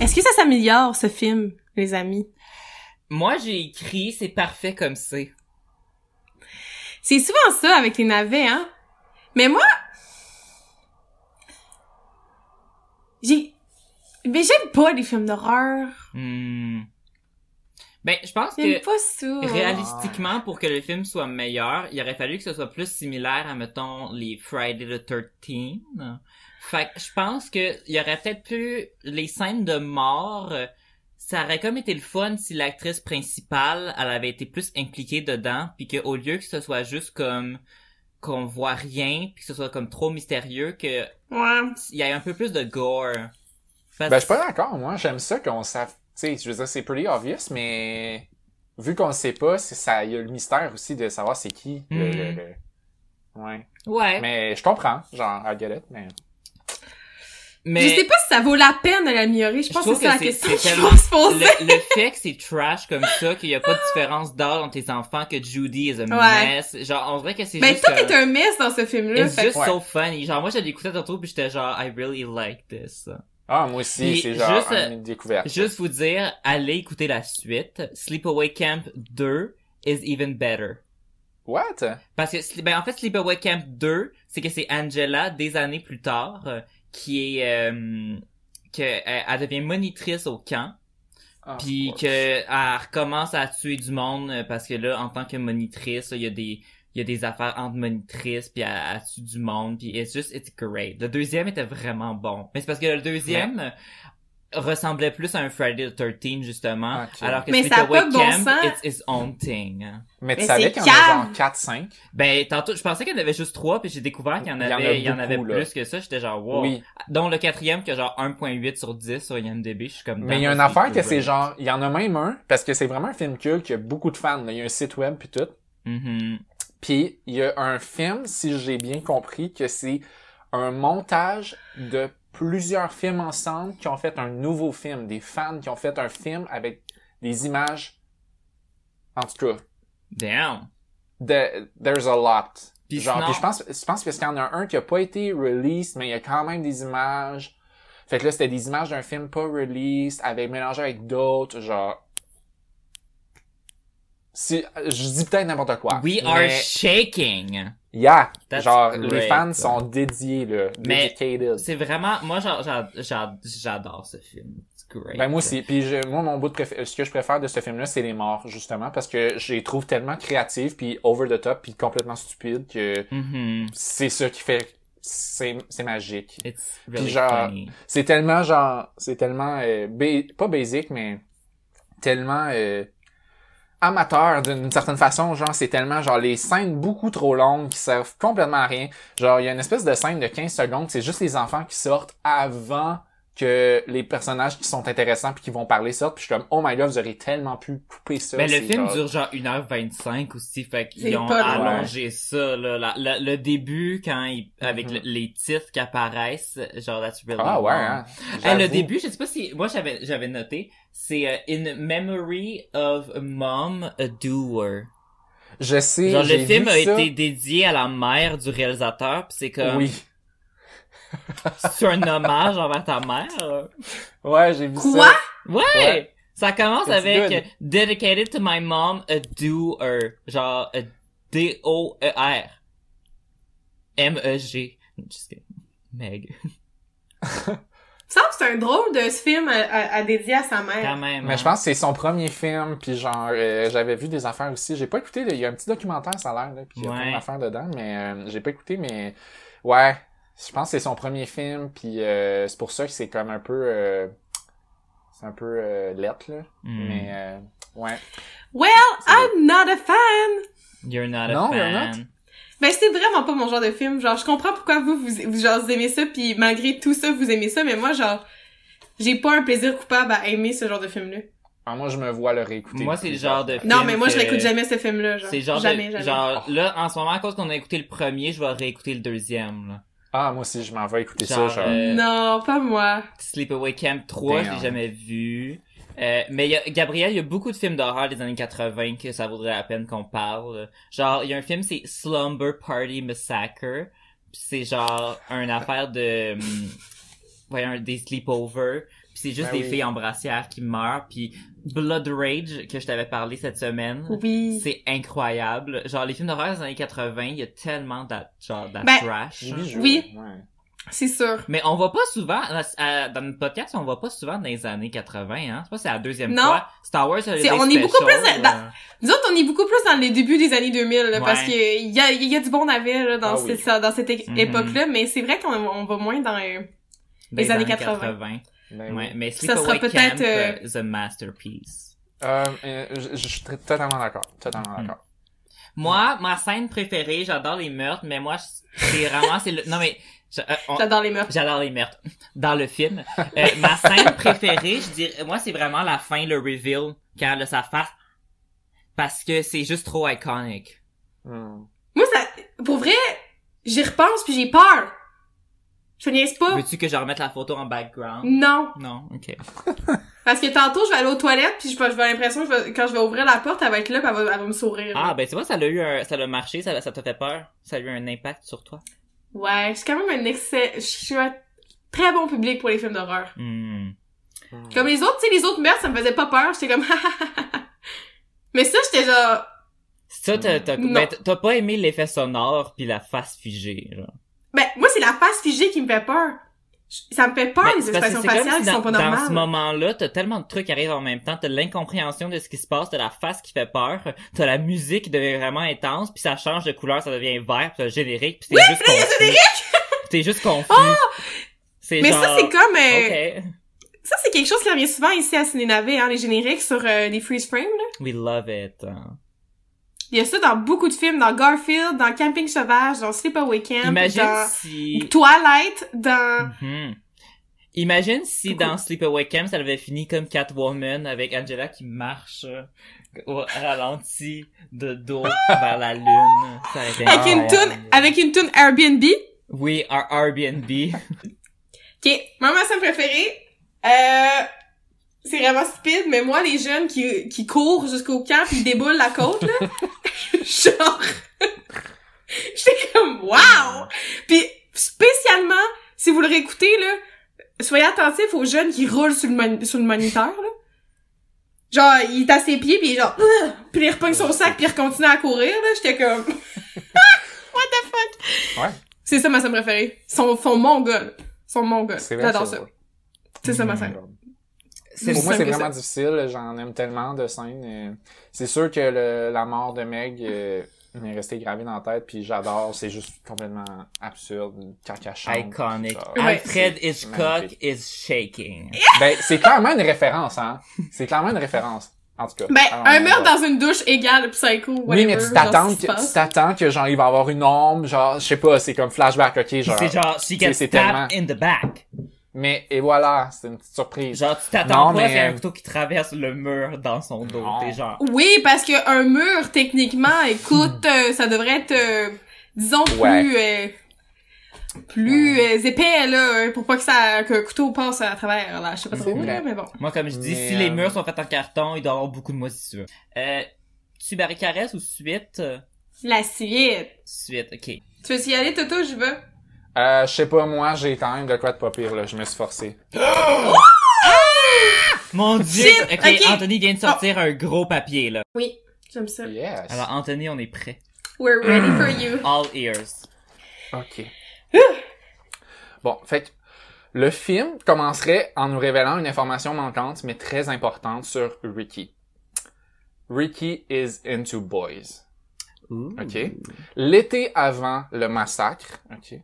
Speaker 2: Est-ce que ça s'améliore ce film, les amis
Speaker 5: Moi, j'ai écrit, c'est parfait comme c'est.
Speaker 2: C'est souvent ça avec les navets, hein. Mais moi, j'ai, mais j'aime pas les films d'horreur.
Speaker 5: Hmm. Ben, je pense que
Speaker 2: J'aime pas ça.
Speaker 5: réalistiquement, pour que le film soit meilleur, il aurait fallu que ce soit plus similaire à, mettons, les Friday the 13 Fait que je pense que il y aurait peut-être plus les scènes de mort. euh, Ça aurait comme été le fun si l'actrice principale, elle avait été plus impliquée dedans, puis qu'au lieu que ce soit juste comme qu'on voit rien, puis que ce soit comme trop mystérieux, que
Speaker 2: Ouais.
Speaker 5: il y ait un peu plus de gore.
Speaker 3: Ben,
Speaker 5: Parce-
Speaker 3: je suis pas d'accord, moi. J'aime ça qu'on sache, tu sais, je veux dire, c'est pretty obvious, mais vu qu'on le sait pas, c'est ça, il y a le mystère aussi de savoir c'est qui, le-
Speaker 5: Mm.
Speaker 3: le- le- Ouais.
Speaker 5: Ouais. Mais,
Speaker 3: Mais je comprends, genre, I get it, mais...
Speaker 2: Je sais pas si ça vaut la peine de l'améliorer. Je pense que
Speaker 5: trouve
Speaker 2: c'est ça la
Speaker 5: que c'est-
Speaker 2: question
Speaker 5: c'est
Speaker 2: qu'il
Speaker 5: tellement-
Speaker 2: faut se poser.
Speaker 5: le, le fait que c'est trash comme ça, qu'il y a pas de différence d'âge entre les enfants, que Judy is a
Speaker 2: Ouais.
Speaker 5: mess. Genre, on dirait que c'est
Speaker 2: Ben,
Speaker 5: juste.
Speaker 2: tout
Speaker 5: comme-
Speaker 2: est un mess dans ce film-là.
Speaker 5: It's
Speaker 2: fait que-
Speaker 5: just so funny. Genre, moi, j'ai écouté tantôt pis j'étais genre, I really like this.
Speaker 3: Ah, moi aussi,
Speaker 5: Puis
Speaker 3: c'est genre
Speaker 5: juste, euh,
Speaker 3: une découverte.
Speaker 5: Juste vous dire, allez écouter la suite. Sleepaway Camp 2 is even better.
Speaker 3: What?
Speaker 5: Parce que, Sli- ben, en fait, Sleepaway Camp 2, c'est que c'est Angela, des années plus tard, euh, qui est, euh, que, elle, elle devient monitrice au camp,
Speaker 3: Ah,
Speaker 5: puis
Speaker 3: ouais.
Speaker 5: que, elle recommence à tuer du monde, euh, parce que là, en tant que monitrice, il y a des, il y a des affaires entre monitrices, puis elle, elle tue du monde, puis it's just, it's great. Le deuxième était vraiment bon. Mais c'est parce que le deuxième, euh, ressemblait plus à un Friday the 13 justement,
Speaker 3: Ok.
Speaker 5: alors que
Speaker 2: Mais ça a
Speaker 5: Sleepaway
Speaker 2: pas de bon
Speaker 5: Camp,
Speaker 2: sens.
Speaker 5: it's its own thing. hein.
Speaker 3: Mais tu
Speaker 2: Mais
Speaker 3: savais
Speaker 2: c'est
Speaker 3: qu'il y en a
Speaker 2: calme.
Speaker 3: genre 4-5?
Speaker 5: Ben, tantôt, je pensais qu'il y en avait juste trois, puis j'ai découvert qu'il y en
Speaker 3: Il y en a
Speaker 5: avait, il y en,
Speaker 3: beaucoup,
Speaker 5: avait
Speaker 3: là.
Speaker 5: plus que ça. J'étais genre, wow.
Speaker 3: Oui.
Speaker 5: Dont le quatrième, qui a genre 1.8 sur 10 sur IMDb, je suis comme...
Speaker 3: Mais
Speaker 5: damn,
Speaker 3: il y a une
Speaker 5: that's
Speaker 3: affaire que
Speaker 5: great.
Speaker 3: c'est genre, il y en a même un, parce que c'est vraiment un film culte, qui a beaucoup de fans, là. il y a un site web puis tout.
Speaker 5: Mhm.
Speaker 3: Puis il y a un film, si j'ai bien compris, que c'est un montage de plusieurs films ensemble qui ont fait un nouveau film, des fans qui ont fait un film avec des images. En tout cas,
Speaker 5: Damn.
Speaker 3: de- there's a lot.
Speaker 5: Puis
Speaker 3: Genre,
Speaker 5: sinon-
Speaker 3: puis je pense, je pense parce qu'il y en a un qui a pas été released, mais il y a quand même des images. Fait que là, c'était des images d'un film pas released, avec mélangé avec d'autres, genre. Si, je dis peut-être n'importe quoi.
Speaker 5: We
Speaker 3: mais-
Speaker 5: are shaking.
Speaker 3: Yeah,
Speaker 5: That's
Speaker 3: genre les
Speaker 5: great.
Speaker 3: fans sont dédiés là,
Speaker 5: Mais-
Speaker 3: dedicated.
Speaker 5: C'est vraiment... Moi, genre, j'a- j'a- j'adore ce film. It's great.
Speaker 3: Ben moi aussi, puis je- moi mon bout de préf- ce que je préfère de ce film là, c'est les morts justement parce que je les trouve tellement créatives puis over the top puis complètement stupides que
Speaker 5: Mhm.
Speaker 3: c'est ça qui fait c'est c'est magique.
Speaker 5: It's really
Speaker 3: genre-
Speaker 5: funny.
Speaker 3: C'est tellement genre c'est tellement euh, ba- pas basic mais tellement euh, amateur d'une certaine façon, genre c'est tellement genre les scènes beaucoup trop longues qui servent complètement à rien. Genre il y a une espèce de scène de 15 secondes, c'est juste les enfants qui sortent avant que les personnages qui sont intéressants puis qui vont parler sortent, puis je suis comme oh my god, vous auriez tellement pu couper ça.
Speaker 5: Ben, le
Speaker 3: c'est
Speaker 5: film
Speaker 3: genre-
Speaker 5: dure genre 1h25 aussi, fait
Speaker 2: C'est
Speaker 5: qu'ils ont
Speaker 2: pas long.
Speaker 5: allongé ça, là. La- la- le début, quand ils, avec
Speaker 3: Mhm.
Speaker 5: le- les titres qui apparaissent, genre, that's really
Speaker 3: Ah ouais.
Speaker 5: long.
Speaker 3: Hein,
Speaker 5: Hey, le
Speaker 3: j'avoue.
Speaker 5: début, je sais pas si moi j'avais j'avais noté, c'est euh, in memory of a mom a doer.
Speaker 3: je sais
Speaker 5: Genre le
Speaker 3: j'ai
Speaker 5: film
Speaker 3: vu
Speaker 5: a
Speaker 3: ça.
Speaker 5: été euh, dédié à la mère du réalisateur, pis c'est comme
Speaker 3: Oui.
Speaker 5: c'est un hommage envers ta mère.
Speaker 3: Ouais, j'ai vu
Speaker 2: Quoi?
Speaker 3: ça.
Speaker 5: Ouais.
Speaker 3: Ouais.
Speaker 5: Ça commence
Speaker 3: That's
Speaker 5: avec
Speaker 3: good.
Speaker 5: euh, dedicated to my mom a doer, genre euh, D O E R M E G. Just kidding. Meg.
Speaker 2: Euh, Il me semble que c'est un drôle de ce film à, à- à dédier à sa
Speaker 5: Quand
Speaker 2: mère.
Speaker 5: même.
Speaker 3: Mais
Speaker 5: hein.
Speaker 3: je pense que c'est son premier film, puis genre euh, j'avais vu des affaires aussi. J'ai pas écouté. là, Il y a un petit documentaire, ça a l'air, là, puis il y a
Speaker 5: Ouais.
Speaker 3: plein d'affaires dedans, mais euh, j'ai pas écouté. Mais ouais, je pense que c'est son premier film, puis euh, c'est pour ça que c'est comme un peu, euh, c'est un peu euh, lettre là.
Speaker 5: Mm.
Speaker 3: Mais euh, ouais.
Speaker 2: Well, I'm not a fan!
Speaker 5: You're not a
Speaker 3: Non, you're
Speaker 5: fan.
Speaker 3: not.
Speaker 2: Ben c'est vraiment pas mon genre de film. Genre je comprends pourquoi vous vous, vous- genre vous aimez ça puis malgré tout ça vous aimez ça mais moi genre j'ai pas un plaisir coupable à aimer ce genre de film là.
Speaker 3: Alors, Ah, moi je me vois le réécouter.
Speaker 5: Moi, c'est le genre de
Speaker 2: Non
Speaker 5: Film
Speaker 2: mais moi je
Speaker 5: que-
Speaker 2: réécoute jamais ce film là genre.
Speaker 5: C'est genre, de-
Speaker 2: jamais jamais.
Speaker 5: genre là en ce moment à cause qu'on a écouté le premier, je vais réécouter le deuxième. Là.
Speaker 3: Ah moi aussi je m'en vais écouter
Speaker 5: Genre,
Speaker 3: ça. Genre.
Speaker 5: euh,
Speaker 2: Non, pas moi.
Speaker 5: Sleepaway Camp 3, je
Speaker 3: Damn.
Speaker 5: l'ai jamais vu. Euh, mais il y a, Gabriel, il y a beaucoup de films d'horreur des années 80 que ça vaudrait la peine qu'on parle. Genre, il y a un film, c'est Slumber Party Massacre. Puis c'est genre une affaire de... hum, voyons, des sleepovers. Puis c'est juste
Speaker 3: Ben
Speaker 5: des
Speaker 3: oui.
Speaker 5: filles en brassière qui meurent. Puis Blood Rage, que je t'avais parlé cette semaine.
Speaker 2: Oui.
Speaker 5: C'est incroyable. Genre, les films d'horreur des années 80, il y a tellement de, genre, de
Speaker 2: Ben,
Speaker 5: trash.
Speaker 3: J'y joue,
Speaker 2: Oui.
Speaker 3: ouais.
Speaker 2: C'est sûr.
Speaker 5: Mais on va pas souvent, à- dans notre podcast, on va pas souvent dans les années 80, hein. Je sais pas si c'est la deuxième
Speaker 2: Non.
Speaker 5: fois. Star Wars, a
Speaker 2: C'est-
Speaker 5: des
Speaker 2: on est beaucoup
Speaker 5: specials,
Speaker 2: plus dans-
Speaker 5: euh,
Speaker 2: Nous autres, on est beaucoup plus dans les débuts des années 2000, là,
Speaker 5: Ouais.
Speaker 2: parce que il y a, il y a du bon navire là, dans,
Speaker 3: Ah
Speaker 2: cette-
Speaker 3: oui.
Speaker 2: ça- dans cette é-
Speaker 5: Mhm.
Speaker 2: époque-là, mais c'est vrai qu'on on va moins dans... euh,
Speaker 5: dans
Speaker 2: années 80.
Speaker 3: Ben oui.
Speaker 5: Ouais, mais
Speaker 2: Ça
Speaker 5: Sleepaway
Speaker 2: sera peut-être,
Speaker 5: Camp,
Speaker 2: euh,
Speaker 5: euh, is a masterpiece.
Speaker 3: Euh, euh, je je suis totalement d'accord. Totalement
Speaker 5: Hmm.
Speaker 3: d'accord.
Speaker 5: Moi, ma scène préférée, j'adore les meurtres, mais moi, c'est vraiment, c'est le, non mais, je- euh, on-
Speaker 2: J'adore les meurtres.
Speaker 5: J'adore les meurtres dans le film. Euh, ma scène préférée, je dirais, moi, c'est vraiment la fin, le reveal, quand elle a sa face, parce que c'est juste trop iconique.
Speaker 3: Hmm.
Speaker 2: Moi, ça... Pour vrai, j'y repense puis j'ai peur. Je te niaise pas.
Speaker 5: Veux-tu que je remette la photo en background?
Speaker 2: Non.
Speaker 5: Non, ok.
Speaker 2: Parce que tantôt, je vais aller aux toilettes puis je vais, je vais avoir l'impression que je vais- quand je vais ouvrir la porte, elle va être là puis elle va, elle va me sourire.
Speaker 5: Ah, ben tu vois, ça l'a eu un... ça l'a marché, ça ça t'a fait peur, ça a eu un impact sur toi.
Speaker 2: Ouais, je suis quand même un excès, je suis un très bon public pour les films d'horreur.
Speaker 5: Hmm.
Speaker 2: Comme les autres, tu sais, les autres meurtres, ça me faisait pas peur, j'étais comme Mais ça, j'étais genre,
Speaker 5: Ça, t'as, t'as,
Speaker 2: Non.
Speaker 5: ben, t'as- t'as pas aimé l'effet sonore puis la face figée, genre.
Speaker 2: ben, moi, c'est la face figée qui me fait peur. Je- Ça me fait peur,
Speaker 5: Ben,
Speaker 2: Ah, les
Speaker 5: c'est parce que
Speaker 2: expressions
Speaker 5: c'est comme
Speaker 2: faciales
Speaker 5: si
Speaker 2: qui
Speaker 5: dans,
Speaker 2: sont pas
Speaker 5: dans
Speaker 2: normales.
Speaker 5: ce moment-là, t'as tellement de trucs qui arrivent en même temps, t'as l'incompréhension de ce qui se passe, t'as la face qui fait peur, t'as la musique qui devient vraiment intense, puis ça change de couleur, ça devient vert, puis t'as le générique, puis t'es juste
Speaker 2: là, il y a le
Speaker 5: confus. t'es juste confus. c'est
Speaker 2: Oh! Mais
Speaker 5: genre...
Speaker 2: ça, c'est comme, euh,
Speaker 5: Ok,
Speaker 2: ça, c'est quelque chose qui revient souvent ici à Ciné-Navet, hein, les génériques sur euh, les freeze frames, là.
Speaker 5: we love it. hein.
Speaker 2: Il y a ça dans beaucoup de films, dans Garfield, dans Camping Sauvage, dans Sleepaway Camp,
Speaker 5: Imagine
Speaker 2: dans
Speaker 5: si...
Speaker 2: Twilight, dans...
Speaker 5: Mhm. Imagine si
Speaker 2: Beaucoup.
Speaker 5: dans Sleepaway Camp, ça avait fini comme Catwoman avec Angela qui marche euh, au ralenti de dos vers la lune. Ça aurait été
Speaker 2: Avec une
Speaker 5: incroyable.
Speaker 2: toune, avec une toune Airbnb,
Speaker 5: We are Airbnb.
Speaker 3: Oh
Speaker 2: Ok, moi, ma scène préférée, euh, c'est vraiment stupide, mais moi, les jeunes qui, qui courent jusqu'au camp pis ils déboulent la côte, là, genre, j'étais comme « wow ». Puis spécialement, si vous le réécoutez, là, soyez attentifs aux jeunes qui roulent sur le, mon- sur le moniteur, là. Genre, il est à ses pieds, pis genre, Ugh! puis il repogne son sac, puis il recontinue à courir, là, j'étais comme...
Speaker 3: Ouais,
Speaker 2: C'est ça ma scène préférée. Son, son mongol. Son mongol.
Speaker 3: c'est vrai. Hmm.
Speaker 2: J'adore
Speaker 3: c'est
Speaker 2: ça.
Speaker 3: vrai.
Speaker 2: C'est ça ma scène.
Speaker 5: C'est
Speaker 3: Pour Mm.
Speaker 2: simple
Speaker 3: moi, c'est
Speaker 2: que ça.
Speaker 3: vraiment difficile. J'en aime tellement de scènes. euh, C'est sûr que le- la mort de Meg euh, m'est restée gravée dans la tête, puis j'adore. C'est juste complètement absurde, carcachant.
Speaker 5: Iconic.
Speaker 2: Ouais.
Speaker 5: Alfred Hitchcock
Speaker 3: magnifique.
Speaker 5: is shaking.
Speaker 3: Ben, c'est clairement une référence, hein. C'est clairement une référence. En tout cas.
Speaker 2: Ben,
Speaker 3: Alors,
Speaker 2: un
Speaker 3: Ah, on
Speaker 2: meurtre
Speaker 3: va-
Speaker 2: dans une douche égale psycho,
Speaker 3: Oui,
Speaker 2: whatever,
Speaker 3: mais tu
Speaker 2: genre,
Speaker 3: t'attends
Speaker 2: ce qui se
Speaker 3: que, tu
Speaker 2: passe.
Speaker 3: t'attends que genre, il va avoir une ombre, genre, je sais pas, c'est comme flashback, ok, genre.
Speaker 5: C'est genre, she
Speaker 3: c'est-
Speaker 5: gets
Speaker 3: c'est tellement-
Speaker 5: stabbed in the back.
Speaker 3: Mais, et voilà, c'est une petite surprise.
Speaker 5: Genre, tu t'attends
Speaker 3: Non,
Speaker 5: pas
Speaker 3: mais-
Speaker 5: à
Speaker 3: euh,
Speaker 5: qu'il y ait un couteau qui traverse le mur dans son dos.
Speaker 3: Non.
Speaker 5: T'es genre,
Speaker 2: Oui, parce que un mur, techniquement, écoute, euh, ça devrait être, euh, disons, plus, euh, plus euh, épais, là, euh, pour pas que ça, qu'un couteau passe à travers, là. Je sais pas trop,
Speaker 3: C'est
Speaker 2: là,
Speaker 3: vrai.
Speaker 2: mais bon.
Speaker 5: moi, comme je dis,
Speaker 3: Mais,
Speaker 5: si les
Speaker 3: euh,
Speaker 5: murs sont faits en carton, il doit y avoir beaucoup de moisissures. Euh, tu barricaresses ou suite? euh,
Speaker 2: La suite.
Speaker 5: Suite, ok.
Speaker 2: Tu veux y aller, Toto? Je veux.
Speaker 3: Euh, je sais pas, moi, j'ai quand même de quoi de pas pire, là. Je me suis forcé.
Speaker 5: Mon dieu!
Speaker 2: Shit,
Speaker 5: ok,
Speaker 2: ok. Oh.
Speaker 5: Anthony vient de sortir un gros papier, là.
Speaker 2: Oui. J'aime ça.
Speaker 3: Yes.
Speaker 5: Alors, Anthony, on est prêt.
Speaker 2: We're ready for you.
Speaker 5: All ears.
Speaker 3: OK. bon, fait que le film commencerait en nous révélant une information manquante, mais très importante sur Ricky. Ricky is into boys. OK? L'été avant le massacre, OK?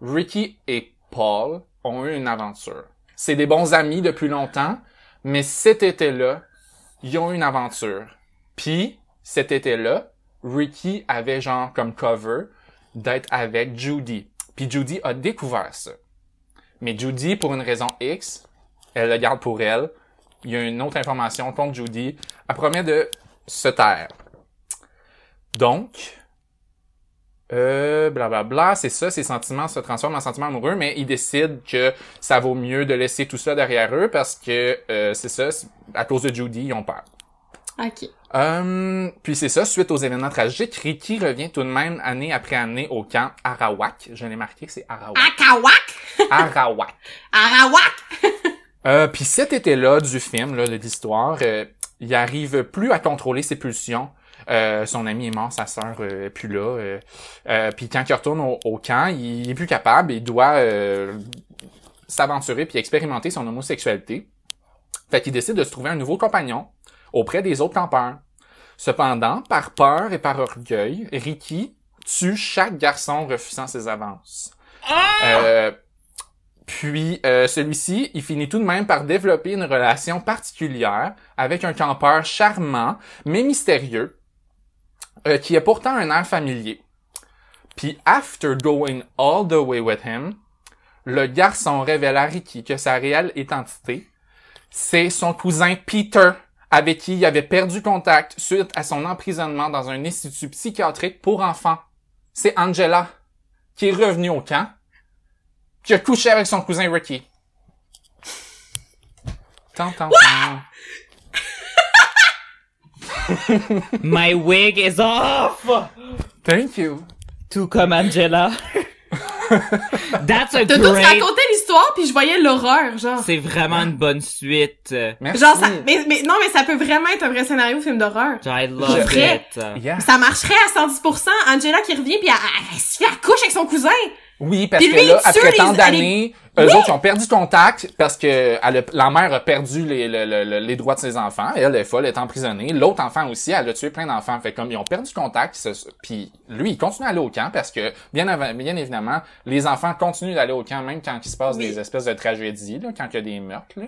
Speaker 3: Ricky et Paul ont eu une aventure. C'est des bons amis depuis longtemps, mais cet été-là, ils ont eu une aventure. Puis, cet été-là, Ricky avait genre comme cover d'être avec Judy. Puis Judy a découvert ça. Mais Judy, pour une raison X, elle le garde pour elle. Il y a une autre information contre Judy. Elle promet de se taire. Donc, euh, blablabla, c'est ça, ses sentiments se transforment en sentiments amoureux, mais ils décident que ça vaut mieux de laisser tout ça derrière eux parce que euh, c'est ça, c'est- à cause de Judy, ils ont peur. Ah.
Speaker 2: Ok.
Speaker 3: Hum, puis c'est ça, suite aux événements tragiques, Ricky revient tout de même année après année au camp Arawak. Je l'ai marqué que c'est Arawak.
Speaker 2: Akawak!
Speaker 3: Arawak.
Speaker 2: Arawak!
Speaker 3: Euh, puis cet été-là du film, là, de l'histoire, euh, il arrive plus à contrôler ses pulsions. Euh, son ami est mort, sa sœur euh, est plus là. euh, euh, puis quand il retourne au, au camp, il est plus capable. Il doit euh, s'aventurer puis expérimenter son homosexualité. Fait qu'il décide de se trouver un nouveau compagnon auprès des autres campeurs. Cependant, par peur et par orgueil, Ricky tue chaque garçon refusant ses avances. Euh, puis euh, celui-ci, il finit tout de même par développer une relation particulière avec un campeur charmant mais mystérieux euh, qui a pourtant un air familier. Puis after going all the way with him, le garçon révèle à Ricky que sa réelle identité, c'est son cousin Peter avec qui il avait perdu contact suite à son emprisonnement dans un institut psychiatrique pour enfants. c'est Angela qui est revenue au camp, qui a couché avec son cousin Ricky. Tant, tant, tant.
Speaker 5: My wig is off!
Speaker 3: Thank you.
Speaker 5: Tout comme Angela. That's a
Speaker 2: Toto, tu
Speaker 5: great...
Speaker 2: racontais l'histoire, puis je voyais l'horreur, genre.
Speaker 5: C'est vraiment une bonne suite.
Speaker 3: Merci.
Speaker 2: Genre, ça, mais, mais, non, mais ça peut vraiment être un vrai scénario film d'horreur.
Speaker 5: I love
Speaker 2: Vrai.
Speaker 5: it.
Speaker 3: Yeah.
Speaker 2: Ça marcherait à 110%. Angela qui revient, puis elle, elle, elle se fait à couche avec son cousin.
Speaker 3: Oui, parce
Speaker 2: Puis
Speaker 3: que
Speaker 2: lui, il
Speaker 3: là,
Speaker 2: tue
Speaker 3: après
Speaker 2: les-
Speaker 3: tant
Speaker 2: les-
Speaker 3: d'années, eux autres, ils ont perdu contact parce que elle a- la mère a perdu les, le- le- le- les droits de ses enfants. Elle est folle, elle est emprisonnée. L'autre enfant aussi, elle a tué plein d'enfants. Fait que comme ils ont perdu contact, ils se- puis lui, il continue à aller au camp parce que, bien, avant- bien évidemment, les enfants continuent d'aller au camp même quand il se passe
Speaker 2: Oui.
Speaker 3: des espèces de tragédies, là, quand il y a des meurtres. là.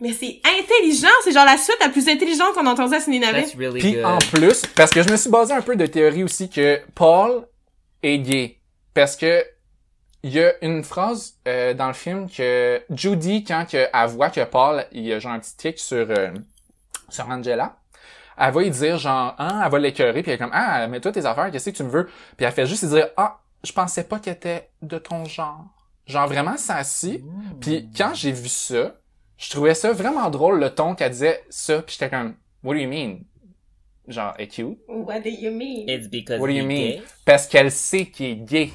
Speaker 2: Mais c'est intelligent, c'est genre la suite la plus intelligente qu'on entendait à Ciné Navet.
Speaker 5: That's really
Speaker 3: Puis
Speaker 5: good. Mhm.
Speaker 3: en plus, parce que je me suis basé un peu de théorie aussi que Paul est gay. Parce que il y a une phrase euh, dans le film que Judy, quand que, elle voit que Paul, il a genre un petit tic sur, euh, sur Angela, elle va lui dire genre, ah, elle va l'écœurer, puis elle est comme, ah, mais toi tes affaires, qu'est-ce que tu me veux? Puis elle fait juste lui dire, ah, je pensais pas qu'elle était de ton genre. Genre vraiment s'assit. Puis
Speaker 5: Hmm.
Speaker 3: quand j'ai vu ça, je trouvais ça vraiment drôle, le ton qu'elle disait ça, puis j'étais comme, what do you mean? Genre, est cute.
Speaker 2: What do you mean?
Speaker 5: It's because
Speaker 3: What do you
Speaker 5: he
Speaker 3: mean?
Speaker 5: gay,
Speaker 3: Parce qu'elle sait qu'il est gay.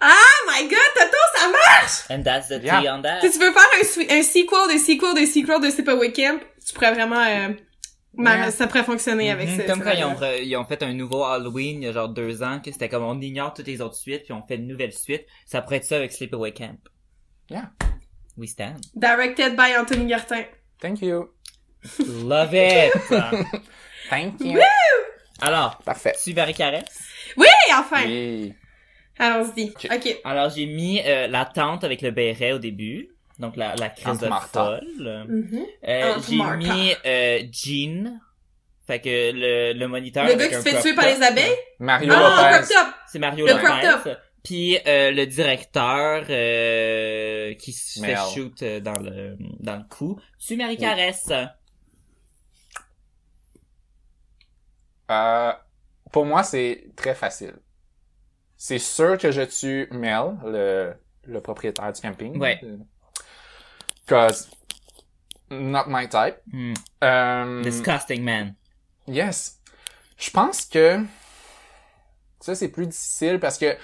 Speaker 2: Oh my god, Toto, ça marche!
Speaker 5: And that's the
Speaker 3: Yeah.
Speaker 5: tea on that.
Speaker 2: Si tu veux faire un, sui- un sequel, des sequels, des sequels de C'est pas Weekend, tu pourrais vraiment... euh, mar-
Speaker 3: Ouais.
Speaker 2: Ça pourrait fonctionner avec
Speaker 5: Mhm,
Speaker 2: ça.
Speaker 5: comme quand ils ont, re- ils ont fait un nouveau Halloween il y a genre deux ans, que c'était comme on ignore toutes les autres suites, puis on fait une nouvelle suite. Ça pourrait être ça avec Sleepaway Camp.
Speaker 3: Yeah.
Speaker 5: We stand.
Speaker 2: Directed by Anthony Gartin.
Speaker 3: Thank you.
Speaker 5: Love it!
Speaker 3: Thank you.
Speaker 5: Alors,
Speaker 3: Parfait.
Speaker 5: tu verrais caresse?
Speaker 2: Oui, enfin!
Speaker 3: Oui.
Speaker 2: Allons-y. OK.
Speaker 5: Alors, j'ai mis euh, la tente avec le béret au début. Donc, la, la crise
Speaker 3: Tante
Speaker 5: de
Speaker 3: Martha.
Speaker 5: folle.
Speaker 2: Mhm.
Speaker 5: Euh,
Speaker 2: Tante
Speaker 5: j'ai
Speaker 2: Martha.
Speaker 5: mis euh, Jean. Fait que le, le moniteur.
Speaker 2: Le
Speaker 5: avec
Speaker 2: gars qui
Speaker 5: un
Speaker 2: se fait
Speaker 5: crop
Speaker 2: tuer par
Speaker 5: top.
Speaker 2: les abeilles?
Speaker 3: Mario
Speaker 2: Ah,
Speaker 3: Lopez.
Speaker 2: cropped up!
Speaker 5: C'est Mario
Speaker 2: Le crop
Speaker 5: Lopez. Puis euh, le directeur euh, qui se
Speaker 3: Mel.
Speaker 5: fait shoot euh, dans le dans le cou. Tu Marie
Speaker 3: Mm.
Speaker 5: Caresse.
Speaker 3: Euh, pour moi, c'est très facile. C'est sûr que je tue Mel, le, le propriétaire du camping.
Speaker 5: Ouais.
Speaker 3: Cause not my type.
Speaker 5: Hmm.
Speaker 3: Euh,
Speaker 5: Disgusting man.
Speaker 3: Yes. Je pense que ça c'est plus difficile parce que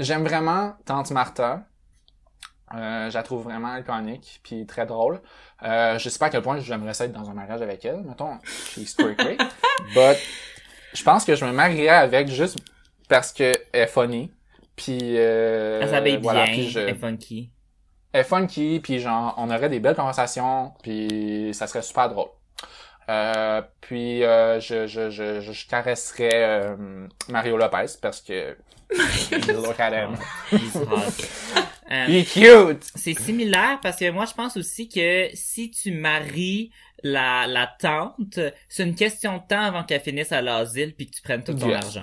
Speaker 3: j'aime vraiment Tante Martha. Euh, je la trouve vraiment iconique puis très drôle. Euh, je sais pas à quel point j'aimerais ça être dans un mariage avec elle, mettons, she's perfect. But je pense que je me marierais avec juste parce que elle est funny. Puis euh,
Speaker 5: Elle s'habille
Speaker 3: voilà,
Speaker 5: bien.
Speaker 3: puis je-
Speaker 5: Elle est funky.
Speaker 3: elle est funky, puis genre, on aurait des belles conversations, puis ça serait super drôle. Euh, puis euh, je, je, je, je, je caresserais euh, Mario Lopez parce que look at him.
Speaker 5: He's Oh, hot. Euh,
Speaker 3: He cute.
Speaker 5: C'est similaire parce que moi je pense aussi que si tu maries la, la tante, c'est une question de temps avant qu'elle finisse à l'asile puis que tu prennes tout ton
Speaker 3: Yes.
Speaker 5: argent.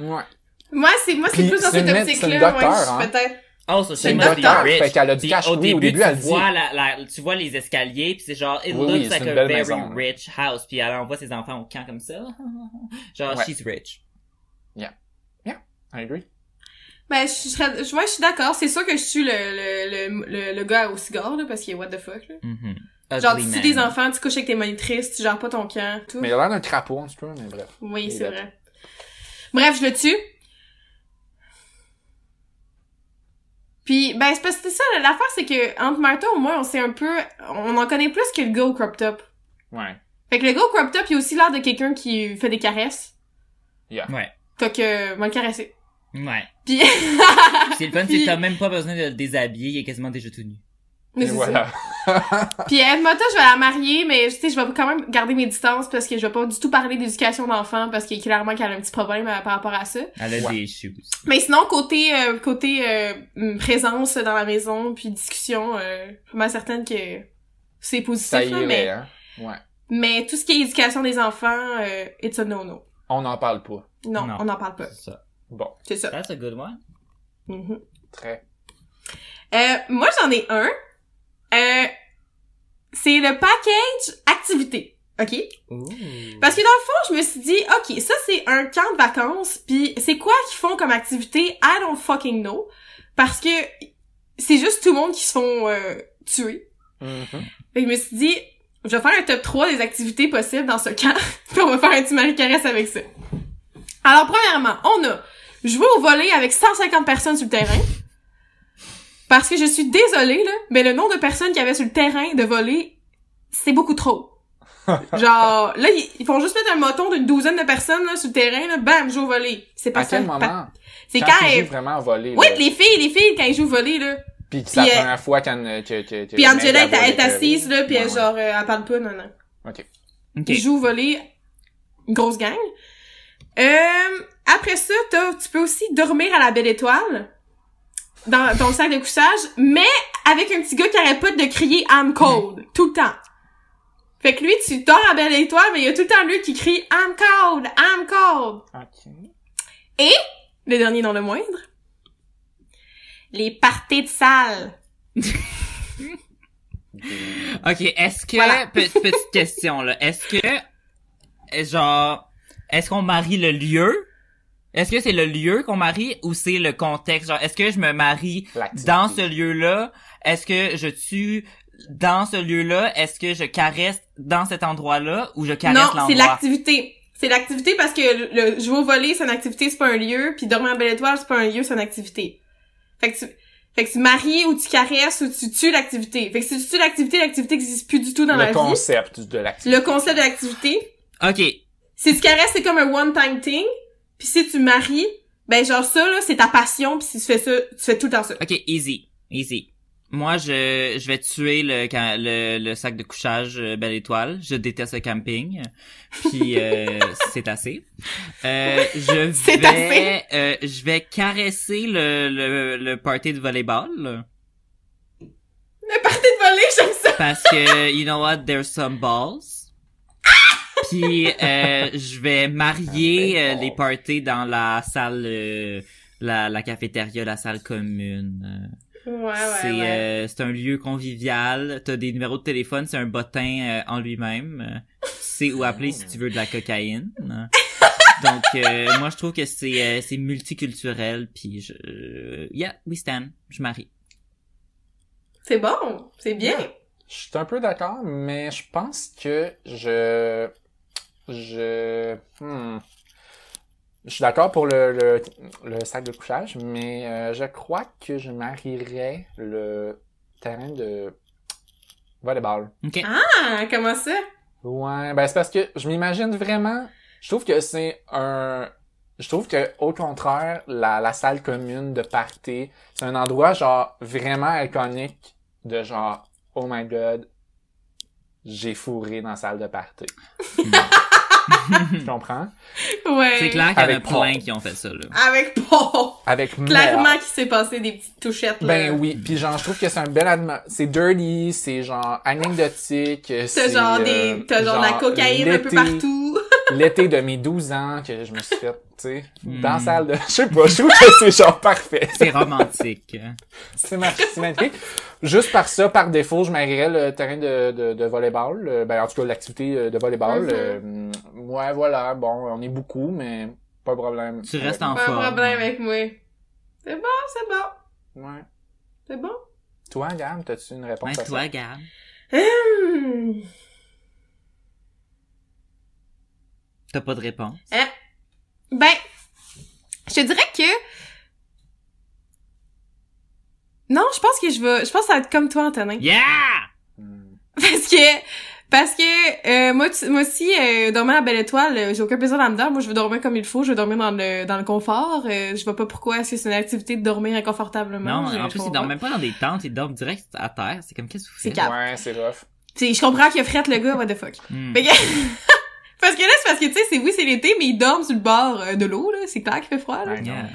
Speaker 3: Ouais.
Speaker 2: Moi, c'est moi, c'est
Speaker 3: Puis
Speaker 2: plus dans
Speaker 3: c'est
Speaker 2: cette
Speaker 3: une mé- c'est une
Speaker 2: optique-là, moi,
Speaker 3: docteur,
Speaker 2: je-
Speaker 3: hein.
Speaker 2: peut-être.
Speaker 5: Oh, so
Speaker 2: C'est
Speaker 5: she
Speaker 2: une
Speaker 5: must be
Speaker 2: docteur,
Speaker 5: rich.
Speaker 3: fait qu'elle a du
Speaker 5: Puis
Speaker 3: cash. Oui,
Speaker 5: Au
Speaker 3: au
Speaker 5: début,
Speaker 3: début,
Speaker 5: tu
Speaker 3: elle dit.
Speaker 5: vois la, la- tu vois les escaliers, puis c'est genre it
Speaker 3: Oui, oui,
Speaker 5: looks
Speaker 3: c'est
Speaker 5: like
Speaker 3: une
Speaker 5: a
Speaker 3: belle
Speaker 5: very
Speaker 3: maison, là.
Speaker 5: rich house. Puis elle envoie ses enfants au camp comme ça. Genre
Speaker 3: Ouais.
Speaker 5: she's rich.
Speaker 3: I agree.
Speaker 2: Ben, je serais, je, ouais, je suis d'accord. C'est sûr que je tue le, le, le, le, le gars au cigare, là, parce qu'il est what the fuck, là.
Speaker 5: Mhm.
Speaker 2: Genre,
Speaker 5: Ugly
Speaker 2: tu tues
Speaker 5: man.
Speaker 2: des enfants, tu couches avec tes monitrices, tu gères pas ton camp, tout.
Speaker 3: Mais il a l'air d'un crapaud un petit peu, mais bref.
Speaker 2: Oui,
Speaker 3: il
Speaker 2: c'est
Speaker 3: est
Speaker 2: vrai. Bref, je le tue. Puis, ben, c'est parce que c'est ça, l'affaire, c'est que, entre Martha, au moins, on sait un peu, on en connaît plus que le gars au crop top.
Speaker 3: Ouais.
Speaker 2: Fait que le gars au crop top, il a aussi l'air de quelqu'un qui fait des caresses.
Speaker 5: Ouais.
Speaker 2: Fait que, va le caresser.
Speaker 5: Ouais.
Speaker 2: Puis,
Speaker 5: C'est le fun, c'est que
Speaker 2: Puis-
Speaker 5: t'as même pas besoin de le déshabiller, il est quasiment déjà tout nu.
Speaker 2: Mais
Speaker 3: Et
Speaker 2: c'est ça.
Speaker 3: voilà.
Speaker 2: Puis Eve Mota, je vais la marier, mais tu sais, je vais quand même garder mes distances parce que je vais pas du tout parler d'éducation d'enfants parce qu'il clairement qu'elle a un petit problème euh, par rapport à ça.
Speaker 5: Elle a
Speaker 3: Ouais.
Speaker 5: des shoes.
Speaker 2: Mais sinon, côté euh, côté euh, hum, présence dans la maison puis discussion, euh, je suis pas mal certaine que c'est positif,
Speaker 3: Ça
Speaker 2: là,
Speaker 3: irait,
Speaker 2: mais,
Speaker 3: hein. Ouais.
Speaker 2: mais tout ce qui est éducation des enfants, euh, it's a no-no.
Speaker 3: On n'en parle pas.
Speaker 2: Non,
Speaker 5: Non.
Speaker 2: on n'en parle pas.
Speaker 5: C'est ça.
Speaker 3: Bon,
Speaker 2: C'est ça.
Speaker 5: That's a good one.
Speaker 2: Mhm.
Speaker 3: très.
Speaker 2: Euh, moi, j'en ai un. Euh, c'est le package activité. OK? Parce que dans le fond, je me suis dit, OK, ça c'est un camp de vacances, puis c'est quoi qu'ils font comme activité? I don't fucking know. Parce que c'est juste tout le monde qui se font euh, tuer. Fait que je me suis dit, je vais faire un top 3 des activités possibles dans ce camp, puis on va faire un petit marie-caresse avec ça. Alors, premièrement, on a jouer au volet avec 150 personnes sur le terrain. Parce que je suis désolée, là, mais le nombre de personnes qu'il y avait sur le terrain de voler, c'est beaucoup trop. Genre, là, ils- ils font juste mettre un moton d'une douzaine de personnes, là, sur le terrain, là, bam, joue au volet. C'est pas
Speaker 3: À quel
Speaker 2: ça.
Speaker 3: moment?
Speaker 2: C'est quand
Speaker 3: ils jouent
Speaker 2: elles...
Speaker 3: vraiment à voler.
Speaker 2: Oui,
Speaker 3: là.
Speaker 2: les filles, les filles, quand ils jouent au volet, là.
Speaker 3: Puis c'est la
Speaker 2: puis, euh,
Speaker 3: première fois qu'Anne... euh, Que, que, que
Speaker 2: Puis
Speaker 3: Meg
Speaker 2: Angela
Speaker 3: a
Speaker 2: est, est
Speaker 3: volé,
Speaker 2: assise,
Speaker 3: euh,
Speaker 2: là, puis
Speaker 3: ouais,
Speaker 2: elle,
Speaker 3: ouais.
Speaker 2: genre, euh, elle parle pas, non, non.
Speaker 3: OK.
Speaker 5: Ok.
Speaker 2: Ils jouent au volley. Grosse gang. Euh, après ça, t'as- tu peux aussi dormir à la belle étoile. Dans ton sac de couchage. Mais avec un petit gars qui arrête pas de crier I'm cold. Tout le temps. Fait que lui, tu dors à la belle étoile, mais il y a tout le temps lui qui crie I'm cold, I'm cold.
Speaker 3: OK.
Speaker 2: Le dernier non le moindre. Les parties de salle.
Speaker 5: Ok, est-ce que
Speaker 2: Voilà.
Speaker 5: pe- petite question là, est-ce que euh, genre est-ce qu'on marie le lieu Est-ce que c'est le lieu qu'on marie ou c'est le contexte Genre est-ce que je me marie
Speaker 3: L'activité.
Speaker 5: dans ce lieu-là Est-ce que je tue dans ce lieu-là Est-ce que je caresse dans cet endroit-là ou je caresse
Speaker 2: Non, c'est
Speaker 5: l'endroit
Speaker 2: l'activité. C'est l'activité parce que le le jouer au volley, c'est une activité, c'est pas un lieu, puis dormir en belle étoile, c'est pas un lieu, c'est une activité. Fait que tu fait que tu maries ou tu caresses ou tu tues l'activité. Fait que si tu tues l'activité, l'activité existe plus du tout dans la
Speaker 3: Le
Speaker 2: vie.
Speaker 3: concept de l'activité.
Speaker 2: Le concept de l'activité,
Speaker 5: Ok,
Speaker 2: si tu caresses, c'est comme un one time thing, puis si tu maries, ben genre ça là, c'est ta passion, puis si tu fais ça, tu fais tout le temps ça.
Speaker 5: ok, easy, easy. Moi, je, je vais tuer le, ca- le, le sac de couchage euh, Belle Étoile. Je déteste le camping. Puis euh, c'est assez. Euh, je
Speaker 2: C'est
Speaker 5: vais,
Speaker 2: assez.
Speaker 5: euh, je vais caresser le, le, le party de volleyball
Speaker 2: Le party de volley, j'aime ça.
Speaker 5: parce que you know what, there's some balls. Puis euh, je vais
Speaker 3: Ah,
Speaker 5: marier
Speaker 3: ben,
Speaker 5: euh, les
Speaker 3: bon.
Speaker 5: parties dans la salle, euh, la, la cafétéria, la salle commune.
Speaker 2: Ouais ouais
Speaker 5: c'est
Speaker 2: ouais.
Speaker 5: euh, c'est un lieu convivial. T'as des numéros de téléphone, c'est un bottin euh, en lui-même. Euh, Tu sais où appeler si tu veux de la cocaïne. hein. Donc euh, moi je trouve que c'est euh, c'est multiculturel puis je euh, yeah we stand je marie.
Speaker 2: C'est bon, c'est bien.
Speaker 3: Je suis un peu d'accord, mais je pense que je. Je. hmm. Je suis d'accord pour le, le, le sac de couchage, mais euh, je crois que je marierais le terrain de volleyball.
Speaker 5: Ok.
Speaker 2: Ah, comment ça
Speaker 3: Ouais, ben c'est parce que je m'imagine vraiment. Je trouve que c'est un. Je trouve que au contraire, la, la salle commune de party, c'est un endroit genre vraiment iconique de genre oh my god, j'ai fourré dans la salle de party. tu comprends?
Speaker 2: Ouais.
Speaker 5: C'est clair qu'il y en a
Speaker 3: Avec
Speaker 5: plein
Speaker 3: Paul.
Speaker 5: qui ont fait ça là.
Speaker 2: Avec Paul.
Speaker 3: Avec moi.
Speaker 2: Clairement qu'il s'est passé des petites touchettes là.
Speaker 3: Ben oui, puis genre je trouve que c'est un bel atmo- c'est dirty, c'est genre anecdotique,
Speaker 2: T'as
Speaker 3: c'est
Speaker 2: genre
Speaker 3: euh,
Speaker 2: des, t'as genre, de la cocaïne un peu
Speaker 3: l'été.
Speaker 2: partout.
Speaker 3: l'été de mes 12 ans que je me suis fait, tu sais, dans
Speaker 5: Mm.
Speaker 3: la salle de... Je sais pas, je trouve que c'est genre parfait.
Speaker 5: C'est romantique.
Speaker 3: C'est ma- c'est magnifique. Juste par ça, par défaut, je marierais le terrain de, de, de volleyball. euh, Ben, en tout cas, l'activité euh, de volleyball.
Speaker 2: Mhm.
Speaker 3: euh, ouais, voilà, bon, on est beaucoup, mais pas de problème. Euh,
Speaker 5: Tu restes en
Speaker 2: Pas de
Speaker 5: forme.
Speaker 2: problème avec moi. C'est bon, c'est bon,
Speaker 3: Ouais.
Speaker 2: c'est bon.
Speaker 3: Toi, Gam, t'as-tu une réponse
Speaker 5: Ouais,
Speaker 3: à ça?
Speaker 5: Ben, toi garde.
Speaker 2: Hum.
Speaker 5: T'as pas de réponse.
Speaker 2: Ben, je te dirais que non, je pense que je vais, je pense que ça va être comme toi, Antonin.
Speaker 5: Yeah.
Speaker 3: Hmm.
Speaker 2: Parce que parce que euh, moi tu- moi aussi euh, dormir à la belle étoile, euh, j'ai aucun plaisir là-dedans. Moi je veux dormir comme il faut, je veux dormir dans le dans le confort. Euh, je vois pas pourquoi est-ce que c'est une activité de dormir inconfortablement.
Speaker 5: Non,
Speaker 2: Je-
Speaker 5: en
Speaker 2: je
Speaker 5: plus ils
Speaker 2: comprends
Speaker 5: dorment même pas dans des tentes, ils dorment direct à terre. C'est comme qu'est-ce que vous
Speaker 2: C'est
Speaker 5: faites?
Speaker 2: cap.
Speaker 3: Ouais, c'est rough.
Speaker 2: Puis je comprends qu'il frette le gars, what the fuck.
Speaker 5: Hmm.
Speaker 2: Fait que- parce que là, c'est parce que, tu sais, c'est oui, c'est l'été, mais il dorment sur le bord euh, de l'eau, là. C'est clair qu'il fait froid, là.
Speaker 3: Ouais, non.
Speaker 5: Yeah.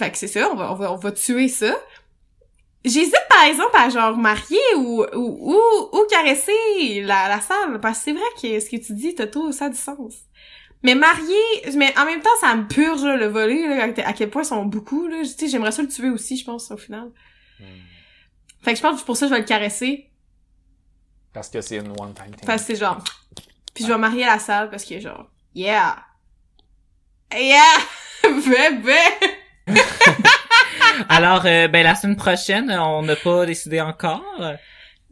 Speaker 2: Fait que c'est ça, on va, on va, on va tuer ça. J'hésite, par exemple, à genre marier ou, ou, ou, ou caresser la, la salle. Parce que c'est vrai que ce que tu dis, Toto, ça a du sens. Mais marier, mais en même temps, ça me purge, là, le volet, là, à- à quel point ils sont beaucoup, là. Tu sais, j'aimerais ça le tuer aussi, je pense, au final.
Speaker 5: Hmm.
Speaker 2: Fait que je pense que pour ça, je vais le caresser.
Speaker 3: Parce que c'est une one-time thing.
Speaker 2: Parce que c'est genre, Puis je vais marier à la salle parce que genre, yeah, yeah, bébé.
Speaker 5: Alors, euh, ben la semaine prochaine, on n'a pas décidé encore.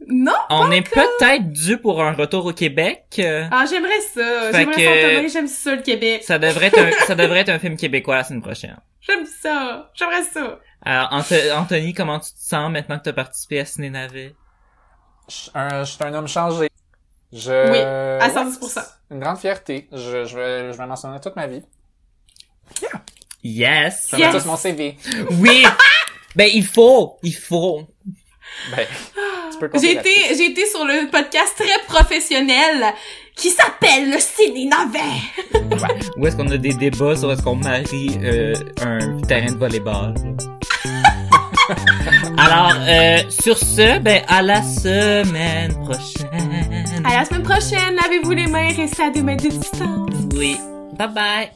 Speaker 2: Non.
Speaker 5: on est peut-être dû pour un retour au Québec. Euh,
Speaker 2: Ah, j'aimerais ça.
Speaker 5: Fait
Speaker 2: J'aimerais
Speaker 5: que-
Speaker 2: ça Saint-Thomas, j'aime ça le Québec.
Speaker 5: Ça devrait être un, ça devrait être un film québécois la semaine prochaine.
Speaker 2: J'aime ça. J'aimerais ça.
Speaker 5: Alors, Anto- Anthony, comment tu te sens maintenant que tu as participé à Ciné Navet?
Speaker 3: Je- un- je suis un homme changé. Je...
Speaker 2: Oui, à
Speaker 3: ouais,
Speaker 2: 110%.
Speaker 3: c'est Une grande fierté. Je, je vais, je vais mentionner toute ma vie.
Speaker 5: Yes!
Speaker 3: Je
Speaker 2: Yes!
Speaker 3: vais mettre ça sur mon CV.
Speaker 5: Oui! ben, il faut! Il faut!
Speaker 3: Ben, tu peux compter
Speaker 5: ben,
Speaker 2: J'ai
Speaker 3: là-dessus.
Speaker 2: été, j'ai été sur le podcast très professionnel qui s'appelle le Ciné Navet.
Speaker 5: Ouais. Où est-ce qu'on a des débats sur est-ce qu'on marie euh, un terrain de volleyball? Alors, euh, sur ce, ben, à la semaine prochaine.
Speaker 2: À la semaine prochaine. Lavez-vous les mains. Restez à deux mètres de distance.
Speaker 5: Oui. Bye bye.